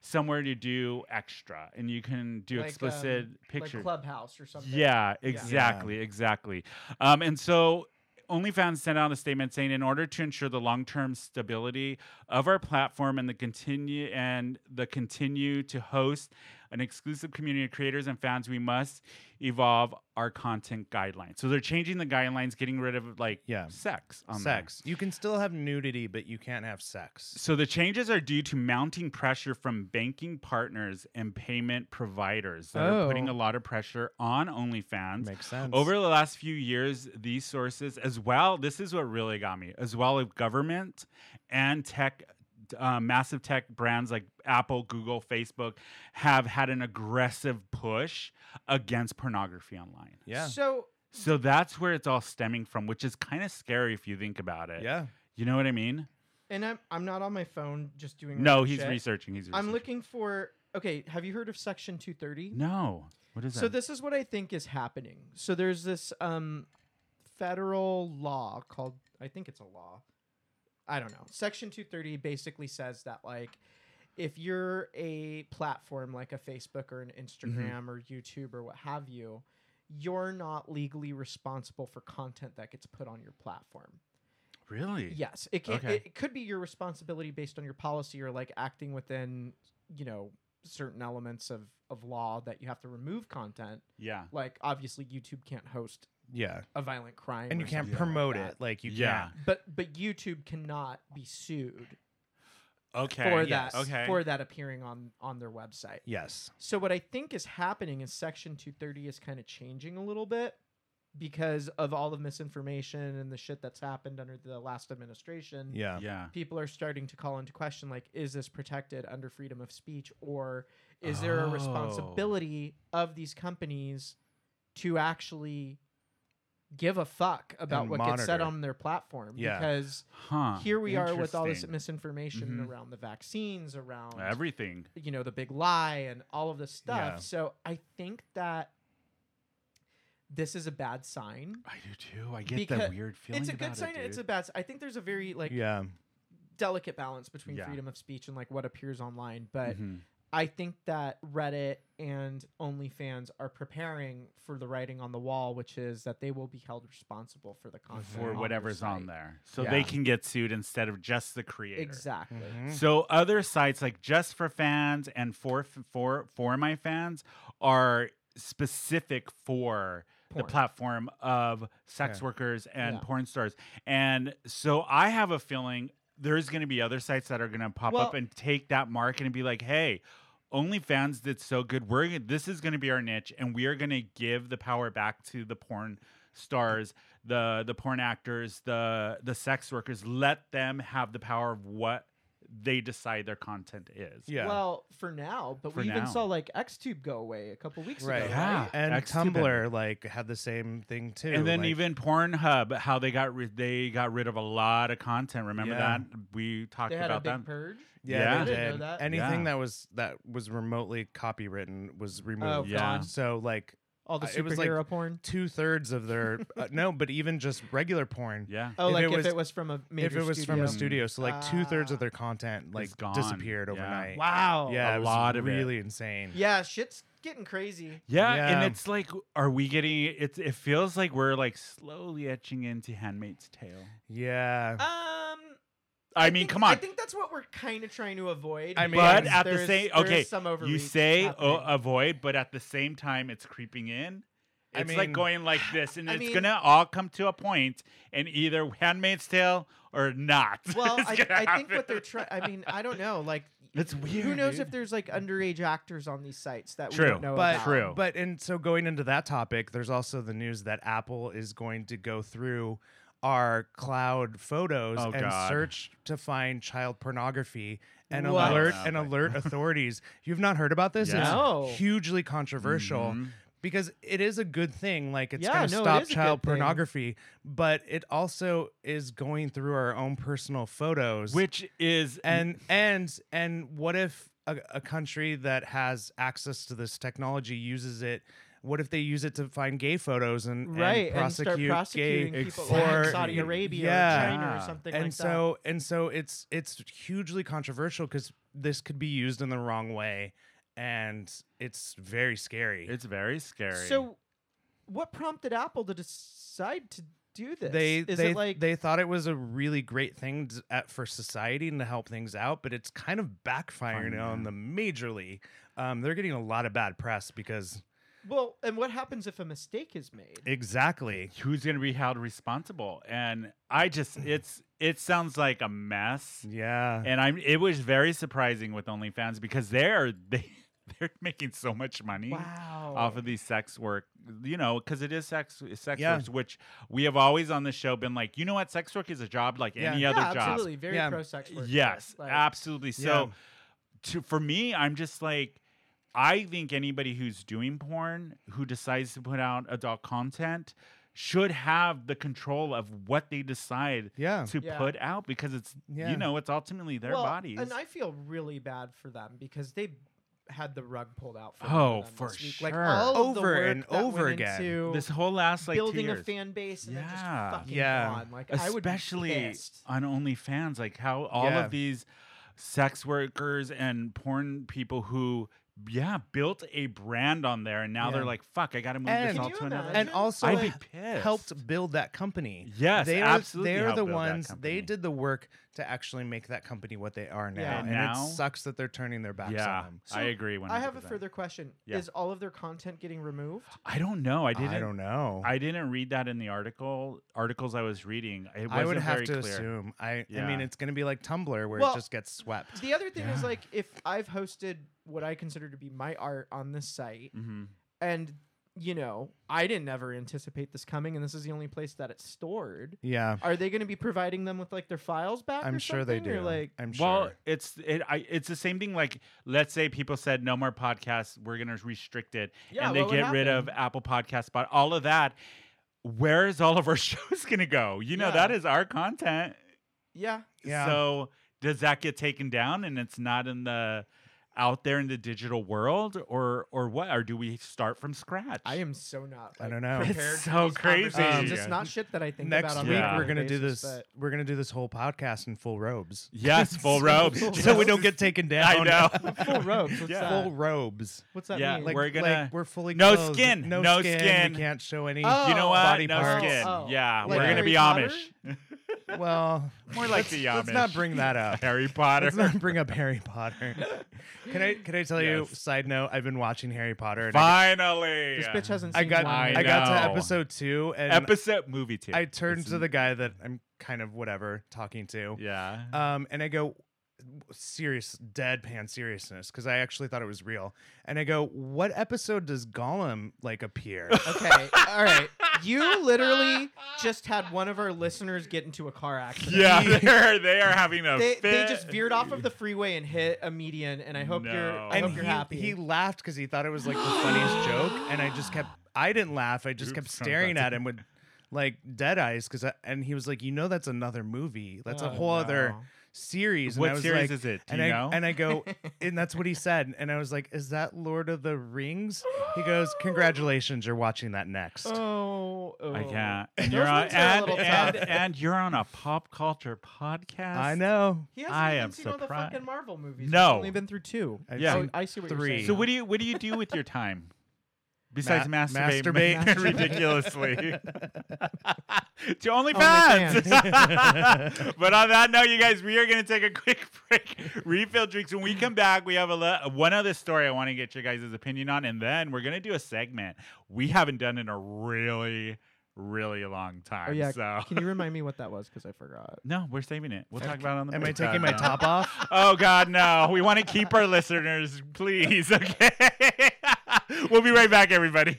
[SPEAKER 1] somewhere to do extra, and you can do
[SPEAKER 2] Like, um,
[SPEAKER 1] explicit pictures.
[SPEAKER 2] Like Clubhouse or something.
[SPEAKER 1] yeah, exactly, exactly. Um, and so. OnlyFans sent out a statement saying, in order to ensure the long-term stability of our platform and the continue and the continue to host an exclusive community of creators and fans, we must evolve our content guidelines. So they're changing the guidelines, getting rid of like
[SPEAKER 3] Yeah.
[SPEAKER 1] sex on there.
[SPEAKER 3] Sex. You can still have nudity, but you can't have sex.
[SPEAKER 1] So the changes are due to mounting pressure from banking partners and payment providers that are putting
[SPEAKER 2] Oh.
[SPEAKER 1] a lot of pressure on OnlyFans.
[SPEAKER 3] Makes sense.
[SPEAKER 1] Over the last few years, these sources, as well, this is what really got me, as well as government and tech. Uh, massive tech brands like Apple, Google, Facebook have had an aggressive push against pornography online.
[SPEAKER 3] Yeah.
[SPEAKER 2] So
[SPEAKER 1] So that's where it's all stemming from, which is kind of scary if you think about it.
[SPEAKER 3] Yeah.
[SPEAKER 1] You know what I mean?
[SPEAKER 2] And I'm I'm not on my phone just doing.
[SPEAKER 1] No,
[SPEAKER 2] random
[SPEAKER 1] he's
[SPEAKER 2] shit.
[SPEAKER 1] researching. He's researching.
[SPEAKER 2] I'm looking for. Okay, have you heard of Section 230?
[SPEAKER 1] No. What is
[SPEAKER 2] So
[SPEAKER 1] that?
[SPEAKER 2] this is what I think is happening. So there's this um, federal law called I think it's a law. I don't know. Section 230 basically says that like if you're a platform like a Facebook or an Instagram or YouTube or what have you, you're not legally responsible for content that gets put on your platform.
[SPEAKER 1] Really?
[SPEAKER 2] Yes, it can.
[SPEAKER 1] Okay.
[SPEAKER 2] It, it could be your responsibility based on your policy or like acting within, you know, certain elements of of law that you have to remove content.
[SPEAKER 1] Yeah.
[SPEAKER 2] Like obviously, YouTube can't host
[SPEAKER 3] Yeah.
[SPEAKER 2] a violent crime,
[SPEAKER 3] And
[SPEAKER 2] or
[SPEAKER 3] you can't
[SPEAKER 2] something like
[SPEAKER 3] promote
[SPEAKER 2] that.
[SPEAKER 3] it. Like you
[SPEAKER 1] Yeah.
[SPEAKER 3] can't.
[SPEAKER 2] But but YouTube cannot be sued
[SPEAKER 1] Okay.
[SPEAKER 2] for
[SPEAKER 3] yes.
[SPEAKER 2] that
[SPEAKER 1] Okay.
[SPEAKER 2] for that appearing on on their website.
[SPEAKER 3] Yes.
[SPEAKER 2] So what I think is happening is Section 230 is kind of changing a little bit because of all the misinformation and the shit that's happened under the last administration.
[SPEAKER 3] Yeah.
[SPEAKER 1] yeah.
[SPEAKER 2] People are starting to call into question like, is this protected under freedom of speech, or is there a
[SPEAKER 1] Oh.
[SPEAKER 2] responsibility of these companies to actually give a fuck about
[SPEAKER 3] And
[SPEAKER 2] what gets said
[SPEAKER 3] monitor.
[SPEAKER 2] on their platform?
[SPEAKER 3] Yeah.
[SPEAKER 2] Because
[SPEAKER 1] Huh.
[SPEAKER 2] here we are with all this
[SPEAKER 1] Interesting.
[SPEAKER 2] misinformation
[SPEAKER 3] Mhm.
[SPEAKER 2] around the vaccines, around
[SPEAKER 1] everything.
[SPEAKER 2] you know the big lie and all of this stuff
[SPEAKER 3] Yeah.
[SPEAKER 2] so i think that this is a bad sign
[SPEAKER 1] I do too. I get
[SPEAKER 2] Because-
[SPEAKER 1] that weird feeling.
[SPEAKER 2] it's a
[SPEAKER 1] about
[SPEAKER 2] good sign
[SPEAKER 1] It,
[SPEAKER 2] and it's a
[SPEAKER 1] dude.
[SPEAKER 2] bad s- i think there's a very like
[SPEAKER 3] yeah.
[SPEAKER 2] delicate balance between
[SPEAKER 1] Yeah.
[SPEAKER 2] freedom of speech and like what appears online but
[SPEAKER 3] Mm-hmm.
[SPEAKER 1] Mhm.
[SPEAKER 2] i think that reddit and onlyfans are preparing for the writing on the wall which is that they will be held responsible for the content
[SPEAKER 1] for
[SPEAKER 2] on their
[SPEAKER 1] whatever's on
[SPEAKER 2] site.
[SPEAKER 1] there, so they
[SPEAKER 2] Yeah.
[SPEAKER 1] can get sued instead of just the creator.
[SPEAKER 2] exactly
[SPEAKER 3] Mhm.
[SPEAKER 1] So other sites like Just for Fans and for for for my fans are specific for
[SPEAKER 2] Porn.
[SPEAKER 1] the platform of sex
[SPEAKER 3] Yeah.
[SPEAKER 1] workers and
[SPEAKER 2] Yeah.
[SPEAKER 1] porn stars. And so I have a feeling there's going to be other sites that are going to pop up
[SPEAKER 2] Well-
[SPEAKER 1] and take that market and be like, "Hey, OnlyFans did so good. We're gonna- this is going to be our niche, and we are going to give the power back to the porn stars, the the porn actors, the the sex workers. Let them have the power of what they decide their content is.
[SPEAKER 3] Yeah.
[SPEAKER 2] Well, for now, but
[SPEAKER 1] For
[SPEAKER 2] we even
[SPEAKER 1] now.
[SPEAKER 2] saw like XTube go away a couple weeks
[SPEAKER 3] Right.
[SPEAKER 2] ago.
[SPEAKER 1] Yeah.
[SPEAKER 2] right?
[SPEAKER 3] and
[SPEAKER 1] X to better.
[SPEAKER 3] Tumblr like had the same thing too.
[SPEAKER 1] And then
[SPEAKER 3] like-
[SPEAKER 1] even Pornhub, how they got rid they got rid of a lot of content. Remember
[SPEAKER 3] Yeah.
[SPEAKER 1] that we talked
[SPEAKER 2] They had a
[SPEAKER 1] about
[SPEAKER 2] big
[SPEAKER 1] that.
[SPEAKER 2] purge.
[SPEAKER 1] Yeah.
[SPEAKER 3] yeah,
[SPEAKER 1] I
[SPEAKER 3] they
[SPEAKER 2] didn't know
[SPEAKER 3] did.
[SPEAKER 2] that.
[SPEAKER 3] anything
[SPEAKER 1] Yeah.
[SPEAKER 3] that was that was remotely copywritten was
[SPEAKER 2] Oh,
[SPEAKER 3] removed.
[SPEAKER 1] Yeah.
[SPEAKER 2] God.
[SPEAKER 3] So like
[SPEAKER 2] All the
[SPEAKER 3] Uh, it was, like,
[SPEAKER 2] superhero porn.
[SPEAKER 3] two thirds of their uh, no, but even just regular porn.
[SPEAKER 1] Yeah.
[SPEAKER 2] Oh,
[SPEAKER 3] if
[SPEAKER 2] like
[SPEAKER 3] it
[SPEAKER 2] if
[SPEAKER 3] was-
[SPEAKER 2] it was from a major
[SPEAKER 3] if it was
[SPEAKER 2] studio.
[SPEAKER 3] from a
[SPEAKER 1] studio.
[SPEAKER 3] studio, so like two thirds of
[SPEAKER 2] Ah.
[SPEAKER 3] their content like
[SPEAKER 1] It's gone.
[SPEAKER 3] disappeared
[SPEAKER 1] Yeah.
[SPEAKER 3] overnight.
[SPEAKER 2] Wow.
[SPEAKER 3] Yeah,
[SPEAKER 1] A
[SPEAKER 3] it was
[SPEAKER 1] lot of it.
[SPEAKER 3] really insane.
[SPEAKER 2] Yeah, shit's getting crazy.
[SPEAKER 1] Yeah,
[SPEAKER 3] Yeah.
[SPEAKER 1] and it's like, are we getting? It's it feels like we're like slowly etching into Handmaid's Tale.
[SPEAKER 3] yeah.
[SPEAKER 2] Um,
[SPEAKER 1] I, mean,
[SPEAKER 2] think-
[SPEAKER 1] come on.
[SPEAKER 2] I think that's what we're kind of trying to avoid.
[SPEAKER 3] I mean,
[SPEAKER 1] but
[SPEAKER 2] because
[SPEAKER 1] at the
[SPEAKER 2] there's-
[SPEAKER 1] same,
[SPEAKER 2] there is
[SPEAKER 1] okay,
[SPEAKER 2] some
[SPEAKER 1] you
[SPEAKER 2] overreach
[SPEAKER 1] say
[SPEAKER 2] happening.
[SPEAKER 1] oh, avoid, but at the same time, it's creeping in.
[SPEAKER 3] I
[SPEAKER 1] It's like
[SPEAKER 3] mean-
[SPEAKER 1] going like this, and
[SPEAKER 2] I
[SPEAKER 1] it's
[SPEAKER 2] mean-
[SPEAKER 1] gonna all come to a point, and either Handmaid's Tale or not.
[SPEAKER 2] well,
[SPEAKER 1] It's
[SPEAKER 2] I,
[SPEAKER 1] gonna
[SPEAKER 2] I think what
[SPEAKER 1] happen.
[SPEAKER 2] they're trying. I mean, I don't know. Like,
[SPEAKER 1] It's
[SPEAKER 2] who
[SPEAKER 1] weird,
[SPEAKER 2] knows
[SPEAKER 1] dude.
[SPEAKER 2] if there's like underage actors on these sites that
[SPEAKER 1] True.
[SPEAKER 2] we don't know
[SPEAKER 3] but
[SPEAKER 2] about?
[SPEAKER 1] True.
[SPEAKER 3] but and so going into that topic, there's also the news that Apple is going to go through our cloud photos
[SPEAKER 1] Oh,
[SPEAKER 3] and
[SPEAKER 1] God.
[SPEAKER 3] search to find child pornography and
[SPEAKER 2] What?
[SPEAKER 3] alert
[SPEAKER 1] Oh,
[SPEAKER 3] and
[SPEAKER 1] like-
[SPEAKER 3] alert authorities. You've not heard about this?
[SPEAKER 1] Yeah.
[SPEAKER 2] No.
[SPEAKER 3] It's hugely controversial.
[SPEAKER 1] Mhm.
[SPEAKER 3] Because it is a good thing, like it's
[SPEAKER 2] Yeah,
[SPEAKER 3] going to
[SPEAKER 2] no, it
[SPEAKER 3] stop
[SPEAKER 2] is a good
[SPEAKER 3] child
[SPEAKER 2] thing.
[SPEAKER 3] pornography, but it also is going through our own personal photos
[SPEAKER 1] which is
[SPEAKER 3] and and and what if a, a country that has access to this technology uses it what if they use it to find gay photos and,
[SPEAKER 2] right
[SPEAKER 3] and
[SPEAKER 2] and
[SPEAKER 3] prosecute
[SPEAKER 2] start prosecuting
[SPEAKER 3] gay
[SPEAKER 2] people
[SPEAKER 1] Exactly.
[SPEAKER 2] like
[SPEAKER 3] for-
[SPEAKER 2] Saudi Arabia
[SPEAKER 3] yeah.
[SPEAKER 2] or China
[SPEAKER 1] Yeah.
[SPEAKER 2] or something
[SPEAKER 3] and
[SPEAKER 2] like
[SPEAKER 3] so and so it's it's hugely controversial because this could be used in the wrong way and it's very scary
[SPEAKER 1] it's very
[SPEAKER 2] that.
[SPEAKER 1] scary.
[SPEAKER 2] So, what prompted Apple to decide to do this?
[SPEAKER 3] they
[SPEAKER 2] is
[SPEAKER 3] they
[SPEAKER 2] it like
[SPEAKER 3] they thought it was a really great thing to, at, for society and to help things out, but it's kind of backfiring
[SPEAKER 1] Fine,
[SPEAKER 3] on
[SPEAKER 1] yeah.
[SPEAKER 3] them majorly. Um, they're getting a lot of bad press because
[SPEAKER 2] well, and what happens if a mistake is made?
[SPEAKER 3] exactly
[SPEAKER 1] who's going to be held responsible and i just it's it sounds like a mess
[SPEAKER 3] Yeah.
[SPEAKER 1] and i'm it was very surprising with onlyfans because they're they, they're making so much money
[SPEAKER 2] wow.
[SPEAKER 1] off of these sex work you know because it is sex sex
[SPEAKER 3] Yeah.
[SPEAKER 1] work which we have always on the show been like you know what sex work is a job like
[SPEAKER 3] Yeah.
[SPEAKER 1] any
[SPEAKER 2] yeah,
[SPEAKER 1] other job
[SPEAKER 2] absolutely. Very
[SPEAKER 3] Yeah.
[SPEAKER 2] pro sex work.
[SPEAKER 1] Yes,
[SPEAKER 2] Like,
[SPEAKER 1] absolutely. So,
[SPEAKER 3] Yeah.
[SPEAKER 1] to, for me, I'm just like, I think anybody who's doing porn who decides to put out adult content should have the control of what they decide
[SPEAKER 3] yeah.
[SPEAKER 1] to
[SPEAKER 2] Yeah.
[SPEAKER 1] put out because it's
[SPEAKER 3] Oh. Yeah.
[SPEAKER 1] you know it's ultimately their
[SPEAKER 2] well,
[SPEAKER 1] bodies.
[SPEAKER 2] And I feel really bad for them because they had the rug pulled out from
[SPEAKER 1] Oh,
[SPEAKER 2] under them
[SPEAKER 1] for
[SPEAKER 2] this week. Like
[SPEAKER 1] sure.
[SPEAKER 2] all of the
[SPEAKER 3] Over
[SPEAKER 2] work
[SPEAKER 3] and
[SPEAKER 2] that went
[SPEAKER 3] over again.
[SPEAKER 2] into
[SPEAKER 1] this whole last like
[SPEAKER 2] building
[SPEAKER 1] two years,
[SPEAKER 2] a fan base and then just
[SPEAKER 1] Yeah.
[SPEAKER 2] fucking
[SPEAKER 3] Yeah.
[SPEAKER 2] gone. Like
[SPEAKER 1] especially
[SPEAKER 2] I would be pissed.
[SPEAKER 1] on OnlyFans, like how all
[SPEAKER 3] Yeah.
[SPEAKER 1] of these sex workers and porn people who yeah, built a brand on there, and now
[SPEAKER 3] Yeah.
[SPEAKER 1] they're like, "Fuck, I got to move
[SPEAKER 3] And-
[SPEAKER 1] this all
[SPEAKER 2] Can
[SPEAKER 1] to
[SPEAKER 2] you
[SPEAKER 1] another."
[SPEAKER 2] imagine?
[SPEAKER 3] and also
[SPEAKER 1] I'd be
[SPEAKER 3] h-
[SPEAKER 1] pissed.
[SPEAKER 3] helped build that company.
[SPEAKER 1] Yes,
[SPEAKER 3] they
[SPEAKER 1] absolutely.
[SPEAKER 3] Are, they're
[SPEAKER 1] helped
[SPEAKER 3] the
[SPEAKER 1] build that
[SPEAKER 3] ones they
[SPEAKER 1] company.
[SPEAKER 3] did the work to actually make that company what they are now,
[SPEAKER 2] Yeah.
[SPEAKER 3] and,
[SPEAKER 2] And
[SPEAKER 1] now-
[SPEAKER 3] it sucks that they're turning their backs
[SPEAKER 1] Yeah,
[SPEAKER 3] on them.
[SPEAKER 1] I
[SPEAKER 2] So,
[SPEAKER 1] agree. 100%.
[SPEAKER 2] I have a further question.
[SPEAKER 1] Yeah.
[SPEAKER 2] Is all of their content getting removed?
[SPEAKER 1] I don't know. I didn't.
[SPEAKER 3] I don't know.
[SPEAKER 1] I didn't read that in the article articles I was reading. It wasn't
[SPEAKER 3] I would have
[SPEAKER 1] very
[SPEAKER 3] to
[SPEAKER 1] clear.
[SPEAKER 3] assume. I I mean,
[SPEAKER 1] Yeah.
[SPEAKER 3] it's going to be like Tumblr where
[SPEAKER 2] Well,
[SPEAKER 3] it just gets swept.
[SPEAKER 2] The other thing is
[SPEAKER 3] Yeah.
[SPEAKER 2] like if I've hosted what I consider to be my art on this site
[SPEAKER 1] Mm-hmm.
[SPEAKER 2] and you know, I didn't ever anticipate this coming and this is the only place that it's stored.
[SPEAKER 3] Yeah,
[SPEAKER 2] Are they going to be providing them with like their files back
[SPEAKER 3] I'm
[SPEAKER 2] or
[SPEAKER 3] sure they
[SPEAKER 2] something? Or,
[SPEAKER 3] do.
[SPEAKER 2] like
[SPEAKER 3] I'm sure.
[SPEAKER 1] Well, it's it. I, it's the same thing. Like, let's say people said no more podcasts. We're gonna restrict it,
[SPEAKER 2] Yeah,
[SPEAKER 1] and they
[SPEAKER 2] what would
[SPEAKER 1] get rid of
[SPEAKER 2] happen?
[SPEAKER 1] Apple Podcast, Spot, all of that. Where is all of our shows gonna go? You know,
[SPEAKER 2] Yeah.
[SPEAKER 1] that is our content.
[SPEAKER 2] yeah.
[SPEAKER 3] Yeah.
[SPEAKER 1] So does that get taken down and it's not in the out there in the digital world or or what? Or do we start from scratch?
[SPEAKER 2] I am so not.
[SPEAKER 3] I
[SPEAKER 2] Like,
[SPEAKER 3] don't know. It's
[SPEAKER 2] Prepared for
[SPEAKER 1] so
[SPEAKER 2] these
[SPEAKER 1] crazy.
[SPEAKER 2] conversations. it's
[SPEAKER 1] Um,
[SPEAKER 2] not shit that I think
[SPEAKER 3] Next
[SPEAKER 2] about.
[SPEAKER 3] week
[SPEAKER 2] On a
[SPEAKER 1] Yeah.
[SPEAKER 3] we're
[SPEAKER 2] going
[SPEAKER 3] gonna
[SPEAKER 2] to
[SPEAKER 3] do this. We're gonna do this whole podcast in full robes,
[SPEAKER 1] Yes, full robes.
[SPEAKER 2] Full
[SPEAKER 3] so we
[SPEAKER 2] robes.
[SPEAKER 3] don't get taken down.
[SPEAKER 1] I know.
[SPEAKER 2] full robes. What's
[SPEAKER 1] Yeah.
[SPEAKER 2] that?
[SPEAKER 3] full robes.
[SPEAKER 2] What's that
[SPEAKER 1] Yeah,
[SPEAKER 2] mean?
[SPEAKER 1] like-
[SPEAKER 3] Like
[SPEAKER 1] We're
[SPEAKER 3] we're gonna
[SPEAKER 1] gonna-
[SPEAKER 3] we're fully
[SPEAKER 1] No
[SPEAKER 3] clothed.
[SPEAKER 1] skin,
[SPEAKER 3] no,
[SPEAKER 1] no
[SPEAKER 3] skin.
[SPEAKER 1] skin.
[SPEAKER 3] We can't show any.
[SPEAKER 2] Oh.
[SPEAKER 1] you know what?
[SPEAKER 3] Body
[SPEAKER 1] no
[SPEAKER 3] parts.
[SPEAKER 1] skin.
[SPEAKER 2] Oh, oh.
[SPEAKER 1] Yeah,
[SPEAKER 2] Like
[SPEAKER 1] we're gonna
[SPEAKER 2] Harry
[SPEAKER 1] be
[SPEAKER 2] Potter?
[SPEAKER 1] Amish.
[SPEAKER 3] Well,
[SPEAKER 1] More like
[SPEAKER 3] let's,
[SPEAKER 1] the
[SPEAKER 3] Let's
[SPEAKER 1] Amish.
[SPEAKER 3] not bring that up.
[SPEAKER 1] Harry Potter.
[SPEAKER 3] Let's not bring up Harry Potter. Can I can I tell you?
[SPEAKER 1] Yes.
[SPEAKER 3] Side note: I've been watching Harry Potter. And I,
[SPEAKER 1] Finally,
[SPEAKER 2] This bitch hasn't
[SPEAKER 3] I
[SPEAKER 2] seen
[SPEAKER 3] got
[SPEAKER 2] one.
[SPEAKER 3] I got to
[SPEAKER 1] know.
[SPEAKER 3] episode two, and
[SPEAKER 1] episode movie two.
[SPEAKER 3] I turned
[SPEAKER 1] It's-
[SPEAKER 3] to the guy that I'm kind of whatever talking to,
[SPEAKER 1] yeah.
[SPEAKER 2] Uh,
[SPEAKER 3] um, and I go serious deadpan seriousness because I actually thought it was real, and I go, "What episode does Gollum like appear?"
[SPEAKER 2] Okay. All right. You literally just had one of our listeners get into a car accident.
[SPEAKER 1] yeah, they're they are having a
[SPEAKER 2] They,
[SPEAKER 1] fit.
[SPEAKER 2] they just veered off of the freeway and hit a median, and I hope you're
[SPEAKER 1] No.
[SPEAKER 2] I
[SPEAKER 3] and
[SPEAKER 2] hope
[SPEAKER 3] he,
[SPEAKER 2] you're happy.
[SPEAKER 3] he laughed because he thought it was like the funniest joke, and I just kept I didn't laugh. I just
[SPEAKER 1] Oops,
[SPEAKER 3] kept
[SPEAKER 1] sorry
[SPEAKER 3] staring
[SPEAKER 1] about
[SPEAKER 3] at him with like dead eyes because and he was like, "You know, that's another movie. That's a
[SPEAKER 2] Oh,
[SPEAKER 3] whole other
[SPEAKER 2] no.
[SPEAKER 3] series." and I
[SPEAKER 1] What
[SPEAKER 3] was
[SPEAKER 1] series
[SPEAKER 3] like-
[SPEAKER 1] is it? Do
[SPEAKER 3] and
[SPEAKER 1] you
[SPEAKER 3] I
[SPEAKER 1] know?
[SPEAKER 3] and I go, and that's what he said. And I was like, "Is that Lord of the Rings?" He goes, "Congratulations, you're watching that next."
[SPEAKER 2] Oh, oh.
[SPEAKER 1] I can't.
[SPEAKER 2] Those
[SPEAKER 1] And you're on
[SPEAKER 2] ones are a
[SPEAKER 1] and,
[SPEAKER 2] little
[SPEAKER 1] and,
[SPEAKER 2] tough.
[SPEAKER 1] and you're on a pop culture podcast.
[SPEAKER 3] I know.
[SPEAKER 2] He hasn't
[SPEAKER 1] I
[SPEAKER 2] even
[SPEAKER 1] am
[SPEAKER 2] seen all the
[SPEAKER 1] surprised.
[SPEAKER 2] fucking Marvel movies.
[SPEAKER 1] No.
[SPEAKER 2] He's only been through two.
[SPEAKER 3] I've
[SPEAKER 1] Yeah.
[SPEAKER 2] Oh,
[SPEAKER 3] seen
[SPEAKER 2] I see what
[SPEAKER 3] three.
[SPEAKER 2] you're saying.
[SPEAKER 1] So what do you what do you do with your time? Besides
[SPEAKER 3] Ma-
[SPEAKER 1] masturbate,
[SPEAKER 3] masturbate.
[SPEAKER 1] ma- ridiculously to OnlyFans.
[SPEAKER 3] OnlyFans.
[SPEAKER 1] but on that note, you guys, we are going to take a quick break, refill drinks. When we come back, we have a le- one other story I want to get your guys' opinion on, and then we're going to do a segment we haven't done in a really, really long time.
[SPEAKER 2] Oh yeah.
[SPEAKER 1] So
[SPEAKER 2] Can you remind me what that was? Because I forgot.
[SPEAKER 1] no, we're saving it. We'll talk about it on the.
[SPEAKER 3] Am I
[SPEAKER 1] break.
[SPEAKER 3] taking my
[SPEAKER 1] No.
[SPEAKER 3] top off?
[SPEAKER 1] Oh God, no! We want to keep our listeners, please. Okay, we'll be right back, everybody.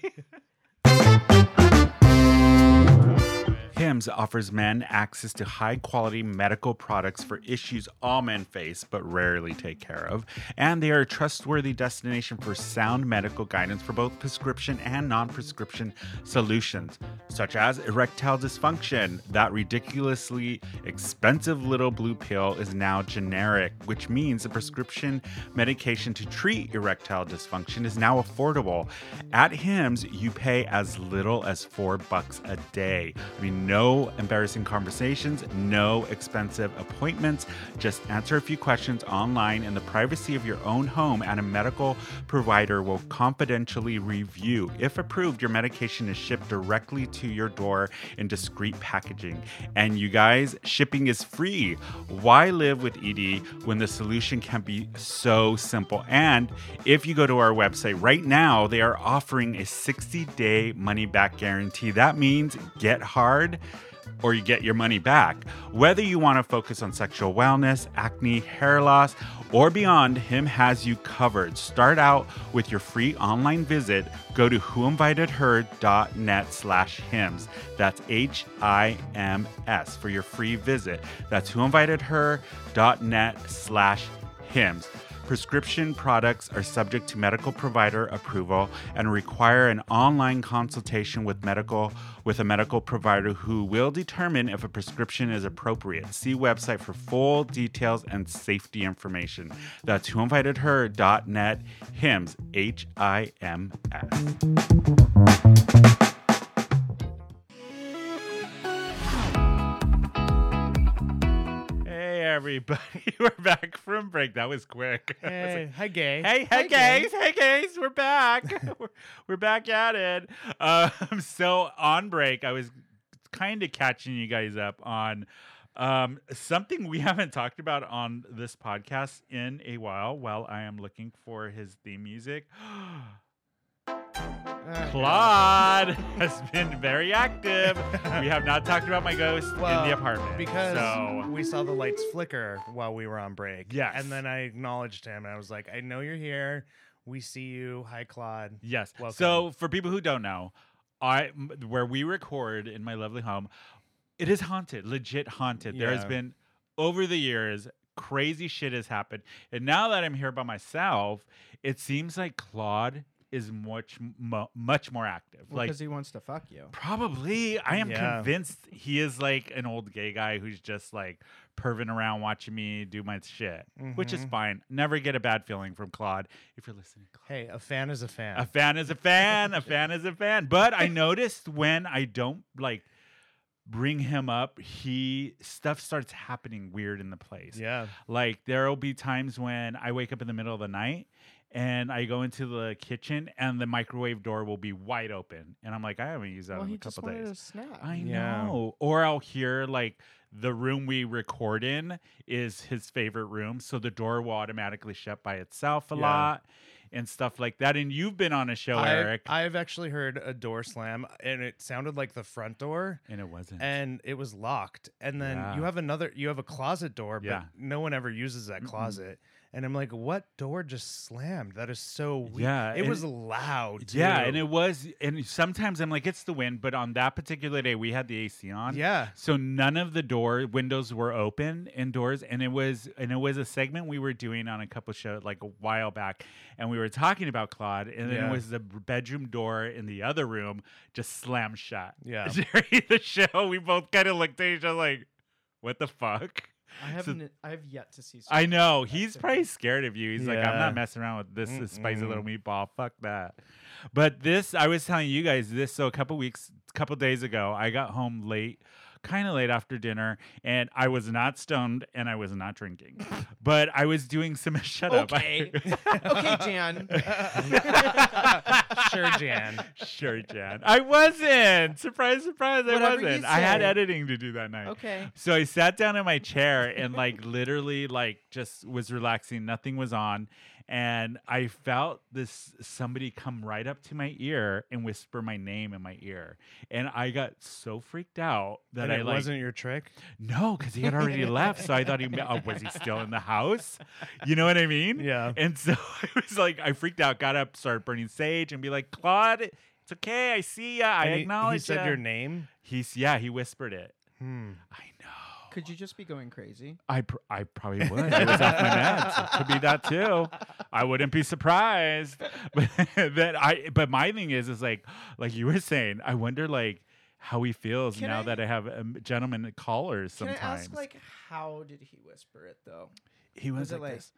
[SPEAKER 1] Hims offers men access to high quality medical products for issues all men face but rarely take care of. And they are a trustworthy destination for sound medical guidance for both prescription and non prescription solutions, such as erectile dysfunction. That ridiculously expensive little blue pill is now generic, which means the prescription medication to treat erectile dysfunction is now affordable. At Hims, you pay as little as four bucks a day. I mean, no embarrassing conversations, no expensive appointments. Just answer a few questions online in the privacy of your own home, and a medical provider will confidentially review. If approved, your medication is shipped directly to your door in discreet packaging. And you guys, shipping is free. Why live with ED when the solution can be so simple? And if you go to our website right now, they are offering a 60 day money back guarantee. That means get hard or you get your money back. Whether you want to focus on sexual wellness, acne, hair loss, or beyond, Him has you covered. Start out with your free online visit. Go to whoinvitedher.net slash hymns. That's H-I-M-S for your free visit. That's whoinvitedher.net slash hymns. Prescription products are subject to medical provider approval and require an online consultation with medical with a medical provider who will determine if a prescription is appropriate. See website for full details and safety information. That's whoinvitedher.net hims h i m s. Hey everybody. We're back from break. That was quick. I was like,
[SPEAKER 3] Hey, hi, gay.
[SPEAKER 1] Hey, hey,
[SPEAKER 2] Hi, gang.
[SPEAKER 1] guys. Hey, guys. We're back. we're, we're back at it. Um, so, on break, I was kind of catching you guys up on um, something we haven't talked about on this podcast in a while while I am looking for his theme music.
[SPEAKER 2] Uh,
[SPEAKER 1] Claude has been very active. We have not talked about my ghost
[SPEAKER 3] Well,
[SPEAKER 1] in the apartment.
[SPEAKER 3] because
[SPEAKER 1] So,
[SPEAKER 3] we saw the lights flicker while we were on break.
[SPEAKER 1] Yes.
[SPEAKER 3] and then I acknowledged him, and I was like, "I know you're here. We see you. Hi, Claude."
[SPEAKER 1] yes.
[SPEAKER 3] Welcome.
[SPEAKER 1] So, for people who don't know, I m- where we record in my lovely home, it is haunted, legit haunted. There has
[SPEAKER 3] Yeah.
[SPEAKER 1] been over the years crazy shit has happened. And now that I'm here by myself, it seems like Claude is much mo- much more active. like
[SPEAKER 2] because he wants to fuck you.
[SPEAKER 1] Probably. I am
[SPEAKER 3] Yeah.
[SPEAKER 1] convinced he is like an old gay guy who's just like perving around watching me do my shit, which is
[SPEAKER 3] Mhm.
[SPEAKER 1] fine. Never get a bad feeling from Claude if you're listening. Claude.
[SPEAKER 3] Hey, a fan is a fan.
[SPEAKER 1] A fan is a fan. A fan is a fan. But I noticed when I don't like bring him up, he stuff starts happening weird in the place.
[SPEAKER 3] yeah.
[SPEAKER 1] Like there'll be times when I wake up in the middle of the night and I go into the kitchen and the microwave door will be wide open and I'm like I haven't used that
[SPEAKER 2] Well,
[SPEAKER 1] in
[SPEAKER 2] he
[SPEAKER 1] a
[SPEAKER 2] just
[SPEAKER 1] couple
[SPEAKER 2] wanted
[SPEAKER 1] days.
[SPEAKER 2] a snack.
[SPEAKER 1] I
[SPEAKER 3] Yeah.
[SPEAKER 1] know. Or I'll hear like the room we record in is his favorite room, so the door will automatically shut by itself a
[SPEAKER 3] Yeah.
[SPEAKER 1] lot and stuff like that. And you've been on a show, Eric,
[SPEAKER 3] I, have actually heard a door slam, and it sounded like the front door,
[SPEAKER 1] and it wasn't.
[SPEAKER 3] and it was locked. And then
[SPEAKER 1] Yeah.
[SPEAKER 3] you have another, you have a closet door, but
[SPEAKER 1] Yeah.
[SPEAKER 3] no one ever uses that
[SPEAKER 1] Mm-mm.
[SPEAKER 3] closet. And I'm like, what door just slammed? That is so weird.
[SPEAKER 1] Yeah,
[SPEAKER 3] it
[SPEAKER 1] and-
[SPEAKER 3] was loud.
[SPEAKER 1] yeah,
[SPEAKER 3] too.
[SPEAKER 1] and it was. And sometimes I'm like, it's the wind, but on that particular day, we had the AC on.
[SPEAKER 3] yeah.
[SPEAKER 1] So none of the door windows were open indoors, and it was and it was a segment we were doing on a couple show like a while back, and we were talking about Claude, and then
[SPEAKER 3] Yeah.
[SPEAKER 1] it was the b- bedroom door in the other room just slammed shut.
[SPEAKER 3] Yeah.
[SPEAKER 1] during the show, we both kind of looked at each other like, "What the fuck."
[SPEAKER 2] I haven't. I have yet to see.
[SPEAKER 1] I
[SPEAKER 2] someone
[SPEAKER 1] know
[SPEAKER 2] like that
[SPEAKER 1] he's
[SPEAKER 2] to me.
[SPEAKER 1] probably scared of you. He's like, I'm
[SPEAKER 3] Yeah.
[SPEAKER 1] not messing around with this, this spicy little meatball. Fuck that. But this, I was telling you guys this. So a couple weeks, couple days ago, I got home late, kind of late after dinner, and I was not stoned and I was not drinking, but I was doing some shut up.
[SPEAKER 2] Okay. okay, Jan.
[SPEAKER 3] sure, Jan.
[SPEAKER 1] sure, Jan. I wasn't. Surprise, surprise. I
[SPEAKER 2] Whatever you
[SPEAKER 1] wasn't. I had
[SPEAKER 2] say.
[SPEAKER 1] editing to do that night.
[SPEAKER 2] okay.
[SPEAKER 1] So I sat down in my chair and like literally like just was relaxing. Nothing was on. And I felt this somebody come right up to my ear and whisper my name in my ear. And I got so freaked out that
[SPEAKER 3] And
[SPEAKER 1] I
[SPEAKER 3] it
[SPEAKER 1] like
[SPEAKER 3] wasn't your trick.
[SPEAKER 1] no, because he had already left. So I thought he oh, was he still in the house? You know what I mean?
[SPEAKER 3] Yeah.
[SPEAKER 1] And so I was like, I freaked out, got up, started burning sage, and be like, Claude, it's okay. I see ya. I
[SPEAKER 3] And he-
[SPEAKER 1] acknowledge
[SPEAKER 3] He said
[SPEAKER 1] ya."
[SPEAKER 3] your name.
[SPEAKER 1] He's yeah. He whispered it.
[SPEAKER 3] Hmm.
[SPEAKER 1] I know.
[SPEAKER 2] Could you just be going crazy?
[SPEAKER 1] I pr- I probably would. I was off my meds. It could be that too. I wouldn't be surprised. But that I. But my thing is, is like, like you were saying. I wonder, like, how he feels
[SPEAKER 2] Can
[SPEAKER 1] now
[SPEAKER 2] I-
[SPEAKER 1] that I have um, gentlemen callers. Sometimes
[SPEAKER 2] Can I ask, like, how did he whisper it though?
[SPEAKER 1] he was
[SPEAKER 2] was it
[SPEAKER 1] like,
[SPEAKER 2] like- Oh,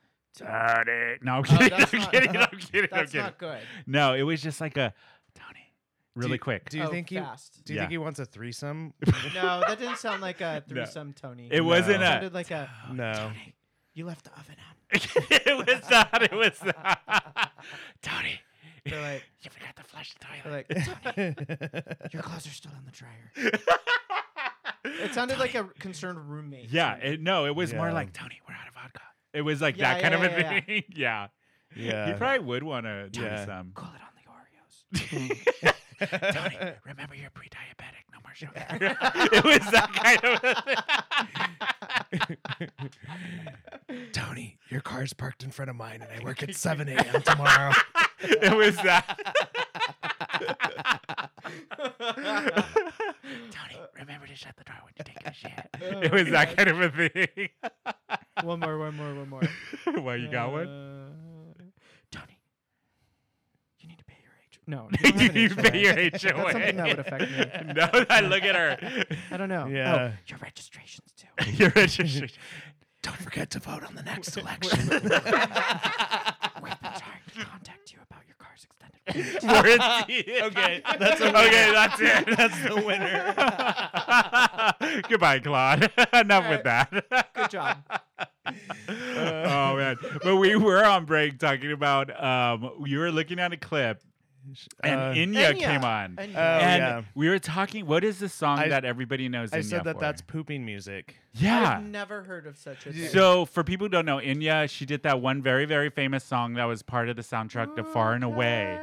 [SPEAKER 1] this. Tony. No, Ah, I'm kidding.
[SPEAKER 2] that's
[SPEAKER 1] I'm,
[SPEAKER 2] not-
[SPEAKER 1] kidding I'm kidding. I'm
[SPEAKER 2] That's
[SPEAKER 1] kidding.
[SPEAKER 2] not good.
[SPEAKER 1] No, it was just like a Tony, really
[SPEAKER 3] Do you-
[SPEAKER 1] quick.
[SPEAKER 3] Do you
[SPEAKER 2] Oh,
[SPEAKER 3] think he?
[SPEAKER 2] fast?
[SPEAKER 3] Do you
[SPEAKER 1] Yeah.
[SPEAKER 3] think he wants a threesome?
[SPEAKER 2] no, that didn't sound like a
[SPEAKER 1] No.
[SPEAKER 2] threesome, Tony.
[SPEAKER 1] it wasn't
[SPEAKER 3] No.
[SPEAKER 1] a.
[SPEAKER 2] sounded like a
[SPEAKER 3] no.
[SPEAKER 2] you left the oven on.
[SPEAKER 1] it was not. It was not. Tony,
[SPEAKER 2] They're like,
[SPEAKER 1] you forgot to flush the toilet.
[SPEAKER 2] they're like, your clothes are still on the dryer. It sounded like a concerned roommate. to
[SPEAKER 1] Yeah,
[SPEAKER 2] me.
[SPEAKER 1] it, no, it was more
[SPEAKER 3] Yeah.
[SPEAKER 1] like Tony, we're out of vodka. It was like
[SPEAKER 2] Yeah,
[SPEAKER 1] that kind
[SPEAKER 2] yeah,
[SPEAKER 1] of a
[SPEAKER 2] yeah, yeah.
[SPEAKER 1] thing. Yeah.
[SPEAKER 3] yeah.
[SPEAKER 1] you probably would want to do
[SPEAKER 3] Yeah.
[SPEAKER 1] some.
[SPEAKER 2] Call it on the Oreos.
[SPEAKER 1] Tony, remember you're pre-diabetic. No more sugar. it was that kind of. A
[SPEAKER 3] Tony, your car's parked in front of mine, and I work at 7 a.m. tomorrow.
[SPEAKER 1] thing. It was that. Tony, remember to shut the door when you're taking a shit. It was that kind of a thing.
[SPEAKER 2] one more, one more, one more.
[SPEAKER 1] well, you got one.
[SPEAKER 2] Uh, Tony, you need to pay your H. No, you, don't have an
[SPEAKER 1] you
[SPEAKER 2] HOA.
[SPEAKER 1] pay your HOA.
[SPEAKER 2] That's something that would affect me.
[SPEAKER 1] no, I look at her.
[SPEAKER 2] I don't know. Oh,
[SPEAKER 3] Yeah.
[SPEAKER 2] your registrations too.
[SPEAKER 1] Your registration.
[SPEAKER 3] Don't forget to vote on the next
[SPEAKER 2] We've
[SPEAKER 3] election.
[SPEAKER 2] been trying to contact you about your car's extended warranty.
[SPEAKER 1] warranty. okay, that's okay. That's it. That's the winner. Goodbye, Claude. Enough with
[SPEAKER 2] Alright.
[SPEAKER 1] that.
[SPEAKER 2] Oh, Good job.
[SPEAKER 1] oh man! But we were on break talking about um, you were looking at a clip, and
[SPEAKER 3] Uh,
[SPEAKER 1] Inya,
[SPEAKER 2] Enya.
[SPEAKER 1] came on,
[SPEAKER 2] Enya. Oh,
[SPEAKER 1] and
[SPEAKER 3] yeah.
[SPEAKER 1] we were talking. What is the song
[SPEAKER 3] I-
[SPEAKER 1] that everybody knows?
[SPEAKER 3] I
[SPEAKER 1] Enya
[SPEAKER 3] said that
[SPEAKER 1] for?
[SPEAKER 3] that's pooping music.
[SPEAKER 1] yeah.
[SPEAKER 2] I've never heard of such a thing.
[SPEAKER 1] So, for people who don't know, Inya, she did that one very, very famous song that was part of the soundtrack to Far and Away.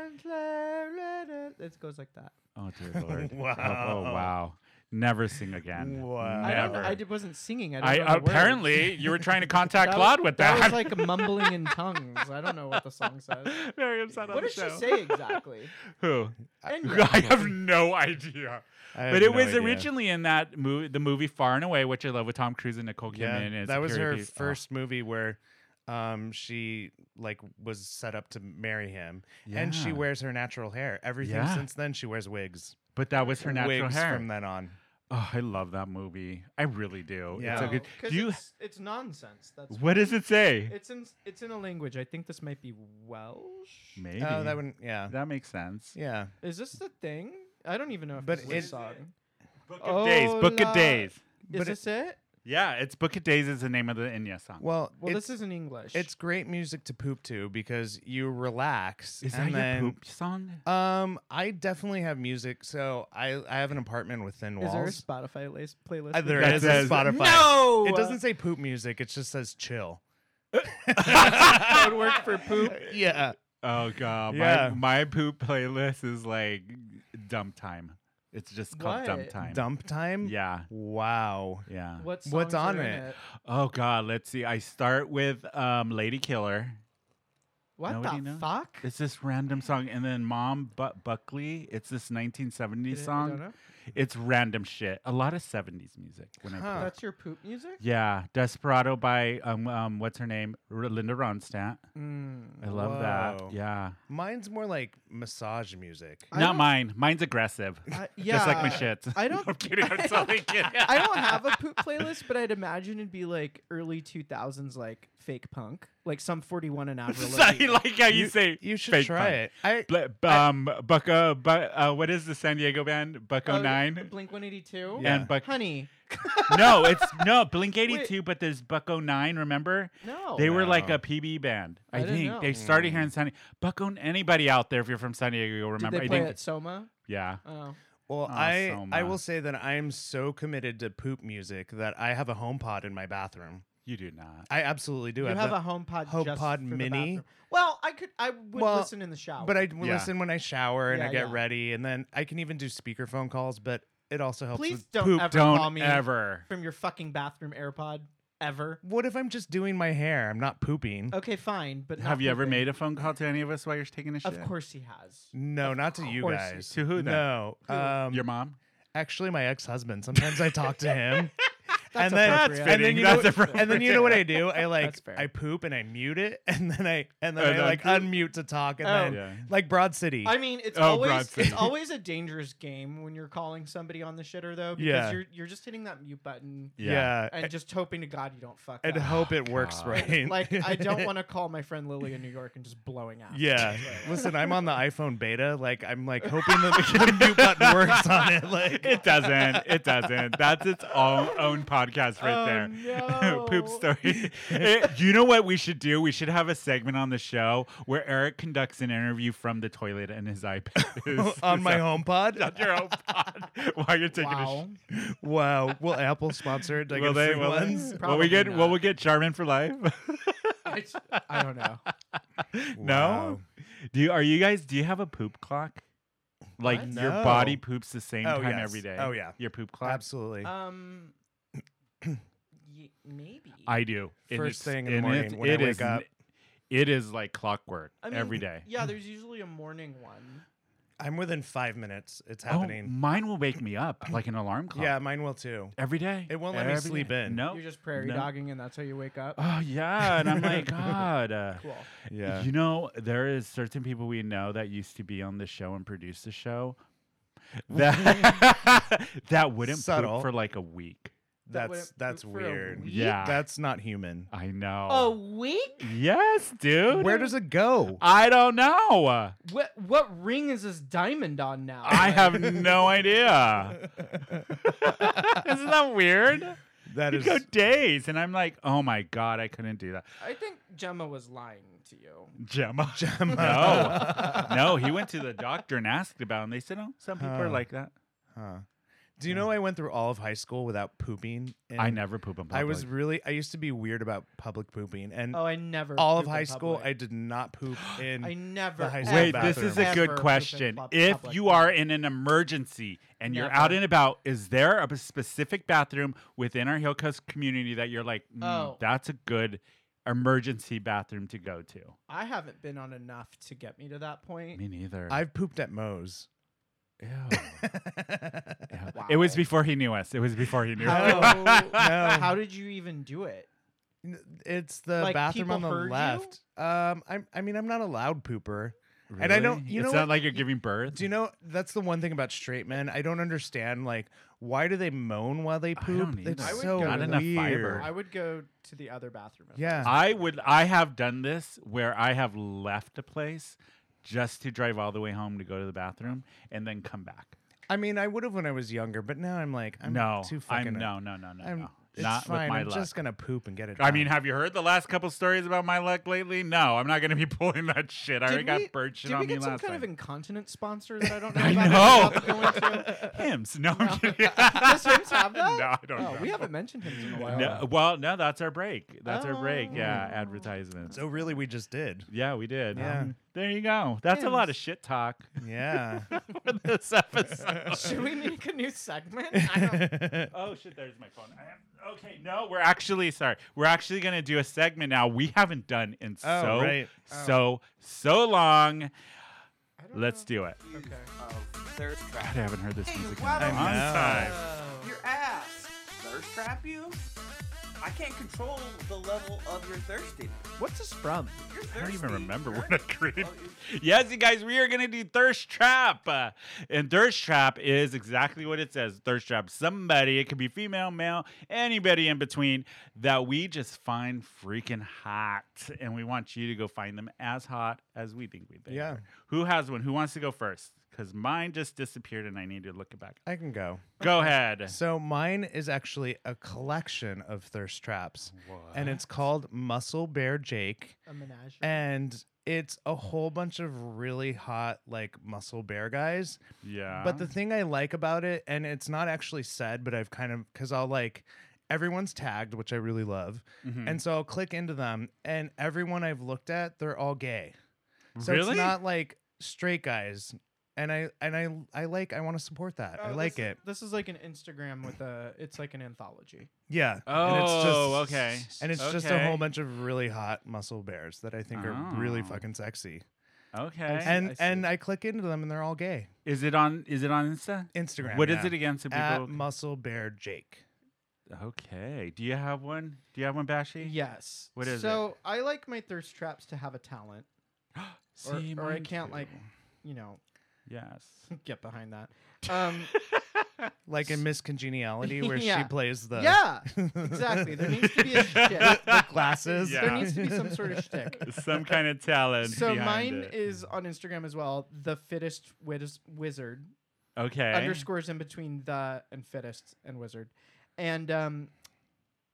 [SPEAKER 2] It goes like that.
[SPEAKER 1] Oh, dear Lord.
[SPEAKER 3] Wow.
[SPEAKER 1] Oh, oh, wow. Never sing again.
[SPEAKER 3] Wow.
[SPEAKER 2] I, don't,
[SPEAKER 1] Never.
[SPEAKER 2] I did- wasn't singing.
[SPEAKER 1] I,
[SPEAKER 2] I, don't know the words.
[SPEAKER 1] apparently you were trying to contact
[SPEAKER 2] That was-
[SPEAKER 1] Claude with that.
[SPEAKER 2] was like mumbling in tongues. I don't know what the song says.
[SPEAKER 1] very upset on
[SPEAKER 2] What
[SPEAKER 1] the
[SPEAKER 2] did she
[SPEAKER 1] show.
[SPEAKER 2] say exactly?
[SPEAKER 1] Who?
[SPEAKER 2] Enya.
[SPEAKER 1] I have no idea.
[SPEAKER 3] I have
[SPEAKER 1] but it
[SPEAKER 3] no
[SPEAKER 1] was
[SPEAKER 3] idea.
[SPEAKER 1] originally in that movie, the movie Far and Away, which I love with Tom Cruise and Nicole Kidman.
[SPEAKER 3] yeah,
[SPEAKER 1] and it's
[SPEAKER 3] that
[SPEAKER 1] a
[SPEAKER 3] was
[SPEAKER 1] period
[SPEAKER 3] her
[SPEAKER 1] piece. Oh.
[SPEAKER 3] first movie where um she like was set up to marry him and she
[SPEAKER 1] Yeah.
[SPEAKER 3] wears her natural hair everything
[SPEAKER 1] Yeah.
[SPEAKER 3] since then she wears wigs
[SPEAKER 1] But that was her natural
[SPEAKER 3] wigs
[SPEAKER 1] hair.
[SPEAKER 3] from then on
[SPEAKER 1] Oh, I love that movie. I really do. It's
[SPEAKER 3] Yeah.
[SPEAKER 1] so
[SPEAKER 2] No,
[SPEAKER 1] good.
[SPEAKER 2] 'cause
[SPEAKER 1] Do you?
[SPEAKER 2] it's, it's nonsense. That's
[SPEAKER 1] What does it say?
[SPEAKER 2] It's in it's in a language. I think this might be Welsh.
[SPEAKER 1] Maybe.
[SPEAKER 3] oh that wouldn't yeah
[SPEAKER 1] That makes sense.
[SPEAKER 3] yeah
[SPEAKER 2] Is this the thing? I don't even know if
[SPEAKER 3] But
[SPEAKER 2] this is
[SPEAKER 3] it-
[SPEAKER 2] a song.
[SPEAKER 1] Book of Days. Book of
[SPEAKER 2] Hola.
[SPEAKER 1] Days.
[SPEAKER 2] Is
[SPEAKER 3] but
[SPEAKER 2] this it?
[SPEAKER 1] Yeah, it's Book of Days is the name of the Enya song.
[SPEAKER 3] well,
[SPEAKER 2] Well,
[SPEAKER 3] it's,
[SPEAKER 2] this is in English.
[SPEAKER 3] it's great music to poop to because you relax
[SPEAKER 1] is that
[SPEAKER 3] and then
[SPEAKER 1] your poop song?
[SPEAKER 3] um i definitely have music so i i have an apartment with thin
[SPEAKER 2] is
[SPEAKER 3] walls
[SPEAKER 2] there a Spotify list playlist?
[SPEAKER 3] Uh,
[SPEAKER 2] with
[SPEAKER 3] there
[SPEAKER 2] that?
[SPEAKER 1] that
[SPEAKER 3] is
[SPEAKER 1] says-
[SPEAKER 3] a spotify
[SPEAKER 2] No,
[SPEAKER 3] it doesn't say poop music it just says chill
[SPEAKER 2] that would work for poop.
[SPEAKER 3] yeah
[SPEAKER 1] Oh god,
[SPEAKER 3] Yeah.
[SPEAKER 1] my my poop playlist is like dump time. It's just called dump
[SPEAKER 2] What?
[SPEAKER 1] time.
[SPEAKER 3] Uh, dump time
[SPEAKER 1] Yeah,
[SPEAKER 3] wow
[SPEAKER 1] yeah.
[SPEAKER 2] What
[SPEAKER 3] What's
[SPEAKER 2] songs are
[SPEAKER 3] on
[SPEAKER 2] in
[SPEAKER 3] it?
[SPEAKER 1] Oh god, let's see. I start with um, Lady Killer.
[SPEAKER 2] What
[SPEAKER 1] Nobody
[SPEAKER 2] the
[SPEAKER 1] knows?
[SPEAKER 2] fuck?
[SPEAKER 1] It's this random song, and then Mom but Buckley. It's this 1970s
[SPEAKER 2] I- I
[SPEAKER 1] song.
[SPEAKER 2] don't know.
[SPEAKER 1] It's random shit. A lot of 70s music. When I
[SPEAKER 3] Huh.
[SPEAKER 1] play.
[SPEAKER 2] That's your poop music.
[SPEAKER 1] Yeah, Desperado by um, um what's her name? R- Linda Ronstadt.
[SPEAKER 2] Mm.
[SPEAKER 1] I love
[SPEAKER 3] Whoa.
[SPEAKER 1] that. Yeah.
[SPEAKER 3] Mine's more like massage music.
[SPEAKER 2] I
[SPEAKER 1] Not
[SPEAKER 2] don't-
[SPEAKER 1] mine. Mine's aggressive.
[SPEAKER 2] I- yeah.
[SPEAKER 1] Just like my shit.
[SPEAKER 2] I don't-
[SPEAKER 1] I'm kidding. I'm totally kidding.
[SPEAKER 2] I don't have a poop playlist, but I'd imagine it'd be like early 2000s, like fake punk, like some 41 and Avril
[SPEAKER 1] So I
[SPEAKER 2] Lavigne.
[SPEAKER 1] like how you, say
[SPEAKER 3] You should
[SPEAKER 1] fake
[SPEAKER 3] try it. I
[SPEAKER 1] punk. Bl- um, Bucko, bu- uh, what is the San Diego band? Bucko
[SPEAKER 2] Uh,
[SPEAKER 1] Nine
[SPEAKER 2] Blink 182.
[SPEAKER 3] Yeah.
[SPEAKER 1] and Buck.
[SPEAKER 2] Honey.
[SPEAKER 1] no, it's no Blink Eighty Two, but there's Bucko Nine. Remember,
[SPEAKER 2] No.
[SPEAKER 1] they were like
[SPEAKER 3] No.
[SPEAKER 1] a PB band. I,
[SPEAKER 2] Oh, I didn't
[SPEAKER 1] think
[SPEAKER 2] know.
[SPEAKER 1] they started here in San. Bucko, anybody out there? If you're from San Diego, you'll
[SPEAKER 2] Did
[SPEAKER 1] remember.
[SPEAKER 2] they
[SPEAKER 1] I
[SPEAKER 2] play
[SPEAKER 1] think,
[SPEAKER 2] at Soma?
[SPEAKER 1] yeah.
[SPEAKER 2] Oh.
[SPEAKER 3] well,
[SPEAKER 1] Oh,
[SPEAKER 3] I
[SPEAKER 1] so
[SPEAKER 3] I will
[SPEAKER 1] much.
[SPEAKER 3] say that I am so committed to poop music that I have a home pod in my bathroom.
[SPEAKER 1] You do not.
[SPEAKER 3] I absolutely do.
[SPEAKER 2] You
[SPEAKER 3] I
[SPEAKER 2] have
[SPEAKER 3] the-
[SPEAKER 2] a home pod.
[SPEAKER 3] HomePod
[SPEAKER 2] just for the
[SPEAKER 3] Mini?
[SPEAKER 2] bathroom. Well, I could. I would
[SPEAKER 3] Well,
[SPEAKER 2] listen in the shower.
[SPEAKER 3] but I d-
[SPEAKER 1] Yeah.
[SPEAKER 3] listen when I shower and I
[SPEAKER 2] Yeah,
[SPEAKER 3] get
[SPEAKER 2] yeah.
[SPEAKER 3] ready, and then I can even do speaker phone calls. But it also helps.
[SPEAKER 2] please
[SPEAKER 3] with
[SPEAKER 2] don't
[SPEAKER 3] poop.
[SPEAKER 2] ever call
[SPEAKER 1] Don't
[SPEAKER 2] me
[SPEAKER 1] ever.
[SPEAKER 2] from your fucking bathroom AirPod ever.
[SPEAKER 3] What if I'm just doing my hair? I'm not pooping.
[SPEAKER 2] Okay, fine. But
[SPEAKER 1] Have
[SPEAKER 2] not
[SPEAKER 1] you ever
[SPEAKER 2] pooping.
[SPEAKER 1] made a phone call to any of us while you're taking a shit?
[SPEAKER 2] Of course he has.
[SPEAKER 3] no, not to you
[SPEAKER 2] course you
[SPEAKER 3] guys.
[SPEAKER 1] do. To who then?
[SPEAKER 3] No. Um,
[SPEAKER 1] Your mom.
[SPEAKER 3] actually, my ex-husband. Sometimes I talk to him.
[SPEAKER 2] That's
[SPEAKER 3] and then,
[SPEAKER 2] appropriate.
[SPEAKER 1] That's
[SPEAKER 3] and then
[SPEAKER 1] fitting.
[SPEAKER 3] you know,
[SPEAKER 1] That's
[SPEAKER 3] what- and then you know what I do? I
[SPEAKER 2] That's
[SPEAKER 3] like
[SPEAKER 2] fair.
[SPEAKER 3] I poop and I mute it, and then I and then
[SPEAKER 1] Oh,
[SPEAKER 3] I
[SPEAKER 1] no.
[SPEAKER 3] like unmute to talk, and
[SPEAKER 2] Oh.
[SPEAKER 3] then
[SPEAKER 1] Yeah.
[SPEAKER 3] like Broad City.
[SPEAKER 2] I mean, it's
[SPEAKER 1] Oh,
[SPEAKER 2] always
[SPEAKER 1] Bronson.
[SPEAKER 2] it's always a dangerous game when you're calling somebody on the shitter though, because
[SPEAKER 3] Yeah.
[SPEAKER 2] you're you're just hitting that mute button
[SPEAKER 1] Yeah.
[SPEAKER 3] yeah,
[SPEAKER 2] and just hoping to God you don't fuck
[SPEAKER 3] and
[SPEAKER 2] up.
[SPEAKER 3] hope it works
[SPEAKER 1] God.
[SPEAKER 3] right.
[SPEAKER 2] like I don't want to call my friend Lily in New York and just blowing out.
[SPEAKER 3] Yeah, listen, I'm on the iPhone beta. Like I'm like hoping that the mute button works on it. Like
[SPEAKER 1] It doesn't. It doesn't. That's its own own podcast right
[SPEAKER 2] Oh,
[SPEAKER 1] there. Poop
[SPEAKER 2] no.
[SPEAKER 1] story. Eh, you know what we should do? We should have a segment on the show where Eric conducts an interview from the toilet and his iPad. is-
[SPEAKER 3] on my
[SPEAKER 1] is
[SPEAKER 3] home pod.
[SPEAKER 1] on your own pod while you're taking a
[SPEAKER 2] Wow.
[SPEAKER 1] shit.
[SPEAKER 3] Wow. Will Apple sponsor it? Do I
[SPEAKER 1] Will
[SPEAKER 3] get
[SPEAKER 1] they?
[SPEAKER 3] free
[SPEAKER 1] Will, they?
[SPEAKER 3] ones?
[SPEAKER 1] will we
[SPEAKER 2] Probably
[SPEAKER 1] get? Will
[SPEAKER 2] not.
[SPEAKER 1] we get Charmin for life?
[SPEAKER 2] I, s- I don't know.
[SPEAKER 1] no.
[SPEAKER 3] Wow.
[SPEAKER 1] Do you, are you guys? Do you have a poop clock? Like
[SPEAKER 2] What?
[SPEAKER 1] your body
[SPEAKER 3] No.
[SPEAKER 1] poops the same
[SPEAKER 3] Oh,
[SPEAKER 1] time
[SPEAKER 3] yes.
[SPEAKER 1] every day.
[SPEAKER 3] Oh, yeah.
[SPEAKER 1] Your poop clock.
[SPEAKER 3] Absolutely.
[SPEAKER 1] uh,
[SPEAKER 2] Um, y- maybe.
[SPEAKER 1] I do. And it's-
[SPEAKER 3] First thing in the
[SPEAKER 1] and
[SPEAKER 3] morning
[SPEAKER 1] it's-
[SPEAKER 3] when I
[SPEAKER 1] it
[SPEAKER 3] wake
[SPEAKER 1] is
[SPEAKER 3] up.
[SPEAKER 1] n- It is like clockwork
[SPEAKER 2] I mean,
[SPEAKER 1] every day.
[SPEAKER 2] Yeah, there's usually a morning one.
[SPEAKER 3] I'm within five minutes. It's
[SPEAKER 1] Oh,
[SPEAKER 3] happening.
[SPEAKER 1] mine will wake me up like an alarm clock.
[SPEAKER 3] yeah, mine will too.
[SPEAKER 1] every day.
[SPEAKER 3] It won't let me
[SPEAKER 1] Every
[SPEAKER 3] sleep
[SPEAKER 1] day.
[SPEAKER 3] in.
[SPEAKER 1] No.
[SPEAKER 2] You're just prairie
[SPEAKER 1] no.
[SPEAKER 2] dogging, and that's how you wake up.
[SPEAKER 1] Oh yeah, and I'm like, God. uh,
[SPEAKER 2] Cool.
[SPEAKER 3] Yeah.
[SPEAKER 1] You know, there is certain people we know that used to be on the show and produce the show that that wouldn't
[SPEAKER 3] Subtle.
[SPEAKER 1] poop for like a week.
[SPEAKER 2] That
[SPEAKER 3] That's
[SPEAKER 2] wouldn't
[SPEAKER 3] that's
[SPEAKER 2] poop for a
[SPEAKER 3] weird.
[SPEAKER 2] week?
[SPEAKER 1] Yeah.
[SPEAKER 3] That's not human.
[SPEAKER 1] I know.
[SPEAKER 3] Oh,
[SPEAKER 2] A week?
[SPEAKER 1] yes, dude.
[SPEAKER 3] Where does it go?
[SPEAKER 1] I don't know.
[SPEAKER 2] What what ring is this diamond on now?
[SPEAKER 1] I have no idea. Isn't that weird?
[SPEAKER 3] That
[SPEAKER 1] You'd
[SPEAKER 3] is
[SPEAKER 1] go days, and I'm like, oh my god, I couldn't do that.
[SPEAKER 2] I think Gemma was lying to you.
[SPEAKER 1] Gemma, Gemma. No, no, he went to the doctor and asked about, it, and they said, oh, some people are
[SPEAKER 3] Huh.
[SPEAKER 1] like that.
[SPEAKER 3] Huh. Do you know I went through all of high school without pooping?
[SPEAKER 1] I
[SPEAKER 3] And
[SPEAKER 1] never poop in public.
[SPEAKER 3] I was really. I used to be weird about public pooping, and
[SPEAKER 2] Oh, I never.
[SPEAKER 3] all of
[SPEAKER 2] poop in
[SPEAKER 3] high school, I
[SPEAKER 2] public.
[SPEAKER 3] did not poop in.
[SPEAKER 2] I never.
[SPEAKER 3] high school
[SPEAKER 1] Wait,
[SPEAKER 2] ever,
[SPEAKER 1] this is a
[SPEAKER 2] ever poop
[SPEAKER 1] good
[SPEAKER 2] in
[SPEAKER 1] question.
[SPEAKER 2] pub-
[SPEAKER 1] If
[SPEAKER 2] public.
[SPEAKER 1] you are in an emergency and you're
[SPEAKER 2] Never.
[SPEAKER 1] out and about, is there a specific bathroom within our Hillcoast community that you're like, "Mm,
[SPEAKER 2] Oh.
[SPEAKER 1] that's a good emergency bathroom to go to?
[SPEAKER 2] I haven't been on enough to get me to that point.
[SPEAKER 1] Me neither.
[SPEAKER 3] I've pooped at Moe's.
[SPEAKER 1] Ew.
[SPEAKER 3] I
[SPEAKER 1] Yeah. It was
[SPEAKER 2] Wow.
[SPEAKER 1] before he knew us. It was before he knew us.
[SPEAKER 2] How, how did you even do it?
[SPEAKER 3] N- It's the
[SPEAKER 2] Like,
[SPEAKER 3] bathroom
[SPEAKER 2] people
[SPEAKER 3] on the
[SPEAKER 2] heard you?
[SPEAKER 3] left. Um, I'm. I mean, I'm not a loud pooper. And I don't-
[SPEAKER 1] Really?
[SPEAKER 3] you
[SPEAKER 1] it's
[SPEAKER 3] know
[SPEAKER 1] not
[SPEAKER 3] what?
[SPEAKER 1] like you're giving birth.
[SPEAKER 3] Do you know that's the one thing about straight men? I don't understand. Like, why do they moan while they
[SPEAKER 1] I
[SPEAKER 3] poop?
[SPEAKER 1] don't
[SPEAKER 3] It's
[SPEAKER 2] either. I would
[SPEAKER 3] so
[SPEAKER 2] go- Not
[SPEAKER 3] weird.
[SPEAKER 1] enough fiber.
[SPEAKER 2] I would go to the other bathroom. if I
[SPEAKER 3] Yeah.
[SPEAKER 1] I would. I have done this where I have left a place just to drive all the way home to go to the bathroom and then come back.
[SPEAKER 3] I mean, I would have when I was younger, but now I'm like, I'm
[SPEAKER 1] no,
[SPEAKER 3] too fucking.
[SPEAKER 1] I'm no, no, no, no,
[SPEAKER 3] I'm,
[SPEAKER 1] no.
[SPEAKER 3] It's
[SPEAKER 1] not
[SPEAKER 3] fine.
[SPEAKER 1] with my
[SPEAKER 3] I'm
[SPEAKER 1] luck.
[SPEAKER 3] just gonna poop and get it.
[SPEAKER 1] I mean,
[SPEAKER 3] done.
[SPEAKER 1] have you heard the last couple stories about my luck lately? No, I'm not going to be pulling that shit. I
[SPEAKER 2] Did
[SPEAKER 1] already
[SPEAKER 2] we-
[SPEAKER 1] got bird shit
[SPEAKER 2] Did
[SPEAKER 1] on
[SPEAKER 2] we
[SPEAKER 1] me
[SPEAKER 2] get some
[SPEAKER 1] last
[SPEAKER 2] kind of
[SPEAKER 1] time.
[SPEAKER 2] incontinent sponsor that I don't know
[SPEAKER 1] I
[SPEAKER 2] about? and
[SPEAKER 1] know.
[SPEAKER 2] we're about to go into?
[SPEAKER 1] Hims. No, I'm kidding.
[SPEAKER 2] Does Hims have that?
[SPEAKER 1] No, I don't
[SPEAKER 2] Oh,
[SPEAKER 1] know.
[SPEAKER 2] we haven't mentioned Hims in a while.
[SPEAKER 1] No, well, no, that's our break. That's our break. Yeah,
[SPEAKER 2] Oh.
[SPEAKER 1] advertisements.
[SPEAKER 3] so really, we just did.
[SPEAKER 1] yeah, we did.
[SPEAKER 3] Yeah.
[SPEAKER 1] Um, there you go. That's a lot of
[SPEAKER 2] Hims.
[SPEAKER 1] shit talk
[SPEAKER 3] Yeah.
[SPEAKER 1] for this episode.
[SPEAKER 2] Should we make a new segment? I don't
[SPEAKER 1] Oh shit! There's my phone. I have, okay, no, we're actually sorry. We're actually gonna do a segment now. We haven't done in
[SPEAKER 3] Oh,
[SPEAKER 1] so
[SPEAKER 3] right.
[SPEAKER 1] so so long.
[SPEAKER 2] I don't
[SPEAKER 1] Let's
[SPEAKER 2] know.
[SPEAKER 1] do it.
[SPEAKER 2] Okay.
[SPEAKER 4] Thirst
[SPEAKER 1] God,
[SPEAKER 4] trap.
[SPEAKER 1] I haven't heard this music in a long
[SPEAKER 4] why don't
[SPEAKER 3] you-
[SPEAKER 1] time.
[SPEAKER 2] Oh.
[SPEAKER 4] Your ass. Thirst trap you? I can't control the level of your thirstiness.
[SPEAKER 2] What's this from?
[SPEAKER 4] You're
[SPEAKER 1] I
[SPEAKER 4] thirsty.
[SPEAKER 1] don't even remember
[SPEAKER 4] right?
[SPEAKER 1] what I created.
[SPEAKER 4] Oh, you-
[SPEAKER 1] Yes, you guys, we are going to do Thirst Trap. Uh, and Thirst Trap is exactly what it says Thirst Trap. Somebody, it could be female, male, anybody in between that we just find freaking hot. And we want you to go find them as hot as we think we think.
[SPEAKER 3] Yeah.
[SPEAKER 1] Who has one? Who wants to go first? Because mine just disappeared and I need to look it back.
[SPEAKER 3] I can go.
[SPEAKER 1] Go ahead.
[SPEAKER 3] So mine is actually a collection of thirst traps, and it's called Muscle Bear Jake.
[SPEAKER 2] A menagerie.
[SPEAKER 3] and it's a whole bunch of really hot like muscle bear guys
[SPEAKER 1] Yeah.
[SPEAKER 3] but the thing i like about it and it's not actually said but i've kind of because i'll like everyone's tagged which i really love
[SPEAKER 1] Mhm.
[SPEAKER 3] and so i'll click into them and everyone i've looked at they're all gay so
[SPEAKER 1] really?
[SPEAKER 3] it's not like straight guys and i and i i like i want to support that i
[SPEAKER 2] Oh,
[SPEAKER 3] like
[SPEAKER 2] this,
[SPEAKER 3] it
[SPEAKER 2] This is like an Instagram with a. It's like an anthology.
[SPEAKER 3] yeah and it's just
[SPEAKER 1] oh, okay.
[SPEAKER 3] and it's just a whole
[SPEAKER 1] Okay.
[SPEAKER 3] bunch of really hot muscle bears that i think are really
[SPEAKER 1] Oh.
[SPEAKER 3] fucking sexy
[SPEAKER 1] Okay.
[SPEAKER 2] see.
[SPEAKER 3] and
[SPEAKER 2] I
[SPEAKER 3] and i click into them and they're all gay
[SPEAKER 1] is it on? Is it on Insta?
[SPEAKER 3] Instagram.
[SPEAKER 1] What is
[SPEAKER 3] yeah.
[SPEAKER 1] it again? So people
[SPEAKER 3] At
[SPEAKER 1] can-
[SPEAKER 3] Muscle Bear Jake.
[SPEAKER 1] Okay. Do you have one? Do you have one, Bashy?
[SPEAKER 2] Yes.
[SPEAKER 1] What is
[SPEAKER 2] so I like my thirst traps to have a talent.
[SPEAKER 1] Yeah.
[SPEAKER 2] or I can't, like- You know,
[SPEAKER 1] Yes.
[SPEAKER 2] get behind that. Um,
[SPEAKER 3] Like in Miss Congeniality, where
[SPEAKER 2] Yeah.
[SPEAKER 3] she plays the
[SPEAKER 2] yeah, exactly. There needs to be a shtick.
[SPEAKER 3] the glasses.
[SPEAKER 1] Yeah.
[SPEAKER 2] There needs to be some sort of shtick.
[SPEAKER 1] Some kind of talent.
[SPEAKER 2] So
[SPEAKER 1] behind
[SPEAKER 2] mine
[SPEAKER 1] it. Mm.
[SPEAKER 2] is on Instagram as well. The fittest wiz- wizard
[SPEAKER 1] okay.
[SPEAKER 2] underscores in between the and fittest and wizard, and um,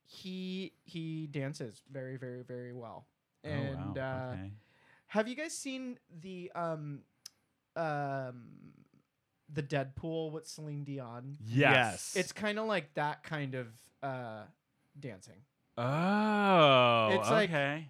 [SPEAKER 2] he he dances very very very well.
[SPEAKER 1] Oh,
[SPEAKER 2] And
[SPEAKER 1] wow,
[SPEAKER 2] uh,
[SPEAKER 1] okay.
[SPEAKER 2] have you guys seen the um, um, the Deadpool with Celine Dion?
[SPEAKER 1] yes.
[SPEAKER 3] yes.
[SPEAKER 2] It's kind of like that kind of uh, dancing.
[SPEAKER 1] oh.
[SPEAKER 2] It's like-
[SPEAKER 1] okay.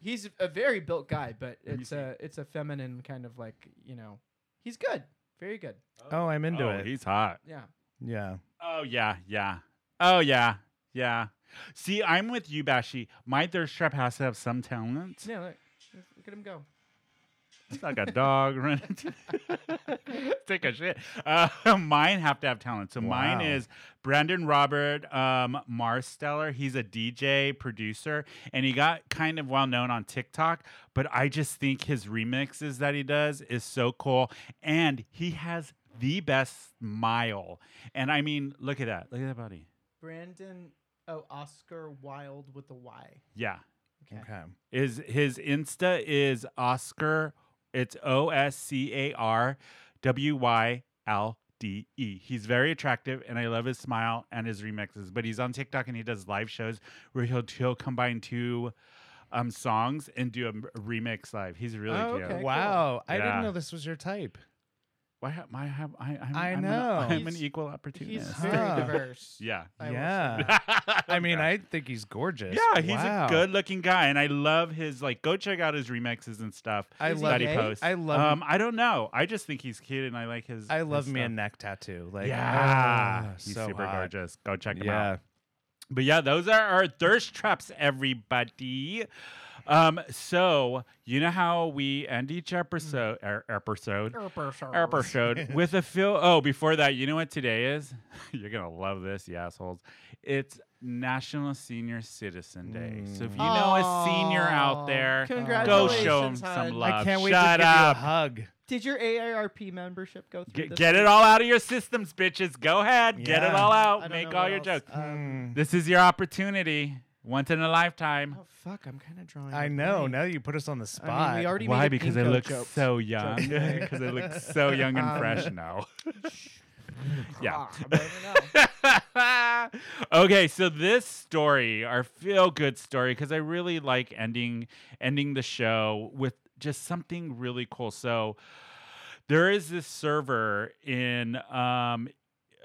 [SPEAKER 2] He's a very built guy, but
[SPEAKER 1] Let me
[SPEAKER 2] it's
[SPEAKER 1] see.
[SPEAKER 2] a it's a feminine kind of like you know he's good, very good.
[SPEAKER 3] Oh, I'm into
[SPEAKER 1] oh,
[SPEAKER 3] it.
[SPEAKER 1] he's hot.
[SPEAKER 2] Yeah.
[SPEAKER 3] Yeah.
[SPEAKER 1] Oh yeah, yeah. Oh yeah, yeah. See, I'm with you, Bashy. My thirst trap has to have some talent.
[SPEAKER 2] Yeah, look, look at him go.
[SPEAKER 1] It's like a dog running. to- Take a shit. Uh, mine have to have talent. So mine
[SPEAKER 3] Wow.
[SPEAKER 1] is Brandon Robert um, Marsteller. He's a DJ producer, and he got kind of well known on TikTok. But I just think his remixes that he does is so cool, and he has the best smile. And I mean, look at that. Look at that body.
[SPEAKER 2] Brandon, oh Oscar Wilde with the Y.
[SPEAKER 1] Yeah.
[SPEAKER 2] Okay.
[SPEAKER 3] Okay.
[SPEAKER 1] Is his Insta is Oscar. It's O S C A R W Y L D E. He's very attractive, and I love his smile and his remixes. But he's on TikTok and he does live shows where he'll he'll combine two um songs and do a m- remix live. He's really
[SPEAKER 2] Oh,
[SPEAKER 1] cute.
[SPEAKER 2] okay. cool.
[SPEAKER 3] Wow, I
[SPEAKER 1] Yeah.
[SPEAKER 3] didn't know this was your type.
[SPEAKER 1] Why ha- my have I? I'm,
[SPEAKER 3] I
[SPEAKER 1] I'm an-
[SPEAKER 3] know.
[SPEAKER 1] I'm an
[SPEAKER 2] He's-
[SPEAKER 1] equal
[SPEAKER 2] He's
[SPEAKER 1] opportunist.
[SPEAKER 3] Huh.
[SPEAKER 2] very diverse.
[SPEAKER 1] Yeah.
[SPEAKER 2] I will say
[SPEAKER 3] yeah. I mean, I think he's gorgeous.
[SPEAKER 1] Yeah, he's
[SPEAKER 3] Wow.
[SPEAKER 1] a good-looking guy, and I love his like. Go check out his remixes and stuff.
[SPEAKER 3] I
[SPEAKER 2] Is he
[SPEAKER 3] love.
[SPEAKER 1] that he
[SPEAKER 2] gay?
[SPEAKER 1] posts.
[SPEAKER 3] I love.
[SPEAKER 1] um, I don't know. I just think he's cute, and I like his.
[SPEAKER 3] I
[SPEAKER 1] his
[SPEAKER 3] love me a
[SPEAKER 1] stuff.
[SPEAKER 3] neck tattoo. Like,
[SPEAKER 1] yeah,
[SPEAKER 3] oh,
[SPEAKER 1] he's
[SPEAKER 3] so
[SPEAKER 1] super
[SPEAKER 3] hot.
[SPEAKER 1] gorgeous. Go check him
[SPEAKER 3] Yeah.
[SPEAKER 1] out. But yeah, those are our thirst traps, everybody. Um, so you know how we end each episode, er, episode, episode with a feel. Oh, before that, you know what today is? You're gonna love this, you assholes. It's National Senior Citizen Day. So if you know a senior out
[SPEAKER 2] Aw.
[SPEAKER 1] there, go
[SPEAKER 2] Congratulations,
[SPEAKER 1] show him some
[SPEAKER 2] hon.
[SPEAKER 1] love.
[SPEAKER 3] I can't wait
[SPEAKER 1] Shut
[SPEAKER 3] to give
[SPEAKER 1] up.
[SPEAKER 3] you a hug.
[SPEAKER 2] Did your AARP membership go through?
[SPEAKER 1] Get,
[SPEAKER 2] this
[SPEAKER 1] get it
[SPEAKER 2] week?
[SPEAKER 1] all out of your systems, bitches. Go ahead, get it
[SPEAKER 3] Yeah.
[SPEAKER 1] all
[SPEAKER 2] I
[SPEAKER 1] out.
[SPEAKER 2] don't
[SPEAKER 1] Make
[SPEAKER 2] know
[SPEAKER 1] all
[SPEAKER 2] what
[SPEAKER 1] your
[SPEAKER 2] else.
[SPEAKER 1] jokes. Hmm.
[SPEAKER 3] Hmm.
[SPEAKER 2] Um,
[SPEAKER 1] This is your opportunity, once in a lifetime.
[SPEAKER 2] oh fuck! I'm kind of drawing.
[SPEAKER 3] I
[SPEAKER 2] a
[SPEAKER 3] know.
[SPEAKER 2] blank.
[SPEAKER 3] Now you put us on the
[SPEAKER 2] I
[SPEAKER 3] spot.
[SPEAKER 2] mean, we already made
[SPEAKER 1] Why?
[SPEAKER 2] a
[SPEAKER 1] Because I
[SPEAKER 2] Pinko
[SPEAKER 1] look
[SPEAKER 2] joke.
[SPEAKER 1] so young.
[SPEAKER 2] joke today.
[SPEAKER 1] Because I look so young and
[SPEAKER 2] Um,
[SPEAKER 1] fresh now. yeah.
[SPEAKER 2] Ah, but I don't know.
[SPEAKER 1] okay, so this story, our feel good story, because I really like ending ending the show with just something really cool. So there is this server in um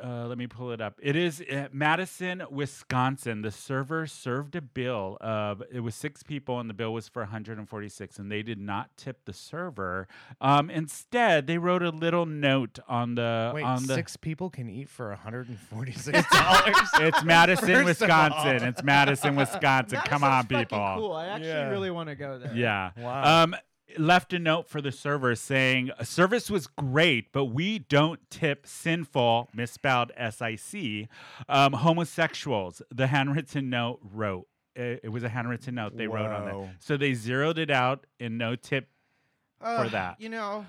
[SPEAKER 1] uh, let me pull it up. It is at Madison, Wisconsin. The server served a bill of it was six people, and the bill was for 146, and they did not tip the server. Um, instead, they wrote a little note on the
[SPEAKER 3] Wait,
[SPEAKER 1] Uh, on the
[SPEAKER 3] six people can eat for 146 dollars.
[SPEAKER 1] It's Madison,
[SPEAKER 3] First of all.
[SPEAKER 1] Wisconsin. It's Madison, Wisconsin. Come
[SPEAKER 2] Madison's
[SPEAKER 1] on,
[SPEAKER 2] fucking
[SPEAKER 1] people.
[SPEAKER 2] Cool. I actually
[SPEAKER 3] Yeah.
[SPEAKER 2] really want to go there.
[SPEAKER 1] Yeah.
[SPEAKER 3] Wow.
[SPEAKER 1] Um, left a note for the server saying, "Service was great, but we don't tip sinful, misspelled S I C, um, homosexuals." The handwritten note wrote. It, it was a handwritten note they wrote on
[SPEAKER 3] Whoa.
[SPEAKER 1] it. So they zeroed it out and no tip.
[SPEAKER 2] Ugh,
[SPEAKER 1] that.
[SPEAKER 2] You know,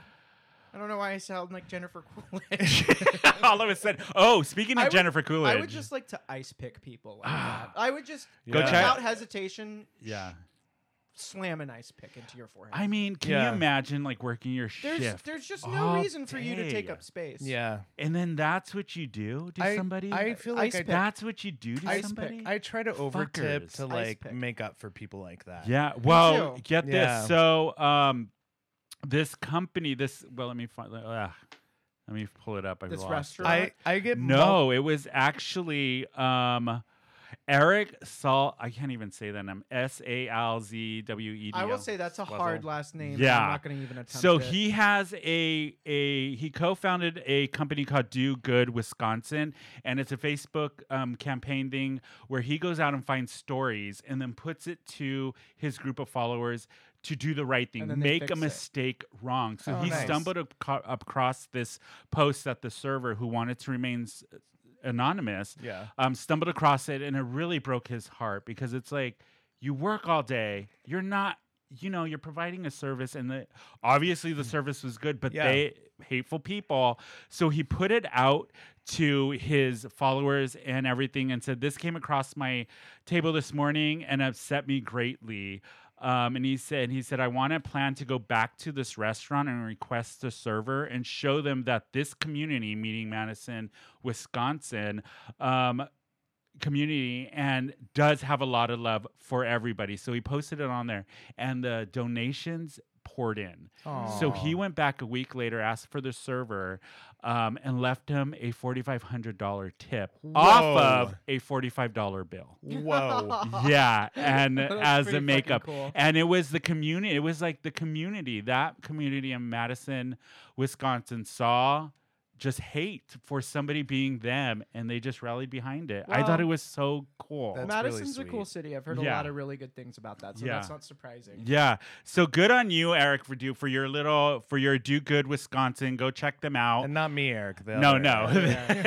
[SPEAKER 2] I don't know why I sound like Jennifer
[SPEAKER 1] Uh,
[SPEAKER 2] Coolidge.
[SPEAKER 1] All of a sudden, oh, speaking of
[SPEAKER 2] I would-
[SPEAKER 1] Jennifer Coolidge,
[SPEAKER 2] I would just like to ice pick people like that. I would just
[SPEAKER 3] Go
[SPEAKER 2] without
[SPEAKER 1] Ah. check-
[SPEAKER 2] hesitation
[SPEAKER 1] yeah.
[SPEAKER 2] slam an ice pick into your forehead.
[SPEAKER 1] I mean, can
[SPEAKER 3] Yeah.
[SPEAKER 1] you imagine like working your shift?
[SPEAKER 2] there's there's just no
[SPEAKER 1] all
[SPEAKER 2] reason for you to take
[SPEAKER 1] day.
[SPEAKER 2] up space.
[SPEAKER 3] yeah.
[SPEAKER 1] And then that's what you do to
[SPEAKER 3] I,
[SPEAKER 1] somebody.
[SPEAKER 3] I feel
[SPEAKER 2] Ice
[SPEAKER 3] like I,
[SPEAKER 2] pick.
[SPEAKER 1] that's what you do to
[SPEAKER 3] I,
[SPEAKER 1] somebody.
[SPEAKER 3] I try to overtip
[SPEAKER 1] Fuckers.
[SPEAKER 3] to
[SPEAKER 1] Ice
[SPEAKER 3] like
[SPEAKER 2] pick.
[SPEAKER 3] make up for people like that.
[SPEAKER 1] yeah. Well,
[SPEAKER 2] too.
[SPEAKER 1] get
[SPEAKER 3] Yeah.
[SPEAKER 1] this. So, um, this company, this well, let me find. Uh, let me pull it up. I
[SPEAKER 2] This
[SPEAKER 1] lost it.
[SPEAKER 2] restaurant?
[SPEAKER 3] I I get mul-
[SPEAKER 1] No, it was actually um, Eric Sal. I can't even say that name. S a l z w e d.
[SPEAKER 2] I will
[SPEAKER 1] L.
[SPEAKER 2] say that's a
[SPEAKER 1] Swizzle.
[SPEAKER 2] hard last name. and
[SPEAKER 1] Yeah.
[SPEAKER 2] I'm not going to even attempt
[SPEAKER 1] So
[SPEAKER 2] it.
[SPEAKER 1] he has a a he co-founded a company called Do Good Wisconsin, and it's a Facebook um, campaign thing where he goes out and finds stories and then puts it to his group of followers to do the right thing,
[SPEAKER 2] And then they
[SPEAKER 1] make a
[SPEAKER 2] fix it.
[SPEAKER 1] mistake wrong. So
[SPEAKER 3] Oh,
[SPEAKER 1] he
[SPEAKER 3] nice.
[SPEAKER 1] stumbled aco- across this post that the server who wanted to remain s- anonymous
[SPEAKER 3] Yeah.
[SPEAKER 1] um, stumbled across it and it really broke his heart because it's like you work all day you're not you know you're providing a service and the, obviously the service was good but
[SPEAKER 3] Hmm. Yeah.
[SPEAKER 1] they hateful people so he put it out to his followers and everything and said this came across my table this morning and upset me greatly um, and he said he said i want to plan to go back to this restaurant and request the server and show them that this community meeting madison wisconsin um, community and does have a lot of love for everybody so he posted it on there and the donations poured in so he
[SPEAKER 3] Aw.
[SPEAKER 1] went back a week later, asked for the server, um, and left him a forty-five hundred dollar tip
[SPEAKER 3] Whoa.
[SPEAKER 1] off of a forty-five dollar bill.
[SPEAKER 3] Whoa.
[SPEAKER 1] yeah, and
[SPEAKER 2] That's
[SPEAKER 1] as
[SPEAKER 2] pretty
[SPEAKER 1] a
[SPEAKER 2] fucking
[SPEAKER 1] makeup,
[SPEAKER 2] cool.
[SPEAKER 1] and it was the community. It was like the community that community in Madison, Wisconsin saw just hate for somebody being them, and they just rallied behind it. I thought
[SPEAKER 2] Well,
[SPEAKER 1] it was so cool.
[SPEAKER 3] That's really
[SPEAKER 2] Madison's a cool
[SPEAKER 3] sweet.
[SPEAKER 2] city. I've heard a
[SPEAKER 1] Yeah.
[SPEAKER 2] lot of really good things about that, so
[SPEAKER 1] Yeah.
[SPEAKER 2] that's not surprising.
[SPEAKER 1] Yeah. So good on you, Eric, for do for your little for your do good Wisconsin. Go check them out.
[SPEAKER 3] And not me, Eric. the
[SPEAKER 1] No,
[SPEAKER 3] other
[SPEAKER 1] no.
[SPEAKER 3] Eric.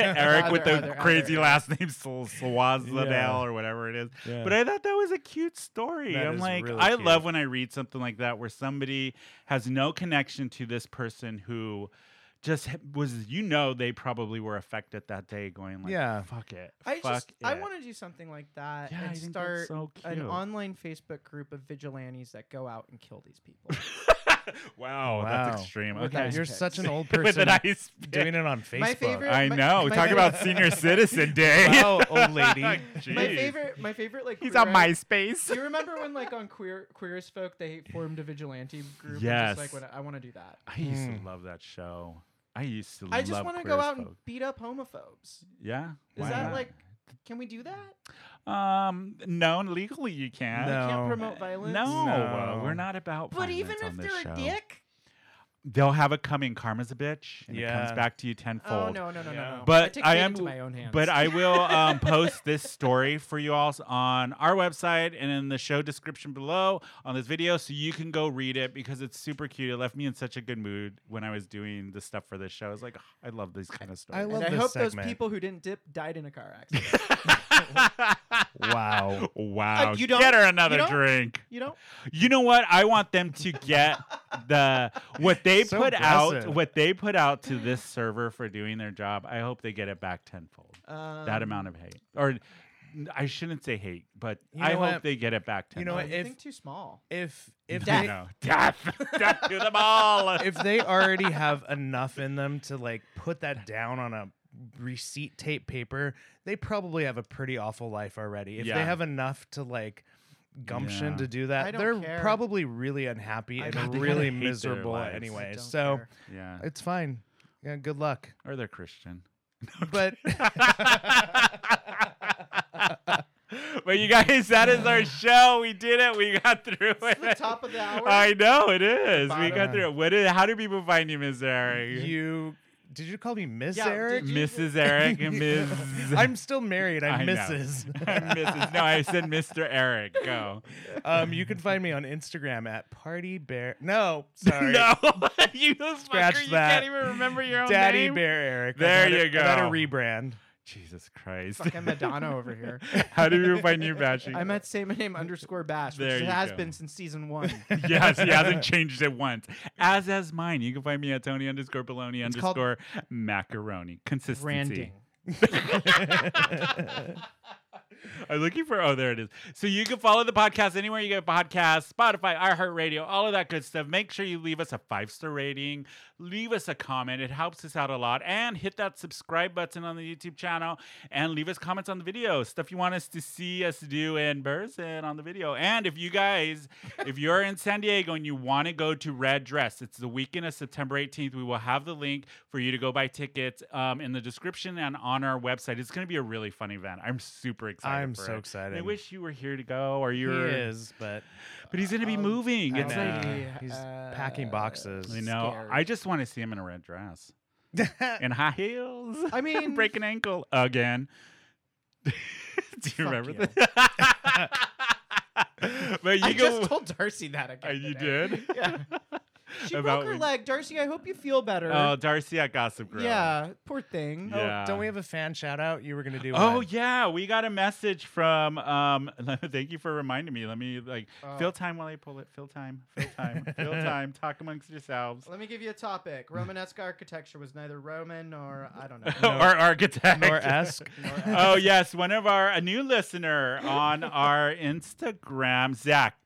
[SPEAKER 2] Eric.
[SPEAKER 1] Eric with
[SPEAKER 2] Other,
[SPEAKER 1] the
[SPEAKER 2] other,
[SPEAKER 1] crazy
[SPEAKER 2] other
[SPEAKER 1] last name, Sl- Swazladale
[SPEAKER 3] Yeah.
[SPEAKER 1] or whatever it is.
[SPEAKER 3] Yeah.
[SPEAKER 1] But I thought that was a cute story.
[SPEAKER 3] That
[SPEAKER 1] I'm
[SPEAKER 3] is
[SPEAKER 1] like,
[SPEAKER 3] really
[SPEAKER 1] I
[SPEAKER 3] cute.
[SPEAKER 1] love when I read something like that where somebody has no connection to this person who just h- was, you know, they probably were affected that day going like,
[SPEAKER 3] Yeah.
[SPEAKER 1] fuck it.
[SPEAKER 2] I
[SPEAKER 1] fuck
[SPEAKER 2] just I
[SPEAKER 1] it."
[SPEAKER 2] want to do something like that
[SPEAKER 1] Yeah, I
[SPEAKER 2] and
[SPEAKER 1] think that's
[SPEAKER 2] start
[SPEAKER 1] so
[SPEAKER 2] an
[SPEAKER 1] cute.
[SPEAKER 2] online Facebook group of vigilantes that go out and kill these people.
[SPEAKER 1] wow, that's
[SPEAKER 3] Wow.
[SPEAKER 1] extreme.
[SPEAKER 2] With
[SPEAKER 1] Okay.
[SPEAKER 2] ice
[SPEAKER 3] You're
[SPEAKER 2] picks.
[SPEAKER 3] such an old
[SPEAKER 1] With
[SPEAKER 3] person
[SPEAKER 1] an ice pick.
[SPEAKER 3] doing it on Facebook.
[SPEAKER 2] My favorite-
[SPEAKER 1] I
[SPEAKER 2] My-
[SPEAKER 1] know.
[SPEAKER 2] my
[SPEAKER 1] Talk about
[SPEAKER 2] favorite-
[SPEAKER 1] senior citizen day.
[SPEAKER 3] Wow, old lady.
[SPEAKER 2] My
[SPEAKER 1] Jeez.
[SPEAKER 2] favorite, my favorite, like
[SPEAKER 1] He's
[SPEAKER 2] queer
[SPEAKER 1] on
[SPEAKER 2] eye- Do
[SPEAKER 1] MySpace.
[SPEAKER 2] you remember when, like, on Queer Queer as Folk, they formed a vigilante group?
[SPEAKER 1] Yes.
[SPEAKER 2] And just, like, when I, want to do that.
[SPEAKER 1] I used
[SPEAKER 3] Mm.
[SPEAKER 1] to love that show. I used to.
[SPEAKER 2] Hmm. I just
[SPEAKER 1] love
[SPEAKER 2] want to
[SPEAKER 1] Queer
[SPEAKER 2] go
[SPEAKER 1] as
[SPEAKER 2] out and
[SPEAKER 1] Folk.
[SPEAKER 2] beat up homophobes.
[SPEAKER 1] Yeah.
[SPEAKER 2] Is
[SPEAKER 1] why
[SPEAKER 2] that
[SPEAKER 1] not?
[SPEAKER 2] like? Can we do that?
[SPEAKER 1] Um, no, legally you can't.
[SPEAKER 3] No.
[SPEAKER 2] We can't promote violence.
[SPEAKER 1] No,
[SPEAKER 3] No.
[SPEAKER 1] we're not about.
[SPEAKER 2] But even
[SPEAKER 1] violence
[SPEAKER 2] if
[SPEAKER 1] on this
[SPEAKER 2] they're a
[SPEAKER 1] show.
[SPEAKER 2] dick.
[SPEAKER 1] they'll have a coming. Karma's a bitch, and it comes
[SPEAKER 3] Yeah.
[SPEAKER 1] back to you tenfold.
[SPEAKER 2] Oh no no no no
[SPEAKER 3] Yeah.
[SPEAKER 2] no. I,
[SPEAKER 1] But
[SPEAKER 2] take
[SPEAKER 1] I
[SPEAKER 2] fate
[SPEAKER 1] am-
[SPEAKER 2] into my own hands.
[SPEAKER 1] But I will um, post this story for you all on our website and in the show description below on this video, so you can go read it because it's super cute. It left me in such a good mood when I was doing the stuff for this show. I was like, "Oh, I love these kind of
[SPEAKER 3] I
[SPEAKER 1] stories.
[SPEAKER 2] and
[SPEAKER 3] love
[SPEAKER 2] I
[SPEAKER 3] this
[SPEAKER 2] hope those
[SPEAKER 3] segment.
[SPEAKER 2] people who didn't dip died in a car accident.
[SPEAKER 3] Wow.
[SPEAKER 1] wow!
[SPEAKER 2] Uh, you don't-
[SPEAKER 1] get her another
[SPEAKER 2] you don't-
[SPEAKER 1] drink.
[SPEAKER 2] You know,
[SPEAKER 1] You know what? I want them to get the what they
[SPEAKER 3] So
[SPEAKER 1] put out
[SPEAKER 3] aggressive.
[SPEAKER 1] what they put out to this server for doing their job. I hope they get it back tenfold.
[SPEAKER 2] um,
[SPEAKER 1] that amount of hate. Or n- I shouldn't say hate, but
[SPEAKER 3] You
[SPEAKER 1] I
[SPEAKER 3] know
[SPEAKER 1] hope
[SPEAKER 3] what?
[SPEAKER 1] they get it back tenfold.
[SPEAKER 3] You know what?
[SPEAKER 2] You
[SPEAKER 3] If
[SPEAKER 2] Um, think too small.
[SPEAKER 3] if if
[SPEAKER 2] Death.
[SPEAKER 3] they,
[SPEAKER 1] No. Death. Death to them all.
[SPEAKER 3] if they already have enough in them to like put that down on a receipt tape paper, they probably have a pretty awful life already. If
[SPEAKER 1] Yeah.
[SPEAKER 3] they have enough to like gumption
[SPEAKER 1] Yeah.
[SPEAKER 3] to do
[SPEAKER 2] I
[SPEAKER 3] that,
[SPEAKER 2] don't
[SPEAKER 3] they're
[SPEAKER 2] care.
[SPEAKER 3] probably really unhappy
[SPEAKER 2] I
[SPEAKER 3] and
[SPEAKER 2] don't- God, they gotta
[SPEAKER 3] really
[SPEAKER 1] hate their
[SPEAKER 3] miserable
[SPEAKER 1] lives.
[SPEAKER 2] I
[SPEAKER 3] anyway.
[SPEAKER 2] don't
[SPEAKER 3] So
[SPEAKER 2] care.
[SPEAKER 1] yeah.
[SPEAKER 3] it's fine. Yeah, good luck.
[SPEAKER 1] Or they're Christian.
[SPEAKER 3] But
[SPEAKER 1] but you guys, that is our show. We did it. We got through it.
[SPEAKER 2] It's the top of the hour.
[SPEAKER 1] I know it is. We
[SPEAKER 3] Bottom.
[SPEAKER 1] got through it. What is, how do people find you, Miss Eric?
[SPEAKER 3] you did you call me Miss
[SPEAKER 2] Yeah,
[SPEAKER 3] Eric?
[SPEAKER 2] did you-
[SPEAKER 1] Mrs. Eric and Ms.
[SPEAKER 3] I'm still married. I'm
[SPEAKER 1] I know.
[SPEAKER 3] Mrs.
[SPEAKER 1] Mrs. No, I said Mr. Eric. Go.
[SPEAKER 3] Um, you can find me on Instagram at Party Bear. No, sorry.
[SPEAKER 1] No, you scratch
[SPEAKER 3] Scratch
[SPEAKER 1] fucker,
[SPEAKER 3] that.
[SPEAKER 1] You can't even remember your own
[SPEAKER 3] Daddy
[SPEAKER 1] name.
[SPEAKER 3] Bear Eric. I've
[SPEAKER 1] There
[SPEAKER 3] had a-
[SPEAKER 1] you
[SPEAKER 3] I've had a
[SPEAKER 1] go.
[SPEAKER 3] rebrand.
[SPEAKER 1] Jesus Christ.
[SPEAKER 2] Fucking Madonna over here.
[SPEAKER 1] How do you find your batching?
[SPEAKER 2] I'm at say my name underscore bash, which
[SPEAKER 1] There
[SPEAKER 2] it
[SPEAKER 1] you
[SPEAKER 2] has
[SPEAKER 1] go.
[SPEAKER 2] been since season one.
[SPEAKER 1] yes, he hasn't changed it once. As as mine. You can find me at Tony underscore baloney
[SPEAKER 2] It's called-
[SPEAKER 1] underscore macaroni. Consistency.
[SPEAKER 2] Branding.
[SPEAKER 1] I'm looking for. Oh, there it is. So you can follow the podcast anywhere you get podcasts, Spotify, iHeartRadio, all of that good stuff. Make sure you leave us a five star rating, leave us a comment. It helps us out a lot. And hit that subscribe button on the YouTube channel and leave us comments on the video, stuff you want us to see us do in person on the video. And if you guys, if you're in San Diego and you want to go to Red Dress, it's the weekend of September 18th. We will have the link for you to go buy tickets um, in the description and on our website. It's going to be a really fun event. I'm super excited.
[SPEAKER 3] I'm
[SPEAKER 1] for
[SPEAKER 3] so
[SPEAKER 1] it.
[SPEAKER 3] excited.
[SPEAKER 1] I wish you were here to go, or
[SPEAKER 3] he
[SPEAKER 1] you were.
[SPEAKER 3] is, but
[SPEAKER 1] But he's gonna be
[SPEAKER 2] Um,
[SPEAKER 1] moving.
[SPEAKER 2] I
[SPEAKER 1] It's
[SPEAKER 2] know.
[SPEAKER 1] like
[SPEAKER 2] Hey,
[SPEAKER 3] he's
[SPEAKER 2] uh,
[SPEAKER 3] packing boxes.
[SPEAKER 1] you know.
[SPEAKER 2] Scared.
[SPEAKER 1] I just want to see him in a red dress and high heels.
[SPEAKER 2] I mean,
[SPEAKER 1] break an ankle again. Do you
[SPEAKER 2] Fuck
[SPEAKER 1] remember
[SPEAKER 2] you.
[SPEAKER 1] that? but you
[SPEAKER 2] I
[SPEAKER 1] go.
[SPEAKER 2] just told Darcy that again.
[SPEAKER 1] Uh, you
[SPEAKER 2] today.
[SPEAKER 1] did.
[SPEAKER 2] Yeah. She
[SPEAKER 1] About
[SPEAKER 2] broke her
[SPEAKER 1] when-
[SPEAKER 2] leg. Darcy, I hope you feel better.
[SPEAKER 1] Oh, Darcy at Gossip Girl.
[SPEAKER 2] yeah, poor thing.
[SPEAKER 1] Yeah.
[SPEAKER 3] Oh, don't we have a fan shout out? You were gonna do.
[SPEAKER 1] Oh
[SPEAKER 3] one.
[SPEAKER 1] yeah, we got a message from. Um, thank you for reminding me. Let me like
[SPEAKER 2] Oh.
[SPEAKER 1] fill time while I pull it. Fill time. Fill time. fill time. Talk amongst yourselves.
[SPEAKER 2] Oh, Let me give you a topic. Romanesque architecture was neither Roman nor I don't know.
[SPEAKER 1] or architect.
[SPEAKER 3] Nor esque.
[SPEAKER 1] oh yes, one of our a new listener on our Instagram, Zach.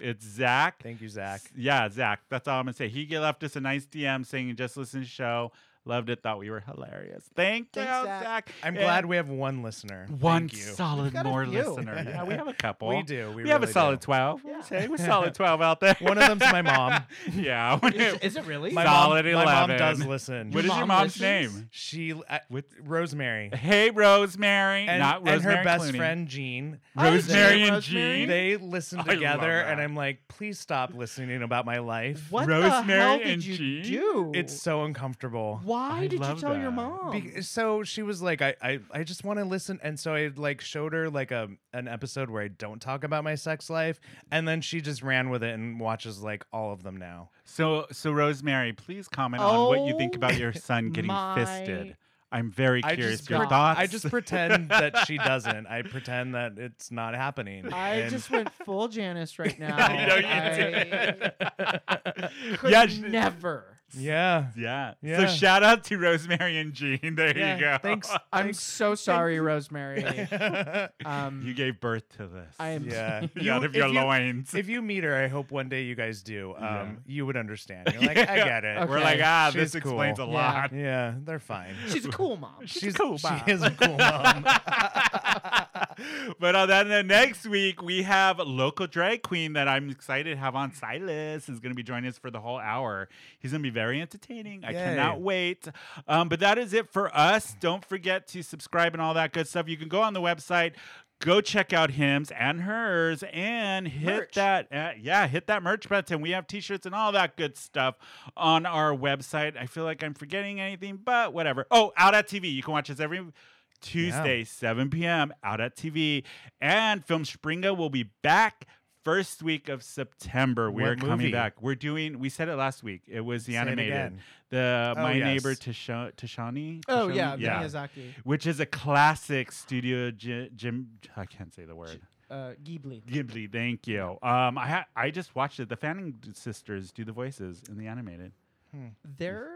[SPEAKER 1] It's Zach.
[SPEAKER 3] Thank you, Zach.
[SPEAKER 1] S- Yeah, Zach. That's all I'm gonna say. He g- left us a nice DM saying just listen to the show. Loved it. Thought we were hilarious. Thank you,
[SPEAKER 2] Thanks,
[SPEAKER 1] Zach.
[SPEAKER 2] Zach.
[SPEAKER 3] I'm
[SPEAKER 1] And
[SPEAKER 3] glad we have one listener.
[SPEAKER 1] one
[SPEAKER 3] Thank you.
[SPEAKER 1] solid
[SPEAKER 2] We've got a
[SPEAKER 1] more
[SPEAKER 2] few.
[SPEAKER 1] listener. Yeah, we have a couple.
[SPEAKER 3] We do. We,
[SPEAKER 1] We, have a
[SPEAKER 3] really
[SPEAKER 1] solid
[SPEAKER 3] do.
[SPEAKER 1] twelve.
[SPEAKER 2] Yeah.
[SPEAKER 1] We'll say we're solid twelve out there.
[SPEAKER 3] One of them's my mom.
[SPEAKER 1] yeah.
[SPEAKER 2] Is, is it really?
[SPEAKER 3] My
[SPEAKER 1] Solid
[SPEAKER 3] mom, My mom
[SPEAKER 1] 11.
[SPEAKER 3] does listen.
[SPEAKER 1] what is your
[SPEAKER 2] mom
[SPEAKER 1] mom's
[SPEAKER 2] listens?
[SPEAKER 1] name?
[SPEAKER 3] She uh,
[SPEAKER 1] What-
[SPEAKER 3] Rosemary.
[SPEAKER 1] Hey, Rosemary.
[SPEAKER 3] And,
[SPEAKER 1] not
[SPEAKER 3] and
[SPEAKER 1] Rosemary
[SPEAKER 3] her best
[SPEAKER 1] Clooney.
[SPEAKER 3] friend Jean.
[SPEAKER 2] I was
[SPEAKER 1] Rosemary
[SPEAKER 2] dating
[SPEAKER 1] and
[SPEAKER 2] Oh, Rosemary.
[SPEAKER 1] Jean.
[SPEAKER 3] They listen
[SPEAKER 1] I love
[SPEAKER 3] together, and
[SPEAKER 1] that.
[SPEAKER 3] I'm like, please stop listening about my life.
[SPEAKER 2] What the
[SPEAKER 1] Rosemary
[SPEAKER 2] hell did
[SPEAKER 1] and
[SPEAKER 2] you
[SPEAKER 1] Jean?
[SPEAKER 2] do?
[SPEAKER 3] It's so uncomfortable.
[SPEAKER 2] why
[SPEAKER 1] I
[SPEAKER 2] did you
[SPEAKER 1] love
[SPEAKER 2] tell your
[SPEAKER 1] that.
[SPEAKER 2] mom?
[SPEAKER 3] Be- so she was like, I, I, I just want to listen, and so I like showed her like a an episode where I don't talk about my sex life, and then she just ran with it and watches like all of them now.
[SPEAKER 1] So, so Rosemary, please comment on what you think
[SPEAKER 2] Oh
[SPEAKER 1] about your son getting
[SPEAKER 2] my
[SPEAKER 1] fisted. I'm very
[SPEAKER 3] I
[SPEAKER 1] curious.
[SPEAKER 3] just
[SPEAKER 1] your
[SPEAKER 3] pre-
[SPEAKER 1] thoughts?
[SPEAKER 3] I just pretend that she doesn't. I pretend that it's not happening.
[SPEAKER 2] I
[SPEAKER 3] And
[SPEAKER 2] just went full Janice right now.
[SPEAKER 1] I know you
[SPEAKER 2] I
[SPEAKER 1] did.
[SPEAKER 2] could
[SPEAKER 1] yeah, sh-
[SPEAKER 2] never.
[SPEAKER 3] Yeah.
[SPEAKER 1] Yeah. So
[SPEAKER 3] Yeah.
[SPEAKER 1] shout out to Rosemary and Jean. There you go.
[SPEAKER 3] Yeah, Thanks.
[SPEAKER 2] I'm so sorry, Rosemary.
[SPEAKER 3] thanks.
[SPEAKER 2] Um,
[SPEAKER 1] You gave birth to this.
[SPEAKER 2] I am.
[SPEAKER 3] yeah.
[SPEAKER 1] out of your
[SPEAKER 3] if
[SPEAKER 1] loins.
[SPEAKER 3] If you meet her, I hope one day you guys do. Um,
[SPEAKER 1] Yeah.
[SPEAKER 3] you would understand. You're like, I
[SPEAKER 1] Yeah.
[SPEAKER 3] get it.
[SPEAKER 1] We're
[SPEAKER 2] Okay.
[SPEAKER 1] like, ah, this
[SPEAKER 3] She's
[SPEAKER 1] explains
[SPEAKER 3] cool.
[SPEAKER 1] a
[SPEAKER 2] Yeah.
[SPEAKER 1] lot.
[SPEAKER 3] Yeah, they're fine.
[SPEAKER 2] She's a cool mom.
[SPEAKER 3] She's
[SPEAKER 1] cool mom.
[SPEAKER 3] She is a cool mom.
[SPEAKER 1] but on that note, next week we have local drag queen that I'm excited to have on. Silas is going to be joining us for the whole hour. He's going to be very entertaining. I
[SPEAKER 3] Yay.
[SPEAKER 1] cannot wait. Um, but that is it for us. Don't forget to subscribe and all that good stuff. You can go on the website. Go check out hims and hers and hit
[SPEAKER 2] Merch.
[SPEAKER 1] that uh, yeah hit that merch button. We have t-shirts and all that good stuff on our website. I feel like I'm forgetting anything, but whatever. Oh, out at TV. You can watch us every Tuesday, 7 p.m. out at TV. And Film Springa will be back first week of September. We
[SPEAKER 3] What
[SPEAKER 1] are coming
[SPEAKER 3] movie?
[SPEAKER 1] back. We're doing. We said it last week. It was the
[SPEAKER 3] Say it
[SPEAKER 1] animated,
[SPEAKER 3] again.
[SPEAKER 1] the
[SPEAKER 3] Oh,
[SPEAKER 1] My Neighbor
[SPEAKER 3] yes.
[SPEAKER 1] Tisha- Tishani.
[SPEAKER 2] Oh
[SPEAKER 1] Tishani?
[SPEAKER 2] yeah,
[SPEAKER 1] yeah.
[SPEAKER 2] Miyazaki,
[SPEAKER 1] Which is a classic studio Jim. Jim I can't say the word.
[SPEAKER 2] uh, Ghibli.
[SPEAKER 1] Ghibli. Thank you. Um, I ha- I just watched it. The Fanning sisters do the voices in the animated.
[SPEAKER 2] There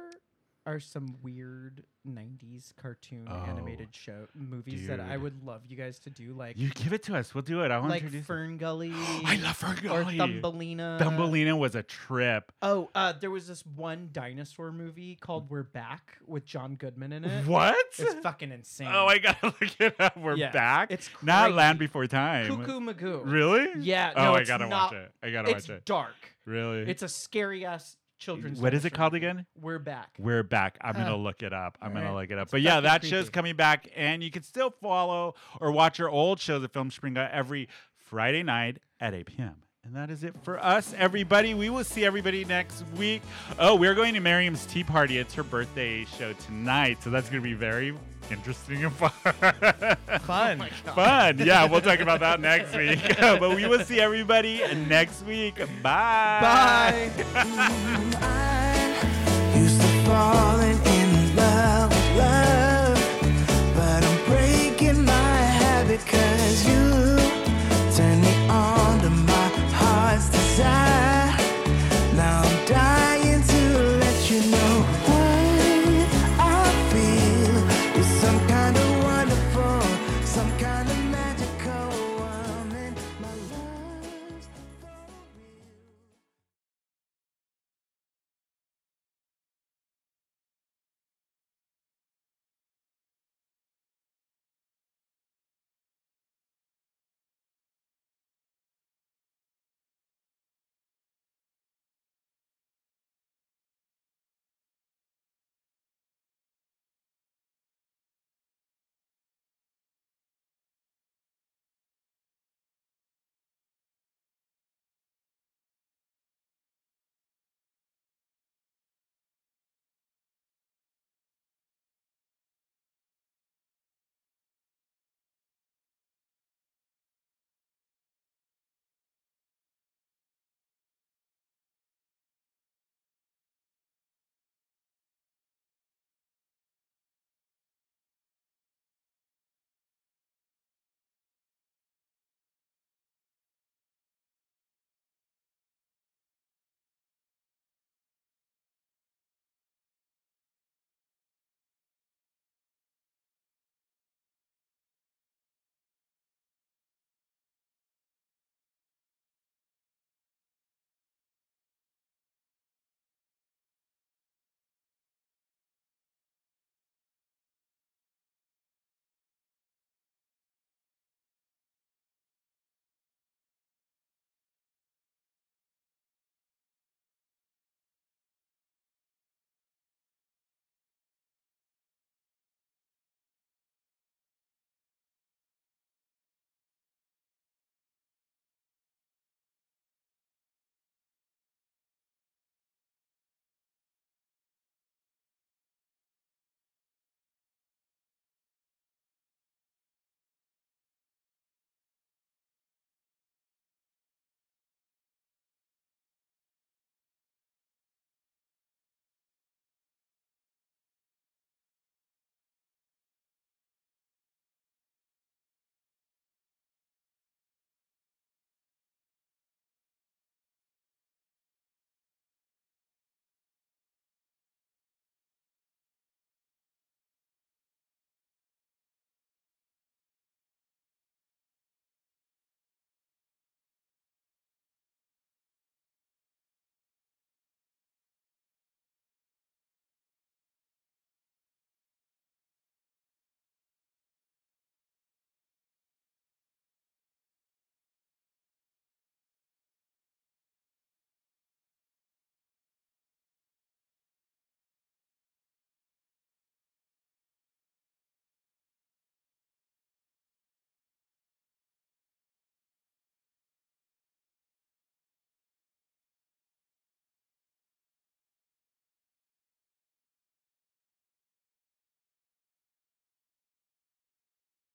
[SPEAKER 2] are some weird '90s cartoon
[SPEAKER 1] Oh,
[SPEAKER 2] animated show movies that I
[SPEAKER 1] dude.
[SPEAKER 2] would love you guys to do, like
[SPEAKER 1] You give it to us. We'll do it. I want to
[SPEAKER 2] like
[SPEAKER 1] introduce.
[SPEAKER 2] Fern Gully.
[SPEAKER 1] I love
[SPEAKER 2] or
[SPEAKER 1] Ferngully.
[SPEAKER 2] Thumbelina.
[SPEAKER 1] Thumbelina was a trip.
[SPEAKER 2] Oh, uh, there was this one dinosaur movie called We're Back with John Goodman in it.
[SPEAKER 1] Mm. What?
[SPEAKER 2] It's fucking insane.
[SPEAKER 1] Oh, I gotta look it up. We're
[SPEAKER 2] Yeah,
[SPEAKER 1] back.
[SPEAKER 2] it's
[SPEAKER 1] not
[SPEAKER 2] crazy.
[SPEAKER 1] Land Before Time.
[SPEAKER 2] Cuckoo Magoo.
[SPEAKER 1] Really?
[SPEAKER 2] Yeah.
[SPEAKER 1] Oh,
[SPEAKER 2] no,
[SPEAKER 1] I
[SPEAKER 2] it's
[SPEAKER 1] gotta
[SPEAKER 2] not,
[SPEAKER 1] watch it. I gotta
[SPEAKER 2] It's
[SPEAKER 1] watch it.
[SPEAKER 2] dark.
[SPEAKER 1] Really?
[SPEAKER 2] It's a scary ass children's.
[SPEAKER 1] What is it
[SPEAKER 2] dinosaur
[SPEAKER 1] called
[SPEAKER 2] movie.
[SPEAKER 1] again?
[SPEAKER 2] We're back.
[SPEAKER 1] We're back. I'm gonna
[SPEAKER 2] Huh.
[SPEAKER 1] look it up. I'm gonna look
[SPEAKER 2] Alright.
[SPEAKER 1] it up.
[SPEAKER 2] It's
[SPEAKER 1] But yeah,
[SPEAKER 2] fucking
[SPEAKER 1] that show's
[SPEAKER 2] creepy.
[SPEAKER 1] coming back, and you can still follow or watch our old shows at Film Springa every Friday night at 8 p.m. And that is it for us, everybody. We will see everybody next week. Oh, we're going to Miriam's tea party. It's her birthday show tonight, so that's gonna be very interesting and fun.
[SPEAKER 3] Fun.
[SPEAKER 1] fun. Yeah, we'll talk about that next week. but we will see everybody next week. Bye.
[SPEAKER 2] Bye.
[SPEAKER 5] Used to falling in love with love, but I'm breaking my habit 'cause you